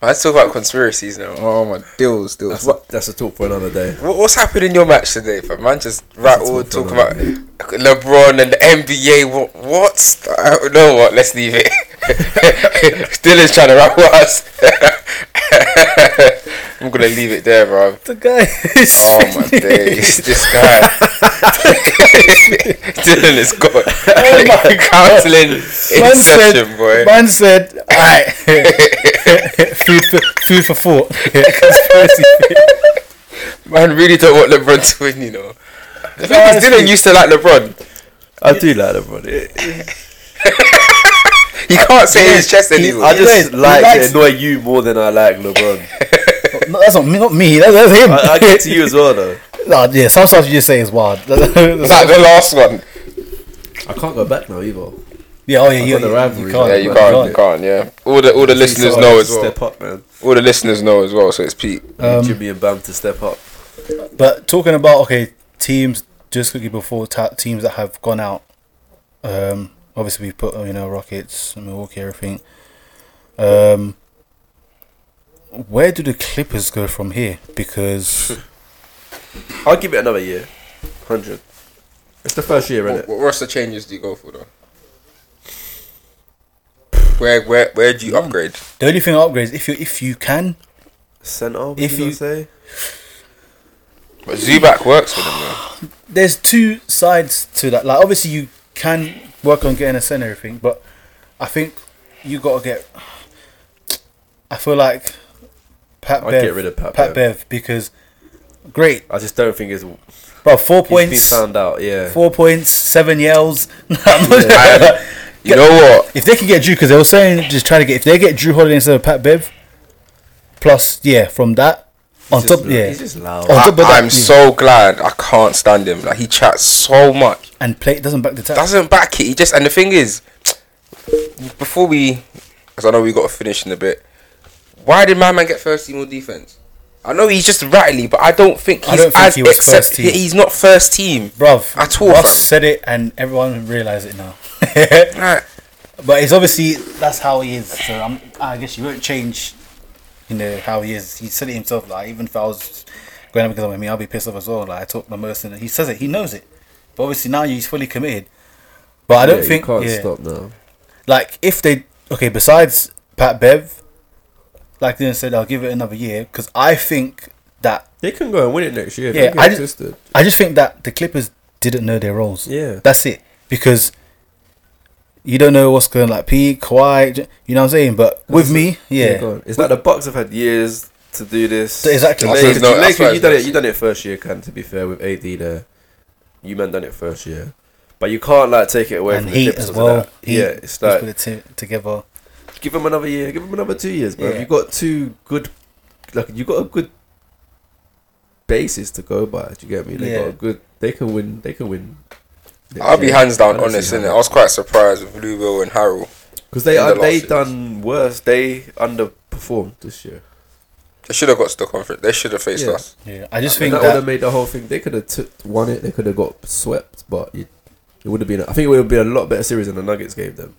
Speaker 3: Man, I talk about conspiracies now.
Speaker 1: Oh my deals, deals.
Speaker 5: That's a, that's a talk for another day.
Speaker 3: What, what's happened in your match today? But man, just rattle
Speaker 5: talk
Speaker 3: talk
Speaker 5: for
Speaker 3: about
Speaker 5: another
Speaker 3: LeBron and the NBA. What? What? I don't know what. Let's leave it. Still is trying to rap with us. I'm gonna leave it there, bro.
Speaker 4: The guy is.
Speaker 3: Oh my days, this guy. Dylan is gone. Counseling
Speaker 4: Oh Man
Speaker 3: in session,
Speaker 4: said,
Speaker 3: boy.
Speaker 4: man said, alright, food, for, food for thought. Conspiracy theory.
Speaker 3: Man really don't want LeBron to win, you know. The thing is,
Speaker 4: honestly-
Speaker 3: Dylan used to like LeBron.
Speaker 5: I do like LeBron. It-
Speaker 3: He can't say his chest anymore.
Speaker 5: I just
Speaker 4: He
Speaker 5: like
Speaker 4: likes-
Speaker 5: to annoy you more than I like LeBron.
Speaker 4: No, that's not me, not me, that, that's him.
Speaker 5: I, I get to you as well, though.
Speaker 4: Nah, yeah, some stuff you just say is wild.
Speaker 3: Is that the last one?
Speaker 5: I can't go back now either.
Speaker 4: yeah, oh yeah, you,
Speaker 5: got the
Speaker 4: you,
Speaker 5: rivalry.
Speaker 4: you can't.
Speaker 3: Yeah, you
Speaker 5: Oh,
Speaker 3: can't. You can't. Yeah. All the all the listeners know as well.
Speaker 5: Step up, man.
Speaker 3: All the listeners know as well. So it's Pete.
Speaker 5: Jimmy and Bam to step up.
Speaker 4: But talking about okay teams, just quickly before ta- teams that have gone out. Um, obviously we put you know Rockets, Milwaukee, everything. Um, where do the Clippers go from here? Because
Speaker 5: I'll give it another year. Hundred. It's the first year,
Speaker 3: What,
Speaker 5: isn't it?
Speaker 3: what roster changes do you go for though? Where where where do you upgrade?
Speaker 4: the only thing I upgrade is if you if you can,
Speaker 5: Center.
Speaker 4: If
Speaker 5: If you
Speaker 4: you-
Speaker 5: not say
Speaker 3: But Zubac works for them though.
Speaker 4: there's two sides to that. Like obviously you can work on getting a center and everything, but I think you gotta get. I feel like Pat
Speaker 5: I'd
Speaker 4: Bev,
Speaker 5: get rid of Pat
Speaker 4: Pat Bev because great
Speaker 5: I just don't think it's he's
Speaker 4: Bro, four
Speaker 5: been
Speaker 4: points,
Speaker 5: found out. Yeah.
Speaker 4: four points, seven yells.
Speaker 3: And you know what?
Speaker 4: if they can get Drew, because they were saying just trying to get if they get Drew Holiday instead of Pat Bev, plus yeah, from that on
Speaker 5: He's
Speaker 4: top
Speaker 5: just-
Speaker 4: yeah,
Speaker 5: He's just loud.
Speaker 4: Oh.
Speaker 3: I,
Speaker 4: top of that,
Speaker 3: I'm
Speaker 4: yeah.
Speaker 3: so glad I can't stand him. Like he chats so much.
Speaker 4: and play doesn't back the tap.
Speaker 3: doesn't back it. He just and the thing is, before we, because I know we got to finish in a bit. Why did my man get first team all defense? I know he's just rattly, but I don't think
Speaker 4: I
Speaker 3: he's
Speaker 4: don't think
Speaker 3: as
Speaker 4: he was
Speaker 3: accept-
Speaker 4: first team.
Speaker 3: yeah, He's not first team,
Speaker 4: Bruv,
Speaker 3: At all,
Speaker 4: Russ
Speaker 3: fam.
Speaker 4: said it, and everyone realised it now.
Speaker 3: Like,
Speaker 4: but it's obviously that's how he is. So I'm, I guess you won't change, you know how he is. He said it himself. Like even if I was going up because I'm me, I'll be pissed off as well. Like I talk the most, and he says it. He knows it. But obviously now he's fully committed. But I don't
Speaker 5: Yeah,
Speaker 4: think
Speaker 5: you can't
Speaker 4: yeah.
Speaker 5: stop now.
Speaker 4: like if they okay besides Pat Bev, like Dylan said, I'll give it another year because I think that
Speaker 5: They can go and win it next year.
Speaker 4: Yeah,
Speaker 5: Yeah,
Speaker 4: I
Speaker 5: I
Speaker 4: ju-
Speaker 5: existed.
Speaker 4: I just think that the Clippers didn't know their roles.
Speaker 5: Yeah.
Speaker 4: that's it because you don't know what's going like P Kawhi. j- You know what I'm saying? But with me, yeah,
Speaker 5: go on. It's like the Bucks have had years to do this.
Speaker 4: Exactly.
Speaker 5: The
Speaker 3: That's
Speaker 5: Lakers,
Speaker 3: what it's
Speaker 5: the
Speaker 3: not- that's
Speaker 5: Lakers,
Speaker 3: what
Speaker 5: you
Speaker 3: it's
Speaker 5: done
Speaker 3: not.
Speaker 5: it. You done it first year, can to be fair with AD there. You man done it first year, but you can't like take it away
Speaker 4: and
Speaker 5: from the
Speaker 4: Heat
Speaker 5: Clippers
Speaker 4: as
Speaker 5: and
Speaker 4: well.
Speaker 5: that.
Speaker 4: Heat,
Speaker 5: yeah, it's
Speaker 4: let's
Speaker 5: like
Speaker 4: put it to- together.
Speaker 5: give them another year, give them another two years, bro.
Speaker 4: Yeah.
Speaker 5: You've got two good, like you got a good basis to go by. Do you get me? They
Speaker 4: Yeah.
Speaker 5: got a good. They can win. They can win.
Speaker 3: I'll be hands down
Speaker 5: Honestly,
Speaker 3: honest in it.
Speaker 5: yeah.
Speaker 3: I was quite surprised with Lou Will and Harrell.
Speaker 5: because they
Speaker 3: in the
Speaker 5: are they
Speaker 3: losses.
Speaker 5: done worse. They underperformed this year.
Speaker 3: They should have got to the conference. They should have faced
Speaker 5: Yeah.
Speaker 3: us.
Speaker 4: Yeah, I just
Speaker 5: And
Speaker 4: think
Speaker 5: that, would
Speaker 4: that
Speaker 5: have made the whole thing. They could have took won it. They could have got swept, but it, it would have been. I think it would have been a lot better series than the Nuggets gave them.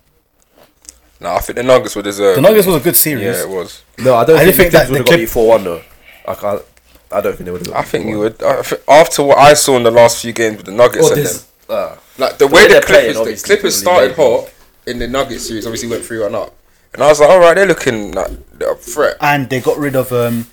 Speaker 3: No, I think the Nuggets were deserved.
Speaker 4: the Nuggets was a good series.
Speaker 3: Yeah, it was.
Speaker 5: No, I don't.
Speaker 4: I
Speaker 5: think,
Speaker 4: just
Speaker 5: think
Speaker 4: think that
Speaker 5: would
Speaker 4: the
Speaker 5: have got
Speaker 4: Clip-
Speaker 5: beat four one though. I can't. I don't think they would have.
Speaker 3: I think we would. I thi- After what I saw in the last few games with the Nuggets
Speaker 5: Or
Speaker 3: and
Speaker 5: this.
Speaker 3: them,
Speaker 5: Uh,
Speaker 3: like the way
Speaker 5: way
Speaker 3: the
Speaker 5: they're playing,
Speaker 3: Clippers, the
Speaker 5: obviously,
Speaker 3: Clippers
Speaker 5: probably
Speaker 3: started
Speaker 5: made
Speaker 3: hot in the Nuggets series. Obviously, went three one up, and I was like, all right, they're looking like a threat.
Speaker 4: and they got rid of um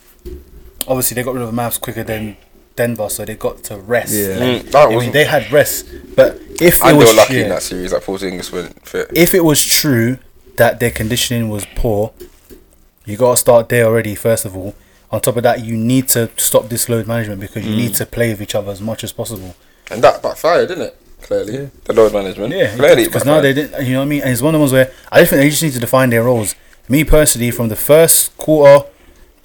Speaker 4: obviously they got rid of Mavs quicker than Denver so they got to rest
Speaker 5: Yeah.
Speaker 4: Like,
Speaker 3: Mm, that
Speaker 4: I mean
Speaker 3: was-
Speaker 4: they had rest but if
Speaker 3: I
Speaker 4: it
Speaker 3: feel
Speaker 4: was
Speaker 3: lucky
Speaker 4: yeah,
Speaker 3: in that series that Porzingis went fit.
Speaker 4: if it was true that their conditioning was poor you got to start there already first of all on top of that you need to stop this load management because you need to play with each other as much as possible
Speaker 3: And that backfired, didn't it? Clearly,
Speaker 5: Yeah.
Speaker 3: the load management.
Speaker 4: yeah
Speaker 3: clearly,
Speaker 4: because now they didn't you know what I mean and it's one of the ones where I just think they just need to define their roles me personally from the first quarter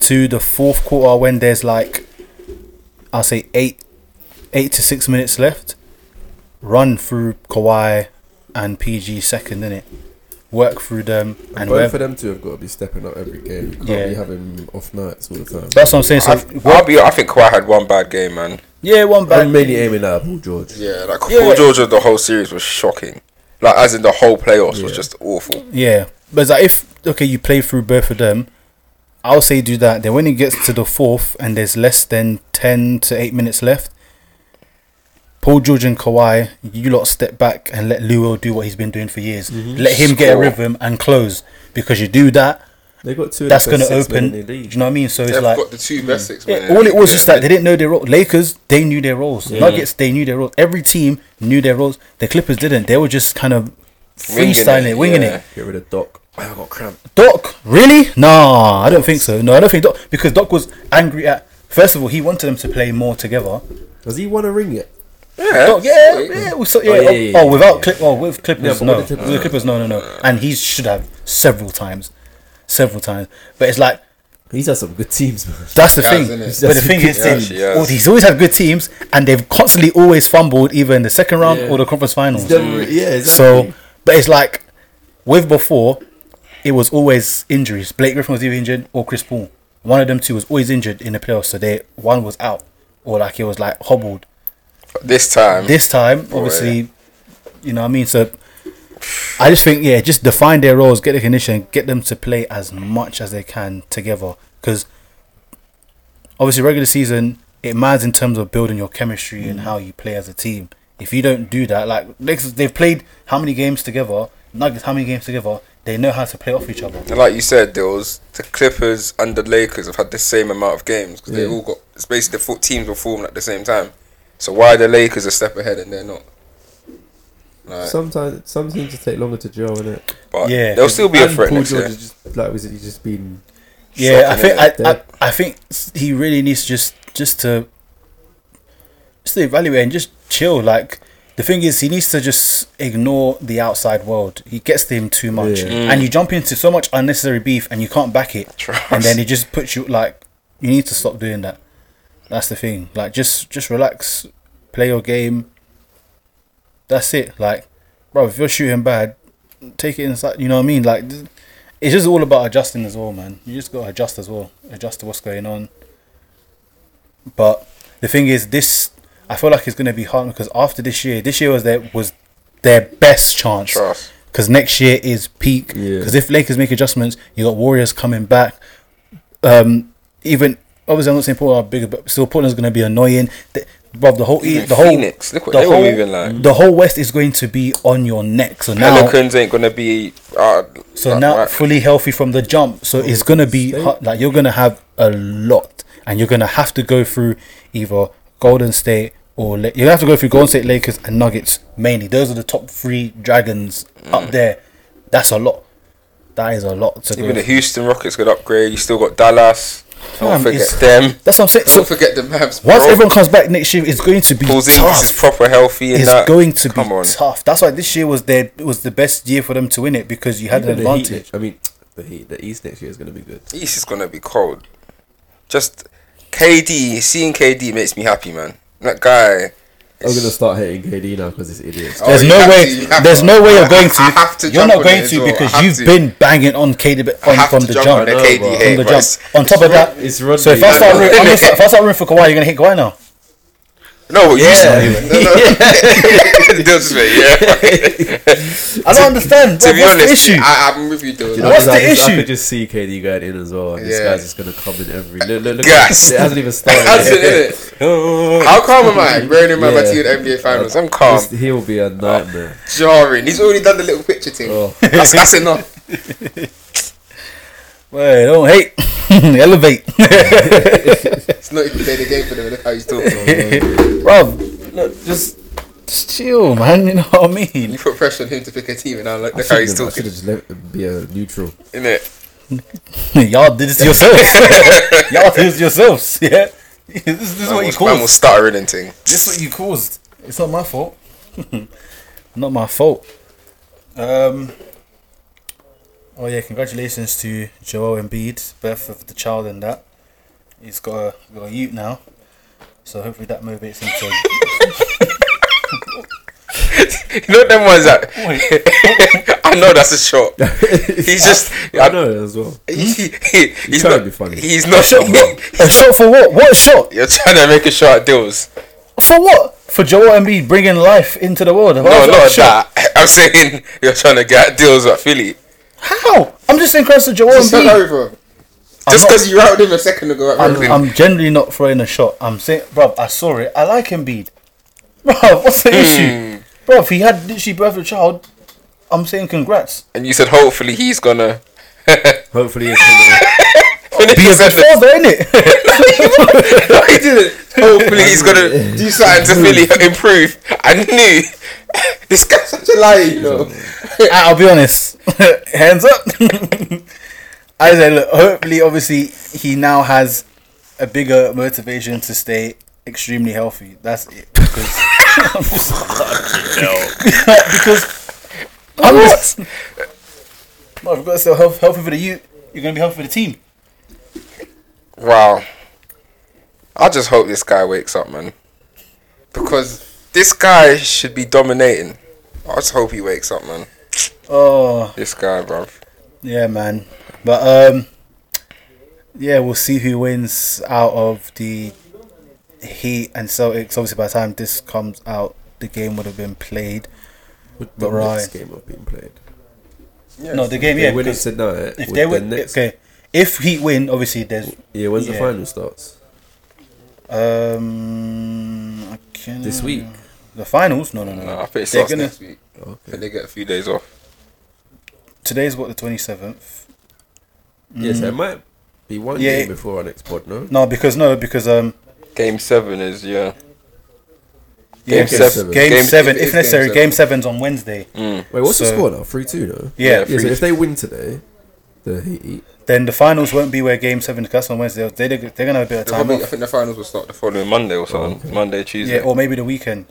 Speaker 4: to the fourth quarter when there's like I'll say eight eight to six minutes left. Run through Kawhi and PG second in it. Work through them and
Speaker 5: both of
Speaker 4: wherever.
Speaker 5: them two have got to be stepping up every game. You can't
Speaker 4: Yeah.
Speaker 5: be having off nights all the time.
Speaker 4: That's what I'm saying. So
Speaker 3: I, will be. I think Kawhi had one bad game, man.
Speaker 4: yeah, one
Speaker 5: I'm
Speaker 4: bad.
Speaker 5: mainly aiming at Paul George.
Speaker 3: Yeah, like
Speaker 4: Yeah.
Speaker 3: Paul George of the whole series was shocking. Like as in the whole playoffs was
Speaker 5: Yeah.
Speaker 3: just awful.
Speaker 4: Yeah, but it's like if okay, you play through both of them, I'll say do that. Then when it gets to the fourth and there's less than ten to eight minutes left, Paul George and Kawhi, you lot step back and let Luo do what he's been doing for years.
Speaker 6: Mm-hmm.
Speaker 4: Let him get a
Speaker 3: Score.
Speaker 4: rhythm and close because you do that,
Speaker 6: They got two.
Speaker 4: that's
Speaker 6: going to
Speaker 4: open.
Speaker 6: The
Speaker 4: Do
Speaker 6: league.
Speaker 4: you know what I mean? So it's
Speaker 3: They've
Speaker 4: like
Speaker 3: got the two best six men.
Speaker 4: yeah, all it was is
Speaker 3: Yeah.
Speaker 4: that they didn't know their role. Lakers, they knew their roles. Nuggets, they knew their roles. Every team knew their roles. The Clippers didn't. They were just kind of
Speaker 3: Winging it,
Speaker 4: freestyling, it, winging
Speaker 3: yeah.
Speaker 4: it.
Speaker 6: Get rid of Doc.
Speaker 5: I got cramp.
Speaker 4: Doc, really? Nah, I don't think so. No, I don't think Doc because Doc was angry at. First of all, he wanted them to play more together.
Speaker 6: Has he won a ring yet?
Speaker 3: Yeah,
Speaker 4: Doc, yeah, yeah, we saw, yeah,
Speaker 6: Oh,
Speaker 4: oh,
Speaker 6: yeah, yeah,
Speaker 4: oh,
Speaker 6: yeah,
Speaker 4: without Clip, oh, with Clippers,
Speaker 6: but
Speaker 4: no,
Speaker 6: with the Clippers,
Speaker 4: with the Clippers, no, no, no, and he should have several times, several times. But it's like
Speaker 6: He's had some good teams, man.
Speaker 4: that's the
Speaker 3: He
Speaker 4: thing.
Speaker 3: has, innit?
Speaker 4: But the thing is,
Speaker 3: Yeah, she
Speaker 4: then,
Speaker 3: has.
Speaker 4: all, he's always had good teams, and they've constantly always fumbled, either in the second round
Speaker 6: Yeah.
Speaker 4: or the conference finals.
Speaker 6: Never- yeah,
Speaker 4: So,
Speaker 6: exactly.
Speaker 4: but it's like with before, it was always injuries. Blake Griffin was either injured or Chris Paul. One of them two was always injured in the playoffs, so they one was out or like it was like hobbled.
Speaker 3: This time,
Speaker 4: This time, obviously, you know what I mean. So, I just think yeah, just define their roles, get the condition, get them to play as much as they can together. Because obviously, regular season it matters in terms of building your chemistry and how you play as a team. If you don't do that, like Lakers, they've played how many games together? Nuggets, how many games together? They know how to play off each other.
Speaker 3: and like you said, Dills, the Clippers and the Lakers have had the same amount of games because they
Speaker 6: Yeah.
Speaker 3: all got. It's basically the four teams were formed at the same time. So why are the Lakers a step ahead and they're not? Like,
Speaker 6: Sometimes some teams just take longer to gel, innit?
Speaker 3: but
Speaker 4: Yeah.
Speaker 3: they'll still be a
Speaker 6: And
Speaker 3: threat
Speaker 6: Paul
Speaker 3: next
Speaker 6: George
Speaker 3: year.
Speaker 6: has just like was it? He's just been
Speaker 4: Yeah, I
Speaker 3: Shocking,
Speaker 4: think
Speaker 3: isn't
Speaker 4: I,
Speaker 6: it?
Speaker 4: I, I think s- he really needs just just to just to evaluate and just chill. Like the thing is, he needs to just ignore the outside world. He gets to him too much,
Speaker 6: Yeah.
Speaker 4: and you jump into so much unnecessary beef, and you can't back it.
Speaker 3: Trust.
Speaker 4: And then he just puts you like you need to stop doing that. That's the thing. Like just just relax, play your game. That's it. Like, bro, if you're shooting bad, take it inside. You know what I mean? Like, th- it's just all about adjusting as well, man. You just gotta adjust as well, adjust to what's going on. But the thing is, this I feel like it's gonna be hard because after this year, this year was their was their best chance.
Speaker 3: Trust.
Speaker 4: Because next year is peak.
Speaker 6: Yeah.
Speaker 4: Because if Lakers make adjustments, you got Warriors coming back. Um, even obviously, I'm not saying Portland are bigger, but still Portland's gonna be annoying. The, bruv, the whole e-
Speaker 3: Even
Speaker 4: the whole
Speaker 3: Phoenix, look what
Speaker 4: the
Speaker 3: they were
Speaker 4: whole-
Speaker 3: moving like.
Speaker 4: the whole West is going to be on your neck. So now,
Speaker 3: Pelicans ain't gonna be. Uh,
Speaker 4: so
Speaker 3: like,
Speaker 4: now
Speaker 3: right.
Speaker 4: fully healthy from the jump. So it's gonna be
Speaker 6: State.
Speaker 4: hard. like you're gonna have a lot, and you're gonna have to go through either Golden State or La- you have to go through Golden State Lakers and Nuggets mainly. Those are the top three dragons up there. That's a lot. That is a lot to go.
Speaker 3: Mm. even the Houston Rockets could upgrade. You still got Dallas. Don't
Speaker 4: Fam,
Speaker 3: forget
Speaker 4: it's-
Speaker 3: them.
Speaker 4: That's what I'm saying. So
Speaker 3: Don't forget the Mavs. Bro.
Speaker 4: once everyone comes back next year, it's going to be
Speaker 3: Porzingis
Speaker 4: tough.
Speaker 3: is proper healthy. And
Speaker 4: it's
Speaker 3: that.
Speaker 4: going to
Speaker 3: Come
Speaker 4: be
Speaker 3: on.
Speaker 4: tough. That's why this year was their was the best year for them to win it because you had
Speaker 6: Even
Speaker 4: an
Speaker 6: the Heat
Speaker 4: advantage.
Speaker 6: next- I mean, the Heat, the East next year is going to be good.
Speaker 3: East is gonna be cold. Just KD. Seeing KD makes me happy, man. That guy.
Speaker 6: I'm going to start hating KD now because it's idiots.
Speaker 3: Oh,
Speaker 4: There's
Speaker 3: you
Speaker 4: no
Speaker 3: have
Speaker 4: way.
Speaker 3: to, you have
Speaker 4: there's
Speaker 3: to.
Speaker 4: no way
Speaker 3: I-
Speaker 4: you're going
Speaker 3: I have
Speaker 4: to.
Speaker 3: to
Speaker 4: you're
Speaker 3: jump
Speaker 4: not
Speaker 3: on
Speaker 4: going
Speaker 3: it as
Speaker 4: to
Speaker 3: well. I
Speaker 4: because
Speaker 3: have
Speaker 4: you've
Speaker 3: to.
Speaker 4: been banging on KD but
Speaker 3: I
Speaker 4: on
Speaker 3: have
Speaker 4: from
Speaker 3: to
Speaker 4: the
Speaker 3: jump
Speaker 4: jump.
Speaker 3: on the
Speaker 4: From
Speaker 3: KD hate,
Speaker 4: the
Speaker 3: bro.
Speaker 4: jump. On top of that,
Speaker 6: It's Rodney.
Speaker 4: so if I start,
Speaker 3: It's
Speaker 4: root- I'm gonna
Speaker 3: Rodney.
Speaker 4: start- if I start rooting for Kawhi, you're gonna hit Kawhi now.
Speaker 3: No, yeah. No, no. Dills is like, yeah.
Speaker 4: I don't understand.
Speaker 3: to
Speaker 4: bro,
Speaker 3: be
Speaker 4: what's
Speaker 3: honest,
Speaker 4: the issue?
Speaker 3: I, I'm with you, Dills.
Speaker 6: You know,
Speaker 4: What's
Speaker 6: I,
Speaker 4: the
Speaker 6: just- I
Speaker 4: issue?
Speaker 6: could just see KD going in as well. And This
Speaker 3: Yeah.
Speaker 6: guy's just going to come in every. Look, look, look.
Speaker 3: Gas.
Speaker 6: It hasn't even
Speaker 3: That's
Speaker 6: started.
Speaker 3: it,
Speaker 6: yet.
Speaker 3: innit? How calm am I? Bearing in mind my
Speaker 6: Yeah.
Speaker 3: team in NBA Finals, I'm calm.
Speaker 6: This- He will be a nightmare.
Speaker 3: Jarring. He's already done the little picture thing.
Speaker 6: Oh.
Speaker 3: That's, that's enough.
Speaker 4: Wait, don't hate. Elevate,
Speaker 3: It's not even playing the game for them. Look how he's
Speaker 6: Oh,
Speaker 3: talking.
Speaker 4: bro. Look, just, just chill, man. You know what I mean.
Speaker 3: you put pressure on him to pick a team, and now look,
Speaker 6: I
Speaker 3: look how he's
Speaker 6: should have
Speaker 3: talking.
Speaker 6: just let him be a neutral.
Speaker 3: Innit?
Speaker 4: Y'all did this to yourselves. Y'all did this to yourselves. Yeah. This, this is what
Speaker 3: Man
Speaker 4: you
Speaker 3: was, man
Speaker 4: caused.
Speaker 3: was stuttering and thing.
Speaker 4: This is what you caused. It's not my fault. not my fault. Um. Oh yeah, congratulations to Joel Embiid, birth of the child and that. He's got a got a ute now, so hopefully that motivates him to.
Speaker 3: You know them ones that I know that's a shot. He's just
Speaker 6: I
Speaker 3: I know
Speaker 6: know it as well.
Speaker 3: he, he, he's
Speaker 6: trying
Speaker 3: not
Speaker 6: to be funny.
Speaker 3: He's not
Speaker 4: shot what? A shot for what? What shot?
Speaker 3: You're trying to make a shot at deals.
Speaker 4: For what? For Joel Embiid bringing life into the world.
Speaker 3: No,
Speaker 4: How's
Speaker 3: not
Speaker 4: a shot?
Speaker 3: that. I'm saying you're trying to get deals at Philly.
Speaker 4: How? I'm just impressed with Joel
Speaker 1: Just sent
Speaker 4: Embiid.
Speaker 1: over.
Speaker 3: Just
Speaker 4: not-
Speaker 3: because you routed him a second ago at
Speaker 4: I'm,
Speaker 3: Brooklyn.
Speaker 4: I'm generally not throwing a shot. I'm saying, bruv, I saw it. I like Embiid. Bro, what's the issue? Bro, if he had literally birthed a child, I'm saying congrats.
Speaker 3: And you said hopefully he's gonna
Speaker 5: Hopefully, it's gonna,
Speaker 3: finish
Speaker 4: Be a
Speaker 3: the
Speaker 4: good
Speaker 3: sentence.
Speaker 4: father, innit?
Speaker 3: No, he didn't. Hopefully he's gonna do something to Philly improve. I knew this guy's such a liar, you know.
Speaker 4: I'll be honest. Hands up. I said, look, hopefully, obviously, he now has a bigger motivation to stay extremely healthy. That's it. Because, because I'm not. No, if you've got to stay health, healthy for the youth, you're going to be healthy for the team.
Speaker 3: Wow. I just hope this guy wakes up, man. Because this guy should be dominating. I just hope he wakes up, man.
Speaker 4: Oh.
Speaker 3: This guy, bruv.
Speaker 4: Yeah, man. But um, yeah, we'll see who wins out of the Heat and Celtics. Obviously, by the time this comes out, the game would have been played.
Speaker 5: with
Speaker 4: But
Speaker 5: the next
Speaker 4: right.
Speaker 5: game of being played.
Speaker 4: no, the game,
Speaker 5: Yeah,
Speaker 4: yeah.
Speaker 5: when
Speaker 4: Because
Speaker 5: it's tonight,
Speaker 4: if
Speaker 5: with
Speaker 4: they
Speaker 5: the
Speaker 4: win,
Speaker 5: next,
Speaker 4: okay. If Heat win, obviously there's
Speaker 5: yeah, when's
Speaker 4: yeah.
Speaker 5: the final starts?
Speaker 4: um. I can,
Speaker 5: This week.
Speaker 4: The finals? No, no, no.
Speaker 3: No,
Speaker 4: no.
Speaker 3: I think it
Speaker 4: They're
Speaker 3: starts
Speaker 4: gonna.
Speaker 3: next week.
Speaker 5: Okay.
Speaker 3: And they get a few days off.
Speaker 4: Today's what the twenty seventh.
Speaker 5: Yes, it might be one
Speaker 4: Yeah.
Speaker 5: game before our next pod. No,
Speaker 4: No, because no, because um.
Speaker 3: Game seven is yeah.
Speaker 4: yeah,
Speaker 3: Game
Speaker 4: because
Speaker 3: seven.
Speaker 4: Game,
Speaker 3: Game-
Speaker 4: seven,
Speaker 3: it
Speaker 4: if
Speaker 3: is
Speaker 4: necessary.
Speaker 3: game
Speaker 4: Game, seven's on Wednesday.
Speaker 5: wait, what's the
Speaker 4: So-
Speaker 5: score now? Three two, no.
Speaker 4: Yeah,
Speaker 3: Yeah,
Speaker 5: Yeah, so
Speaker 3: three-
Speaker 5: if they win today, the Heat,
Speaker 4: Then the finals won't be where Game Seven. 'cause That's on Wednesday. They they're gonna have a bit of
Speaker 3: They'll
Speaker 4: time
Speaker 3: probably- I
Speaker 4: off.
Speaker 3: think the finals will start the following Monday or something. Monday, Tuesday.
Speaker 4: Yeah, or maybe the weekend.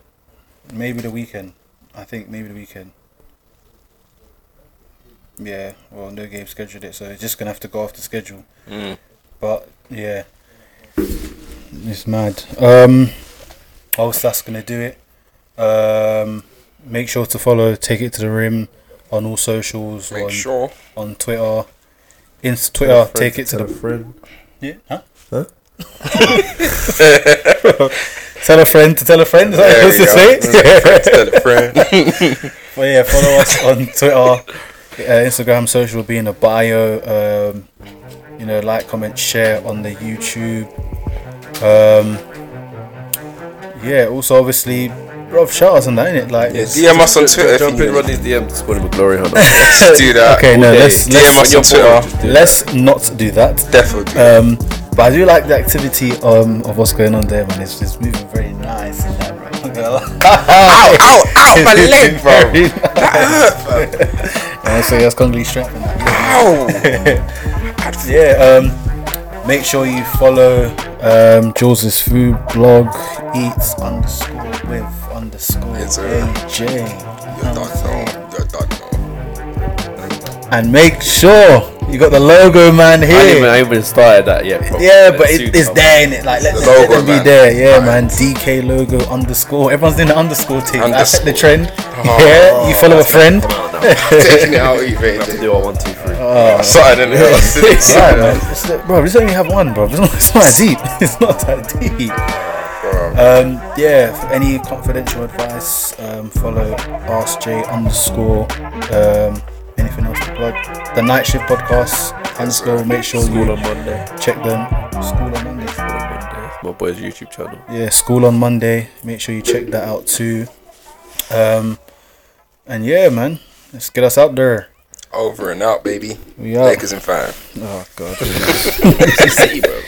Speaker 4: Maybe the weekend. I think maybe the weekend. Yeah, well, no game scheduled it, so it's just gonna have to go off the schedule.
Speaker 3: Mm.
Speaker 4: But yeah, it's mad. Um, else that's gonna do it. Um, make sure to follow Take It to the Rim on all socials.
Speaker 3: Make
Speaker 4: on,
Speaker 3: sure.
Speaker 4: on Twitter, Insta, Twitter. Take it to
Speaker 5: Tell
Speaker 4: the
Speaker 5: a friend.
Speaker 4: yeah, huh?
Speaker 5: Huh?
Speaker 4: tell a friend to tell a friend. Is that
Speaker 3: There
Speaker 4: what
Speaker 3: you
Speaker 4: you say?
Speaker 3: Tell a friend.
Speaker 4: Well, yeah, follow us on Twitter, uh, Instagram, social will be in the bio. Um, you know, like, comment, share on the YouTube. Um, yeah, also, obviously, bro, shout us on that, innit? Like,
Speaker 3: Yeah, DM us on Twitter if you
Speaker 5: Jump in
Speaker 3: need
Speaker 5: Rodney's DM to spoil him a glory hunter.
Speaker 3: us to do that.
Speaker 4: okay, no, let's,
Speaker 3: DM
Speaker 4: let's,
Speaker 3: us on Twitter.
Speaker 4: let's not do that.
Speaker 3: Definitely.
Speaker 4: Um, but I do like the activity um, of what's going on there, man. It's just moving very nice. and that, bro. I'm gonna lie.
Speaker 3: ow, ow, ow, my
Speaker 4: It's
Speaker 3: leg, bro.
Speaker 4: moving very nice. Yeah, so that's Congolese strap and that.
Speaker 3: Ow.
Speaker 4: yeah, um, make sure you follow um, Jules's food blog, eats underscore with underscore
Speaker 3: Yes, sir.
Speaker 4: AJ.
Speaker 3: You're done, no. You're done, no.
Speaker 4: And make sure you got the logo
Speaker 6: I ain't
Speaker 4: man
Speaker 6: even,
Speaker 4: here.
Speaker 6: I ain't even started that yet. Bro.
Speaker 4: Yeah, but
Speaker 6: Let's
Speaker 4: it,
Speaker 6: do
Speaker 4: it's
Speaker 6: that.
Speaker 4: there in it. Like, let,
Speaker 3: The
Speaker 4: let- let
Speaker 3: logo
Speaker 4: them be
Speaker 3: man.
Speaker 4: there. Yeah, man. DK logo underscore. Everyone's doing the underscore thing. I set the
Speaker 3: Underscore.
Speaker 4: trend.
Speaker 3: Oh,
Speaker 4: yeah, you follow a friend.
Speaker 3: Taking it out of you,
Speaker 6: Let's
Speaker 3: AJ.
Speaker 6: do our one, two, three.
Speaker 5: Uh,
Speaker 3: Sorry, I didn't
Speaker 4: Alright,
Speaker 3: know.
Speaker 4: man. It's like, bro, we just only have one, bro. It's not, it's not that deep. It's not that deep. Um, yeah, for any confidential advice, um, follow AskJ underscore um, anything else to plug. The Night Shift Podcast underscore. Make sure
Speaker 5: School
Speaker 4: you
Speaker 5: on Monday.
Speaker 4: check them. School on Monday.
Speaker 5: School on Monday. My boy's YouTube channel.
Speaker 4: Yeah, School on Monday. Make sure you check that out too. Um, and yeah, man, let's get us out there.
Speaker 3: Over and out, baby.
Speaker 4: We out.
Speaker 3: Lakers in five.
Speaker 4: Oh, God.
Speaker 3: See, bro.